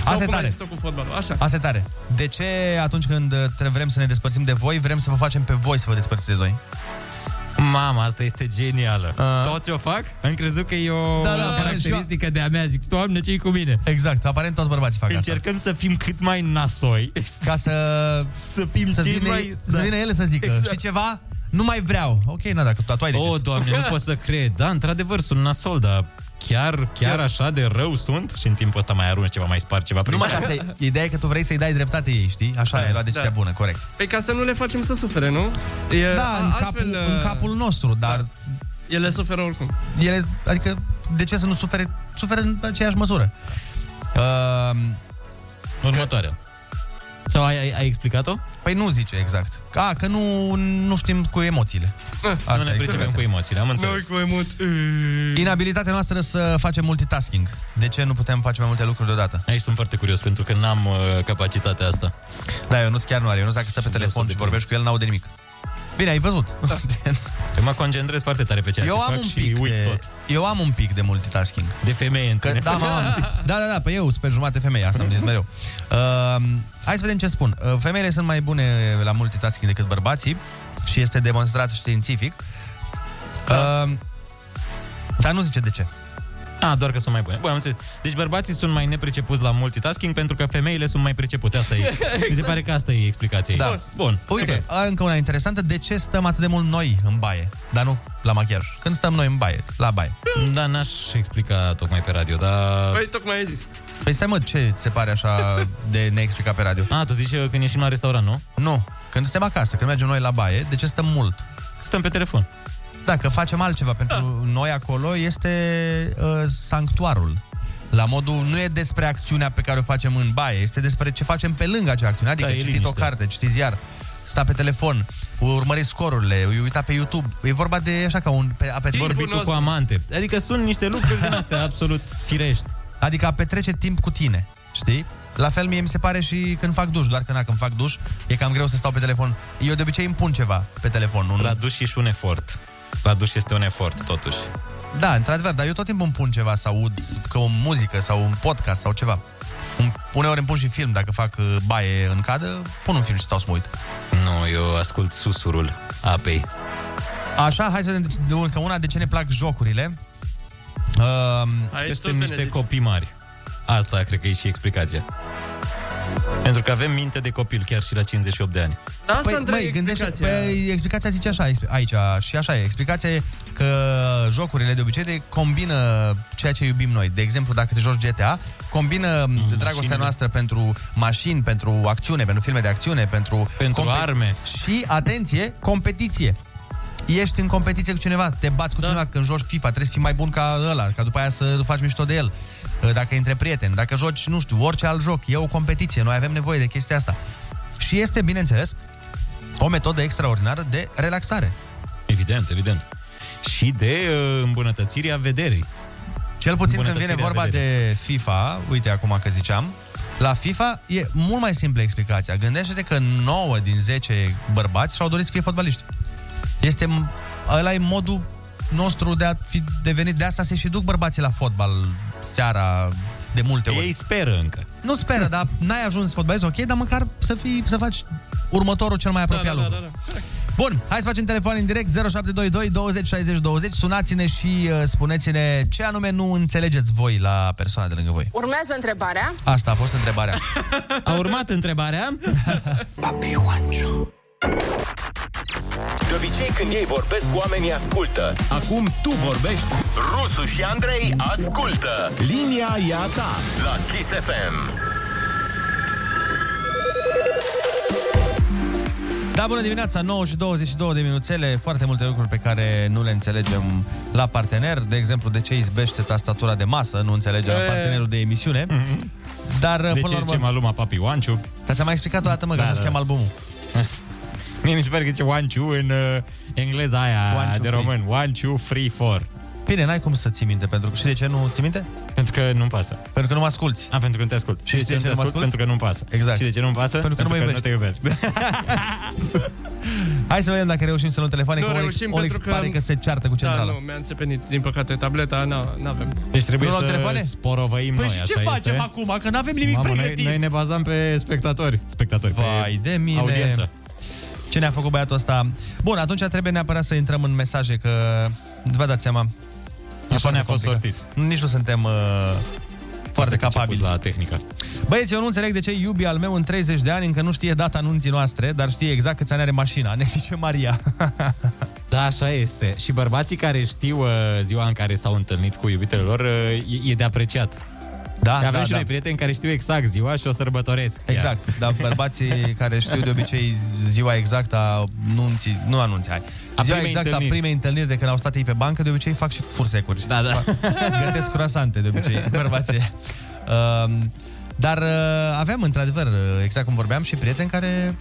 [SPEAKER 8] Sau
[SPEAKER 6] Asta e
[SPEAKER 8] cum ai
[SPEAKER 6] tare.
[SPEAKER 8] zis-o cu fotbalul. Așa.
[SPEAKER 6] Asta e tare. De ce atunci când uh, tre- vrem să ne despărțim de voi, vrem să vă facem pe voi să vă despărțiți de noi?
[SPEAKER 7] Mama, asta este genială. A. Toți o fac? Am crezut că e o da, da, caracteristică de a mea. Zic, doamne, ce cu mine?
[SPEAKER 6] Exact, aparent toți bărbații fac
[SPEAKER 7] Încercăm asta. să fim cât mai nasoi.
[SPEAKER 6] Ca să...
[SPEAKER 7] Să fim
[SPEAKER 6] să
[SPEAKER 7] cei
[SPEAKER 6] vină,
[SPEAKER 7] mai... Da.
[SPEAKER 8] da.
[SPEAKER 6] să vină ele să zică, exact. știi ceva? Nu mai vreau. Ok, na, dacă tu ai de
[SPEAKER 7] O,
[SPEAKER 6] ce să-
[SPEAKER 7] doamne, nu pot să cred. Da, într-adevăr, sunt nasol, dar chiar, chiar, chiar așa de rău sunt și în timpul ăsta mai arunci ceva, mai spar ceva. prin
[SPEAKER 6] Numai ca
[SPEAKER 7] ele.
[SPEAKER 6] să... Ideea e că tu vrei să-i dai dreptate ei, știi? Așa da, e, lua decizia
[SPEAKER 8] Exact. da.
[SPEAKER 6] da. bună, corect.
[SPEAKER 8] Păi ca să nu le facem să sufere, nu? E, uh,
[SPEAKER 6] Da, în capul- în capul nostru, dar...
[SPEAKER 8] Da. Ele suferă oricum.
[SPEAKER 6] ele, adică, de ce să nu sufere? Suferă în aceeași măsură. Uh,
[SPEAKER 7] Următoarea. Sau ai, ai, ai explicat-o?
[SPEAKER 6] Păi nu zice exact. A, că nu, nu știm cu emoțiile.
[SPEAKER 7] nu ne
[SPEAKER 6] e
[SPEAKER 7] pricepem cu emoțiile, am înțeles.
[SPEAKER 8] cu emot.
[SPEAKER 6] Inabilitatea noastră să facem multitasking. De ce nu putem face mai multe lucruri deodată?
[SPEAKER 7] Aici sunt foarte curios, pentru că n-am uh, capacitatea asta.
[SPEAKER 6] Da, eu nu chiar nu are. Eu nu dacă stă pe telefon și vorbești cu el, n-aude nimic. Bine, ai văzut. Da.
[SPEAKER 7] Că mă concentrez foarte tare pe ceea
[SPEAKER 6] Eu
[SPEAKER 7] ce
[SPEAKER 6] am
[SPEAKER 7] fac
[SPEAKER 6] un
[SPEAKER 7] și
[SPEAKER 6] pic
[SPEAKER 7] uit
[SPEAKER 6] de-
[SPEAKER 7] tot.
[SPEAKER 6] Eu am un pic de multitasking.
[SPEAKER 7] De femeie în
[SPEAKER 6] Că,
[SPEAKER 7] tine.
[SPEAKER 6] da, mă, am. da, da, da, pe eu sunt pe jumate femeie, asta am zis mereu. Uh, hai să vedem ce spun. Uh, femeile sunt mai bune la multitasking decât bărbații și este demonstrat științific. Uh, dar nu zice de ce.
[SPEAKER 7] A, doar că sunt mai bune. Bun, am înțeles. Deci bărbații sunt mai nepricepuți la multitasking pentru că femeile sunt mai pricepute. Asta e. Mi se pare că asta e explicația. ei.
[SPEAKER 6] Da.
[SPEAKER 7] Bun.
[SPEAKER 6] Uite, a, încă una interesantă. De ce stăm atât de mult noi în baie? Dar nu la machiaj. Când stăm noi în baie, la baie.
[SPEAKER 7] Da, n-aș explica tocmai pe radio, dar...
[SPEAKER 8] Păi tocmai ai zis.
[SPEAKER 6] Păi stai mă, ce ți se pare așa de neexplicat pe radio?
[SPEAKER 7] A, tu zici uh, când ieșim la restaurant, nu?
[SPEAKER 6] Nu. Când suntem acasă, când mergem noi la baie, de ce stăm mult?
[SPEAKER 7] Stăm pe telefon. Ah.
[SPEAKER 6] Dacă facem altceva pentru da. noi acolo, este uh, sanctuarul. La modul, nu e despre acțiunea pe care o facem în baie, este despre ce facem pe lângă acea acțiune. Adică
[SPEAKER 7] Da,
[SPEAKER 6] da,
[SPEAKER 7] e
[SPEAKER 6] citit o
[SPEAKER 7] liniște.
[SPEAKER 6] carte, citi ziar, sta pe telefon, urmări scorurile, îi uita pe YouTube. E vorba de așa ca un... Pe, a petrece-
[SPEAKER 7] Vorbitul cu amante. Adică sunt niște lucruri din astea absolut firești.
[SPEAKER 6] Adică a petrece timp cu tine, știi? La fel mie mi se pare și când fac duș, doar că na, când fac duș e cam greu să stau pe telefon. Eu de obicei îmi pun ceva pe telefon. Un...
[SPEAKER 7] La duș ești un efort. La duș este un efort, totuși.
[SPEAKER 6] Da, într-adevăr, dar eu tot timpul îmi pun ceva să aud, că o muzică sau un podcast sau ceva. Îmi- Uneori îmi pun și film, dacă fac uh, baie în cadă, pun un film și stau să mă uit.
[SPEAKER 7] Nu, eu ascult susurul apei.
[SPEAKER 6] Așa, hai să vedem de- de- încă una de ce ne plac jocurile. Uh,
[SPEAKER 7] Aici suntem niște copii mari. Asta cred că e și explicația. Pentru că avem minte de copil chiar și la 58 de ani.
[SPEAKER 8] Asta
[SPEAKER 6] păi,
[SPEAKER 8] întreb
[SPEAKER 6] măi, gândește,
[SPEAKER 8] explicația.
[SPEAKER 6] păi, explicația zice așa exp- aici și așa e. Explicația e că jocurile de obicei de combină ceea ce iubim noi. De exemplu, dacă te joci GTA, combină mm, dragostea
[SPEAKER 7] mașinile.
[SPEAKER 6] noastră pentru mașini, pentru acțiune, pentru filme de acțiune, pentru...
[SPEAKER 7] Pentru arme.
[SPEAKER 6] Și, atenție, competiție. Ești în competiție cu cineva, te bați cu da. cineva când joci FIFA, trebuie să fii mai bun ca ăla, ca după aia să faci mișto de el. Ă, Dacă e între prieteni, dacă joci, nu știu, orice alt joc, e o competiție, noi avem nevoie de chestia asta. Și este, bineînțeles, o metodă extraordinară de relaxare.
[SPEAKER 7] Evident, evident. Și de uh, îmbunătățirea vederii.
[SPEAKER 6] Cel puțin când vine vorba de FIFA, uite acum că ziceam, la FIFA e mult mai simplă explicația. Gândește-te că 9 din 10 bărbați și-au dorit să fie fotbaliști. Este, m- ăla e modul nostru de a fi devenit. De asta se și duc bărbații la fotbal seara de multe ori.
[SPEAKER 7] Ei speră încă.
[SPEAKER 6] Nu speră, dar n-ai ajuns fotbalist, ok, dar măcar să, fii, să faci următorul cel mai apropiat
[SPEAKER 8] da,
[SPEAKER 6] lucru.
[SPEAKER 8] da, da, da.
[SPEAKER 6] Bun, hai să facem telefon în direct 0722 20 60 20. Sunați-ne și uh, spuneți-ne ce anume nu înțelegeți voi la persoana de lângă voi.
[SPEAKER 16] Urmează întrebarea.
[SPEAKER 6] Asta a fost întrebarea.
[SPEAKER 7] A urmat întrebarea.
[SPEAKER 5] De obicei, când ei vorbesc, oamenii ascultă. Acum tu vorbești. Rusu și Andrei ascultă. Linia e a ta la Kiss FM.
[SPEAKER 6] Da, bună dimineața, 9 și 22 de minuțele, foarte multe lucruri pe care nu le înțelegem la partener, de exemplu, de ce izbește tastatura de masă, nu înțelegem la
[SPEAKER 7] E. Mhm.
[SPEAKER 6] partenerul de emisiune, dar
[SPEAKER 7] de
[SPEAKER 6] până
[SPEAKER 7] ce
[SPEAKER 6] la
[SPEAKER 7] zice
[SPEAKER 6] urmă...
[SPEAKER 7] Maluma Papi Oanciu?
[SPEAKER 6] Dar ți-am mai explicat o dată, mă, că așa se cheamă albumul.
[SPEAKER 7] Mie mi se pare că zice Oanciu în uh, engleza aia
[SPEAKER 6] One, two,
[SPEAKER 7] de
[SPEAKER 6] three.
[SPEAKER 7] român. One, two, three, four.
[SPEAKER 6] Bine, n-ai cum să ții minte, pentru că... Și de ce nu ții minte?
[SPEAKER 7] Pentru că nu-mi pasă.
[SPEAKER 6] Pentru că nu mă asculti.
[SPEAKER 7] A, pentru că nu te ascult.
[SPEAKER 6] Și de ce nu te ascult?
[SPEAKER 7] Pentru că nu-mi pasă.
[SPEAKER 6] Exact.
[SPEAKER 7] Și de ce nu-mi pasă?
[SPEAKER 6] Pentru că nu mă
[SPEAKER 7] nu te iubesc.
[SPEAKER 6] Hai să vedem dacă reușim să luăm telefoane
[SPEAKER 8] Nu
[SPEAKER 6] cu Olex.
[SPEAKER 8] reușim
[SPEAKER 6] Olex
[SPEAKER 8] pentru că-
[SPEAKER 6] pare că se ceartă cu
[SPEAKER 8] Da,
[SPEAKER 6] centrala.
[SPEAKER 8] nu, mi-a înțepenit, din păcate, tableta, nu avem.
[SPEAKER 7] Deci trebuie
[SPEAKER 8] Nu luăm
[SPEAKER 7] să
[SPEAKER 8] telefoane?
[SPEAKER 7] sporovăim
[SPEAKER 8] Păi
[SPEAKER 7] noi,
[SPEAKER 8] și
[SPEAKER 7] așa
[SPEAKER 8] ce facem
[SPEAKER 7] este.
[SPEAKER 6] acum? Că n-avem nimic
[SPEAKER 7] Mamă, noi,
[SPEAKER 6] pregătit.
[SPEAKER 7] noi ne bazăm pe spectatori. Spectatori,
[SPEAKER 6] Vai
[SPEAKER 7] pe
[SPEAKER 6] de mine.
[SPEAKER 7] audiență.
[SPEAKER 6] Ce ne-a făcut băiatul ăsta? Bun, atunci trebuie neapărat să intrăm în mesaje, că vă dați seama. Așa ne-a fost sortit. Nici nu suntem uh, foarte capabili.
[SPEAKER 7] la tehnică.
[SPEAKER 6] Băieți, eu nu înțeleg de ce iubi al meu în 30 de ani încă nu știe data anunții noastre, dar știe exact câți ani are mașina, ne zice Maria.
[SPEAKER 7] Da, așa este. Și bărbații care știu uh, ziua în care s-au întâlnit cu iubitele lor uh, e, e de apreciat.
[SPEAKER 6] Da,
[SPEAKER 7] avem
[SPEAKER 6] da,
[SPEAKER 7] și
[SPEAKER 6] da.
[SPEAKER 7] noi prieteni care știu exact ziua și o sărbătoresc. chiar.
[SPEAKER 6] Exact, dar bărbații care Păi știu de obicei ziua exact exactă a nunții, nu a nunții, hai.
[SPEAKER 7] A
[SPEAKER 6] ziua
[SPEAKER 7] primei
[SPEAKER 6] exactă a
[SPEAKER 7] întâlniri.
[SPEAKER 6] primei întâlniri de când au stat ei pe bancă, de obicei fac și fursecuri.
[SPEAKER 7] Da, da.
[SPEAKER 6] Gătesc croasante, de obicei, bărbații. Um, dar uh, aveam, într-adevăr, uh, exact cum vorbeam, și prieteni care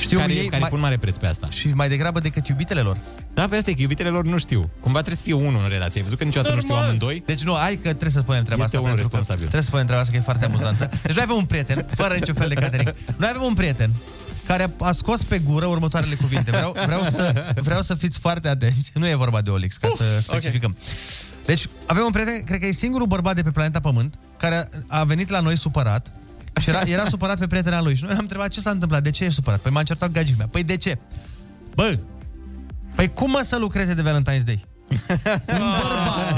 [SPEAKER 6] știu
[SPEAKER 7] care,
[SPEAKER 6] ei...
[SPEAKER 7] care
[SPEAKER 6] mai-
[SPEAKER 7] pun mare preț pe asta.
[SPEAKER 6] Și mai degrabă decât iubitele lor.
[SPEAKER 7] Da, pe asta e că iubitele lor nu știu. Cumva trebuie să fie unul în relație. Ai văzut că niciodată nu știu
[SPEAKER 6] Normal.
[SPEAKER 7] amândoi?
[SPEAKER 6] Deci nu, hai că trebuie să spunem treaba
[SPEAKER 7] Este
[SPEAKER 6] asta.
[SPEAKER 7] unul
[SPEAKER 6] pentru că
[SPEAKER 7] responsabil.
[SPEAKER 6] Trebuie să spunem treaba asta că e foarte amuzantă. Deci noi avem un prieten, fără niciun fel de catering. Noi avem un prieten care a scos pe gură următoarele cuvinte. Vreau, vreau, să, vreau să fiți foarte atenți. Nu e vorba de Olix, ca să specificăm. Deci avem un prieten, cred că e singurul bărbat de pe planeta Pământ, care a venit la noi supărat și era, era supărat pe prietena lui. Și noi l-am întrebat ce s-a întâmplat, de ce ești supărat? Păi m-a încertat cu gagii mea. Păi de ce? Bă, păi cum mă să lucreze de Valentine's Day? un bărbat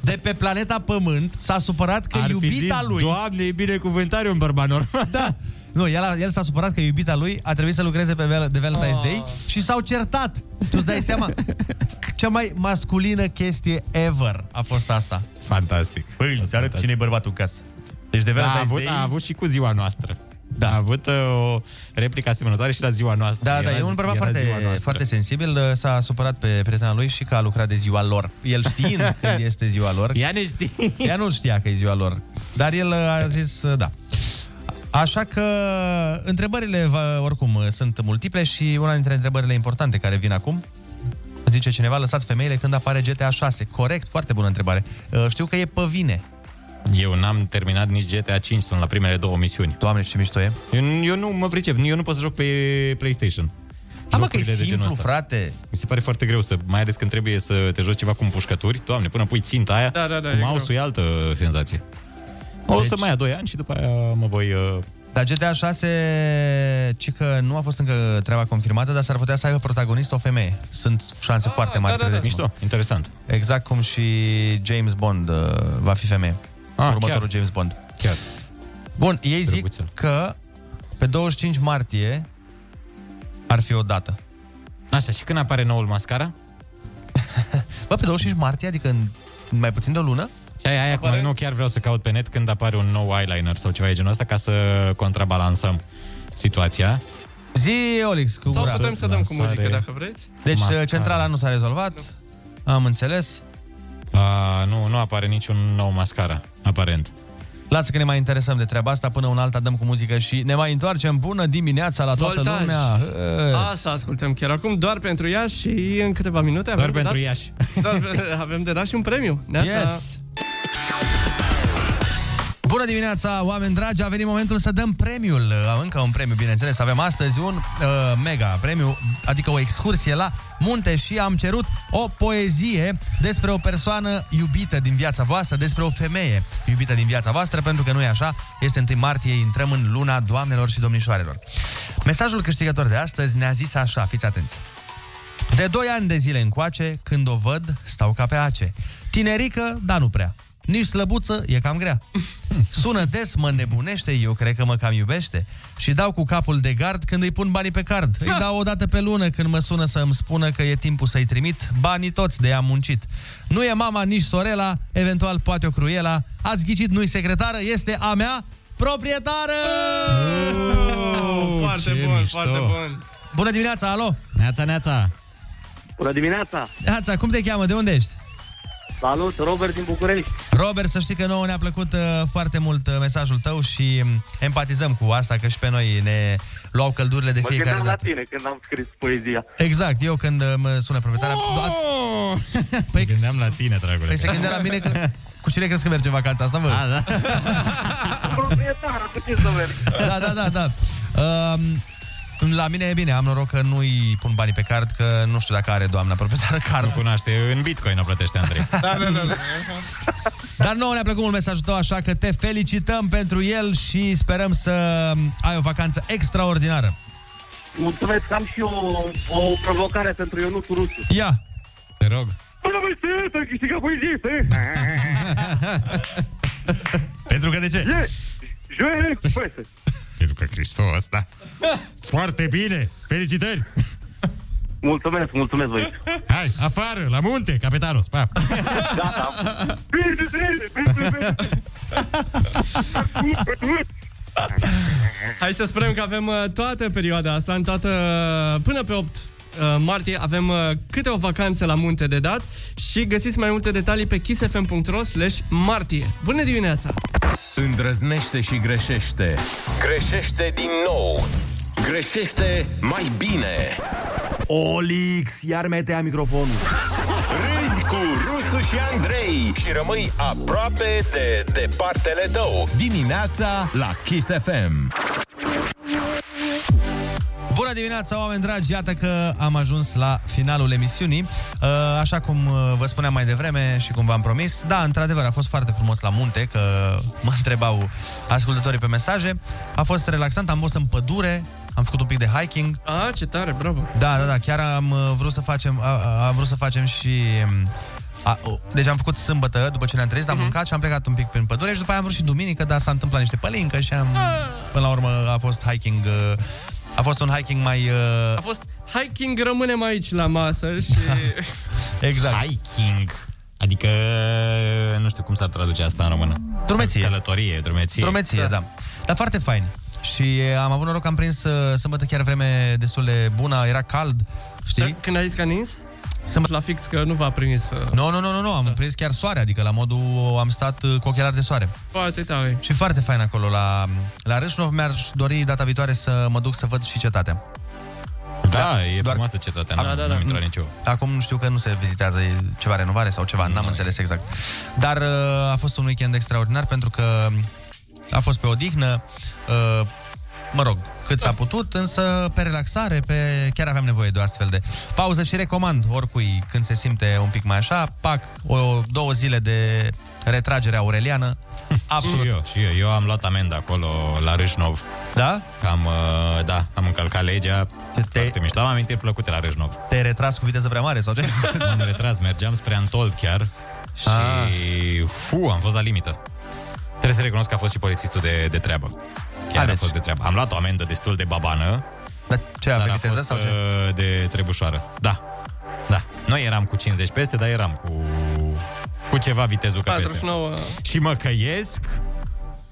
[SPEAKER 6] de pe planeta Pământ s-a supărat că
[SPEAKER 7] Ar fi
[SPEAKER 6] iubita
[SPEAKER 7] zis,
[SPEAKER 6] lui...
[SPEAKER 7] Doamne, e binecuvântare un bărbat normal.
[SPEAKER 6] Da. Nu, el, a- el s-a supărat că iubita lui a trebuit să lucreze pe Val- de Valentine's
[SPEAKER 7] Ah.
[SPEAKER 6] Day și s-au certat. Tu îți dai seama? Cea mai masculină chestie ever a fost asta.
[SPEAKER 7] Fantastic.
[SPEAKER 6] Păi, îți arăt cine e bărbatul în casă. Deci de
[SPEAKER 7] da, a
[SPEAKER 6] Valentine's
[SPEAKER 7] avut,
[SPEAKER 6] Day-
[SPEAKER 7] a avut și cu ziua noastră. Da. A avut uh, o replică asemănătoare și la ziua noastră.
[SPEAKER 6] Da, da, e un bărbat
[SPEAKER 7] era ziua
[SPEAKER 6] foarte,
[SPEAKER 7] noastră.
[SPEAKER 6] foarte sensibil. uh, S-a supărat pe prietena lui și că a lucrat de ziua lor. El știind că este ziua lor.
[SPEAKER 7] Ea ne știe.
[SPEAKER 6] Ea nu știa că e ziua lor. Dar el uh, a zis uh, da. Așa că întrebările va- oricum uh, sunt multiple și una dintre întrebările importante care vin acum zice cineva, lăsați femeile când apare GTA 6. Corect, foarte bună întrebare. Uh, Știu că e pe vine.
[SPEAKER 7] Eu n-am terminat nici GTA 5, sunt la primele două misiuni.
[SPEAKER 6] Doamne, ce mișto e.
[SPEAKER 7] Eu, nu- eu nu mă pricep, eu nu pot să joc pe PlayStation.
[SPEAKER 6] Hai, mă, că e
[SPEAKER 7] Jocurile de genul
[SPEAKER 6] simplu,
[SPEAKER 7] ăsta.
[SPEAKER 6] frate.
[SPEAKER 7] Mi se pare foarte greu, să, mai ales când trebuie să te joci ceva cu împușcături. Doamne, până pui ținta aia,
[SPEAKER 8] da, da,
[SPEAKER 7] cu
[SPEAKER 8] e
[SPEAKER 7] mouse-ul e altă senzație. O
[SPEAKER 6] Deci-
[SPEAKER 7] să mai ia 2 ani și după aia mă voi... Uh...
[SPEAKER 6] Dar GTA 6, ci că nu a fost încă treaba confirmată, dar s-ar putea să aibă protagonist o femeie. Sunt șanse foarte mari,
[SPEAKER 7] da, da, da. Mișto, interesant.
[SPEAKER 6] Exact cum și James Bond uh, va fi femeie.
[SPEAKER 7] Ah,
[SPEAKER 6] Următorul
[SPEAKER 7] chiar.
[SPEAKER 6] James Bond.
[SPEAKER 7] Chiar.
[SPEAKER 6] Bun, ei zic că pe 25 martie ar fi o dată.
[SPEAKER 7] Așa, și când apare noul mascara?
[SPEAKER 6] Bă, pe 25 martie, adică în mai puțin de o lună?
[SPEAKER 7] Și aia, aia acum, nu chiar vreau să caut pe net când apare un nou eyeliner sau ceva de genul ăsta ca să contrabalansăm situația.
[SPEAKER 6] Zi, Olix, cu
[SPEAKER 7] Sau
[SPEAKER 6] gura.
[SPEAKER 7] putem să dăm cu
[SPEAKER 6] Lansare.
[SPEAKER 7] muzică, dacă vreți. Da.
[SPEAKER 6] Deci
[SPEAKER 7] Mascara.
[SPEAKER 6] centrala nu s-a rezolvat, am înțeles.
[SPEAKER 7] A, nu, nu apare niciun nou mascara, aparent.
[SPEAKER 6] Lasă că ne mai interesăm de treaba asta, până un alta dăm cu muzică și ne mai întoarcem. Bună dimineața la toată
[SPEAKER 8] Voltaj.
[SPEAKER 6] lumea!
[SPEAKER 8] Asta ascultăm chiar acum, doar pentru Iași și în câteva minute avem de
[SPEAKER 7] pentru
[SPEAKER 8] dat-
[SPEAKER 7] Iași.
[SPEAKER 8] Doar, pe- avem de dat și un premiu. Neața.
[SPEAKER 6] Yes. Bună dimineața, oameni dragi! A venit momentul să dăm premiul. Încă un premiu, bineînțeles. Avem astăzi un uh, mega premiu, adică o excursie la munte și am cerut o poezie despre o persoană iubită din viața voastră, despre o femeie iubită din viața voastră, pentru că nu e așa. Este 1 martie, intrăm în luna doamnelor și domnișoarelor. Mesajul câștigător de astăzi ne-a zis așa, fiți atenți. De 2 ani de zile încoace, când o văd, stau ca pe ace. Tinerică, dar nu prea. Nici slăbuță, e cam grea. Sună des, mă nebunește, eu cred că mă cam iubește. Și dau cu capul de gard când îi pun banii pe card. Îi dau o dată pe lună când mă sună să îmi spună că e timpul să-i trimit. Banii toți de am muncit. Nu e mama, nici sorela, eventual poate o cruela. Ați ghicit, nu-i secretară, este a mea proprietară!
[SPEAKER 7] Oh,
[SPEAKER 8] Foarte bun, foarte bun.
[SPEAKER 6] Bună dimineața, alo!
[SPEAKER 7] Neața, neața!
[SPEAKER 6] Bună dimineața! Neața, cum te cheamă? De unde ești?
[SPEAKER 17] Salut, Robert din București.
[SPEAKER 6] Robert, să știi că nouă ne-a plăcut uh, foarte mult uh, mesajul tău și um, empatizăm cu asta, că și pe noi ne luau căldurile de
[SPEAKER 17] mă
[SPEAKER 6] fiecare
[SPEAKER 17] gândeam
[SPEAKER 6] dată.
[SPEAKER 17] la tine când am scris poezia. Oh!
[SPEAKER 6] Exact, eu când uh, mă sună proprietarea, do- Nu. Păi,
[SPEAKER 7] Gândeam la tine, dragule.
[SPEAKER 6] Păi se gândea la mine că... Cu cine crezi că merge vacanța asta, mă?
[SPEAKER 7] Ah,
[SPEAKER 6] A, da. ah.
[SPEAKER 11] Proprietarul, cu ce să merg?
[SPEAKER 6] Da, da, da, da. Um, la mine e bine, am noroc că nu-i pun banii pe card, că nu știu dacă are doamna proprietară card. Nu
[SPEAKER 7] cunoaște, în bitcoin o plătește Andrei.
[SPEAKER 6] Da, da, da. Dar nouă ne-a plăcut mult mesajul tău, așa că te felicităm pentru el și sperăm să ai o vacanță extraordinară.
[SPEAKER 11] Mulțumesc, am și eu o, o provocare pentru Ionut Rusu.
[SPEAKER 6] Ia!
[SPEAKER 7] Te rog.
[SPEAKER 11] Până mai este, să câștigat poezie,
[SPEAKER 7] Pentru că de ce?
[SPEAKER 11] E, joie cu peste.
[SPEAKER 7] Pentru că Hristos, da. Foarte bine! Felicitări!
[SPEAKER 11] Mulțumesc, mulțumesc voi.
[SPEAKER 7] Hai, afară, la munte, capitanul, spa!
[SPEAKER 11] Gata.
[SPEAKER 8] Hai să spunem că avem uh, toată perioada asta, în toată, până pe 8 uh, martie, avem uh, câte o vacanță la munte de dat și găsiți mai multe detalii pe kissfm.ro slash martie. Bună dimineața!
[SPEAKER 4] Îndrăznește și greșește.
[SPEAKER 5] Greșește din nou. Greșește mai bine.
[SPEAKER 16] Olix, iar metea microfonul.
[SPEAKER 5] Râzi cu Rusu și Andrei și rămâi aproape de departele tău.
[SPEAKER 4] Dimineața la Kiss FM.
[SPEAKER 6] Bună dimineața, oameni dragi! Iată că am ajuns la finalul emisiunii. Uh, Așa cum uh, vă spuneam mai devreme și cum v-am promis, da, într-adevăr, a fost foarte frumos la munte, că mă întrebau ascultătorii pe mesaje. A fost relaxant, am fost în pădure, am făcut un pic de hiking.
[SPEAKER 8] A, ce tare, bravo!
[SPEAKER 6] Da, da, da, chiar am uh, vrut să facem, a, a- am vrut să facem și... um, A, o- deci am făcut sâmbătă, după ce ne-am trezit,
[SPEAKER 8] Mhm.
[SPEAKER 6] am mâncat și am plecat un pic prin pădure și după aia am vrut și duminică, dar s-a întâmplat niște pălincă și am...
[SPEAKER 8] Ah.
[SPEAKER 6] Până la urmă a fost hiking... uh, A fost un hiking mai... uh,
[SPEAKER 8] A fost hiking, rămânem aici la masă și...
[SPEAKER 6] Exact.
[SPEAKER 7] Hiking. Adică, nu știu cum s-ar traduce asta în română.
[SPEAKER 6] Drumeție.
[SPEAKER 7] Călătorie, drumeție.
[SPEAKER 6] Drumeție, da. da. Dar foarte fain. Și uh, am avut noroc că am prins uh, sâmbătă chiar vreme destul de bună, era cald, știi?
[SPEAKER 8] Dar Da, Când a zis că a nins?
[SPEAKER 6] Sunt
[SPEAKER 8] la fix că nu v-a prins... uh,
[SPEAKER 6] Nu, nu, nu, nu, nu, am prins chiar soare, adică la modul am stat uh, cu ochelari de soare.
[SPEAKER 8] Foarte tare.
[SPEAKER 6] Și foarte fain acolo la, la Râșnov. Mi-aș dori data viitoare să mă duc să văd și cetatea.
[SPEAKER 7] Da, e Doar... frumoasă cetatea, da, da, da. am intrat nicio.
[SPEAKER 6] Acum știu că nu se vizitează e ceva renovare sau ceva,
[SPEAKER 7] Mm.
[SPEAKER 6] n-am înțeles exact. Dar uh, a fost un weekend extraordinar pentru că a fost pe odihnă, uh, mă rog, cât s-a putut, însă pe relaxare, pe chiar aveam nevoie de o astfel de pauză și recomand oricui când se simte un pic mai așa, pac, o, două zile de retragere aureliană, absolut.
[SPEAKER 7] Și eu, și eu. Eu am luat amendă acolo la Râșnov.
[SPEAKER 6] Da?
[SPEAKER 7] Am, uh, da, am încălcat legea. Te... Foarte mișto. Am aminte plăcute la Râșnov.
[SPEAKER 6] Te-ai retras cu viteză prea mare sau ce?
[SPEAKER 7] M-am retras, mergeam spre Antold chiar. Și,
[SPEAKER 6] Ah.
[SPEAKER 7] fu, am fost la limită. Trebuie să recunosc că a fost și polițistul de, de treabă. Chiar a fost de treabă. Am luat o amendă destul de babană.
[SPEAKER 6] Dar ce,
[SPEAKER 7] dar a
[SPEAKER 6] viteză
[SPEAKER 7] fost
[SPEAKER 6] sau ce?
[SPEAKER 7] uh, de trebușoară. Da. Da. Noi eram cu 50 peste, dar eram cu, cu ceva vitezucă peste.
[SPEAKER 8] 49...
[SPEAKER 7] Și mă căiesc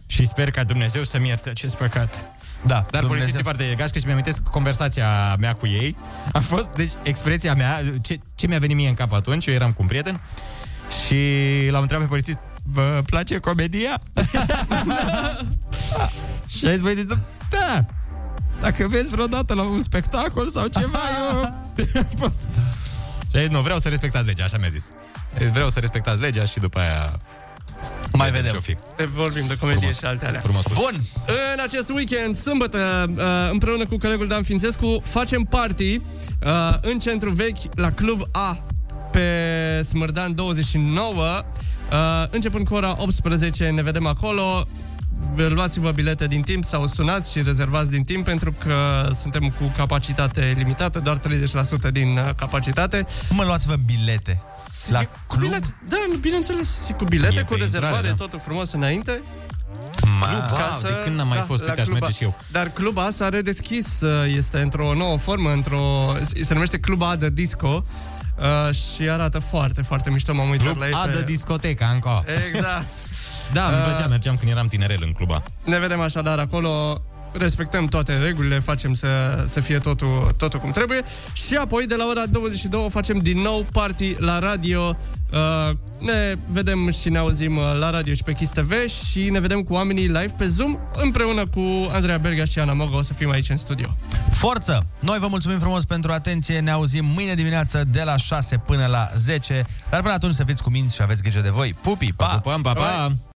[SPEAKER 7] și sper ca Dumnezeu să-mi ierte acest păcat.
[SPEAKER 6] Da,
[SPEAKER 7] Dar
[SPEAKER 6] Dumnezeu.
[SPEAKER 7] polițiștii foarte egași, că și mi-amintesc conversația mea cu ei. A fost, deci, expresia mea, ce, ce mi-a venit mie în cap atunci, eu eram cu un prieten și l-am întrebat pe polițist, vă place comedia? și a zis polițistul, da, dacă vezi vreodată la un spectacol sau ceva, eu... și a zis, nu, vreau să respectați legea, așa mi-a zis. Vreau să respectați legea și după aia... Mai vedem. Ce-o fi.
[SPEAKER 8] Vorbim de comedie Frumos. și alte alea.
[SPEAKER 7] Frumos.
[SPEAKER 6] Bun!
[SPEAKER 8] În acest weekend, sâmbătă, uh, împreună cu colegul Dan Fințescu, facem party uh, în centru vechi la Club A pe Smârdan 29. Uh, Începând cu ora 18 ne vedem acolo. Luați-vă bilete din timp sau sunați și rezervați din timp pentru că suntem cu capacitate limitată, doar 30% din uh, capacitate.
[SPEAKER 6] Mă luați-vă bilete la club?
[SPEAKER 8] Bilete, da, bineînțeles. Și cu bilete,
[SPEAKER 7] E
[SPEAKER 8] cu
[SPEAKER 7] pe
[SPEAKER 8] rezervare,
[SPEAKER 7] intrare, da.
[SPEAKER 8] totul frumos înainte.
[SPEAKER 7] Club, wow, de când n-am mai fost,
[SPEAKER 8] da, la
[SPEAKER 7] uite, aș
[SPEAKER 8] Club
[SPEAKER 7] merge
[SPEAKER 8] A.
[SPEAKER 7] și eu.
[SPEAKER 8] Dar Club A s-a redeschis, uh, este într-o nouă formă, într-o, se numește Club A de Disco uh, și arată foarte, foarte mișto, m-am uitat la
[SPEAKER 7] Club
[SPEAKER 8] ei
[SPEAKER 7] A
[SPEAKER 8] pe...
[SPEAKER 7] de discoteca, încă.
[SPEAKER 8] Exact.
[SPEAKER 7] Da, îmi
[SPEAKER 8] Uh,
[SPEAKER 7] plăcea, mergeam când eram tinerel în cluba.
[SPEAKER 8] Ne vedem așadar acolo respectăm toate regulile, facem să, să fie totul, totul cum trebuie și apoi de la ora 22 facem din nou party la radio. Uh, ne vedem și ne auzim uh, la radio și pe Kiss TV și ne vedem cu oamenii live pe Zoom împreună cu Andreea Berga și Ana Moga o să fim aici în studio.
[SPEAKER 6] Forță! Noi vă mulțumim frumos pentru atenție. Ne auzim mâine dimineață de la 6 până la 10. Dar până atunci să fiți cu minți și aveți grijă de voi. Pupi, pa!
[SPEAKER 7] Pam, pa, pa!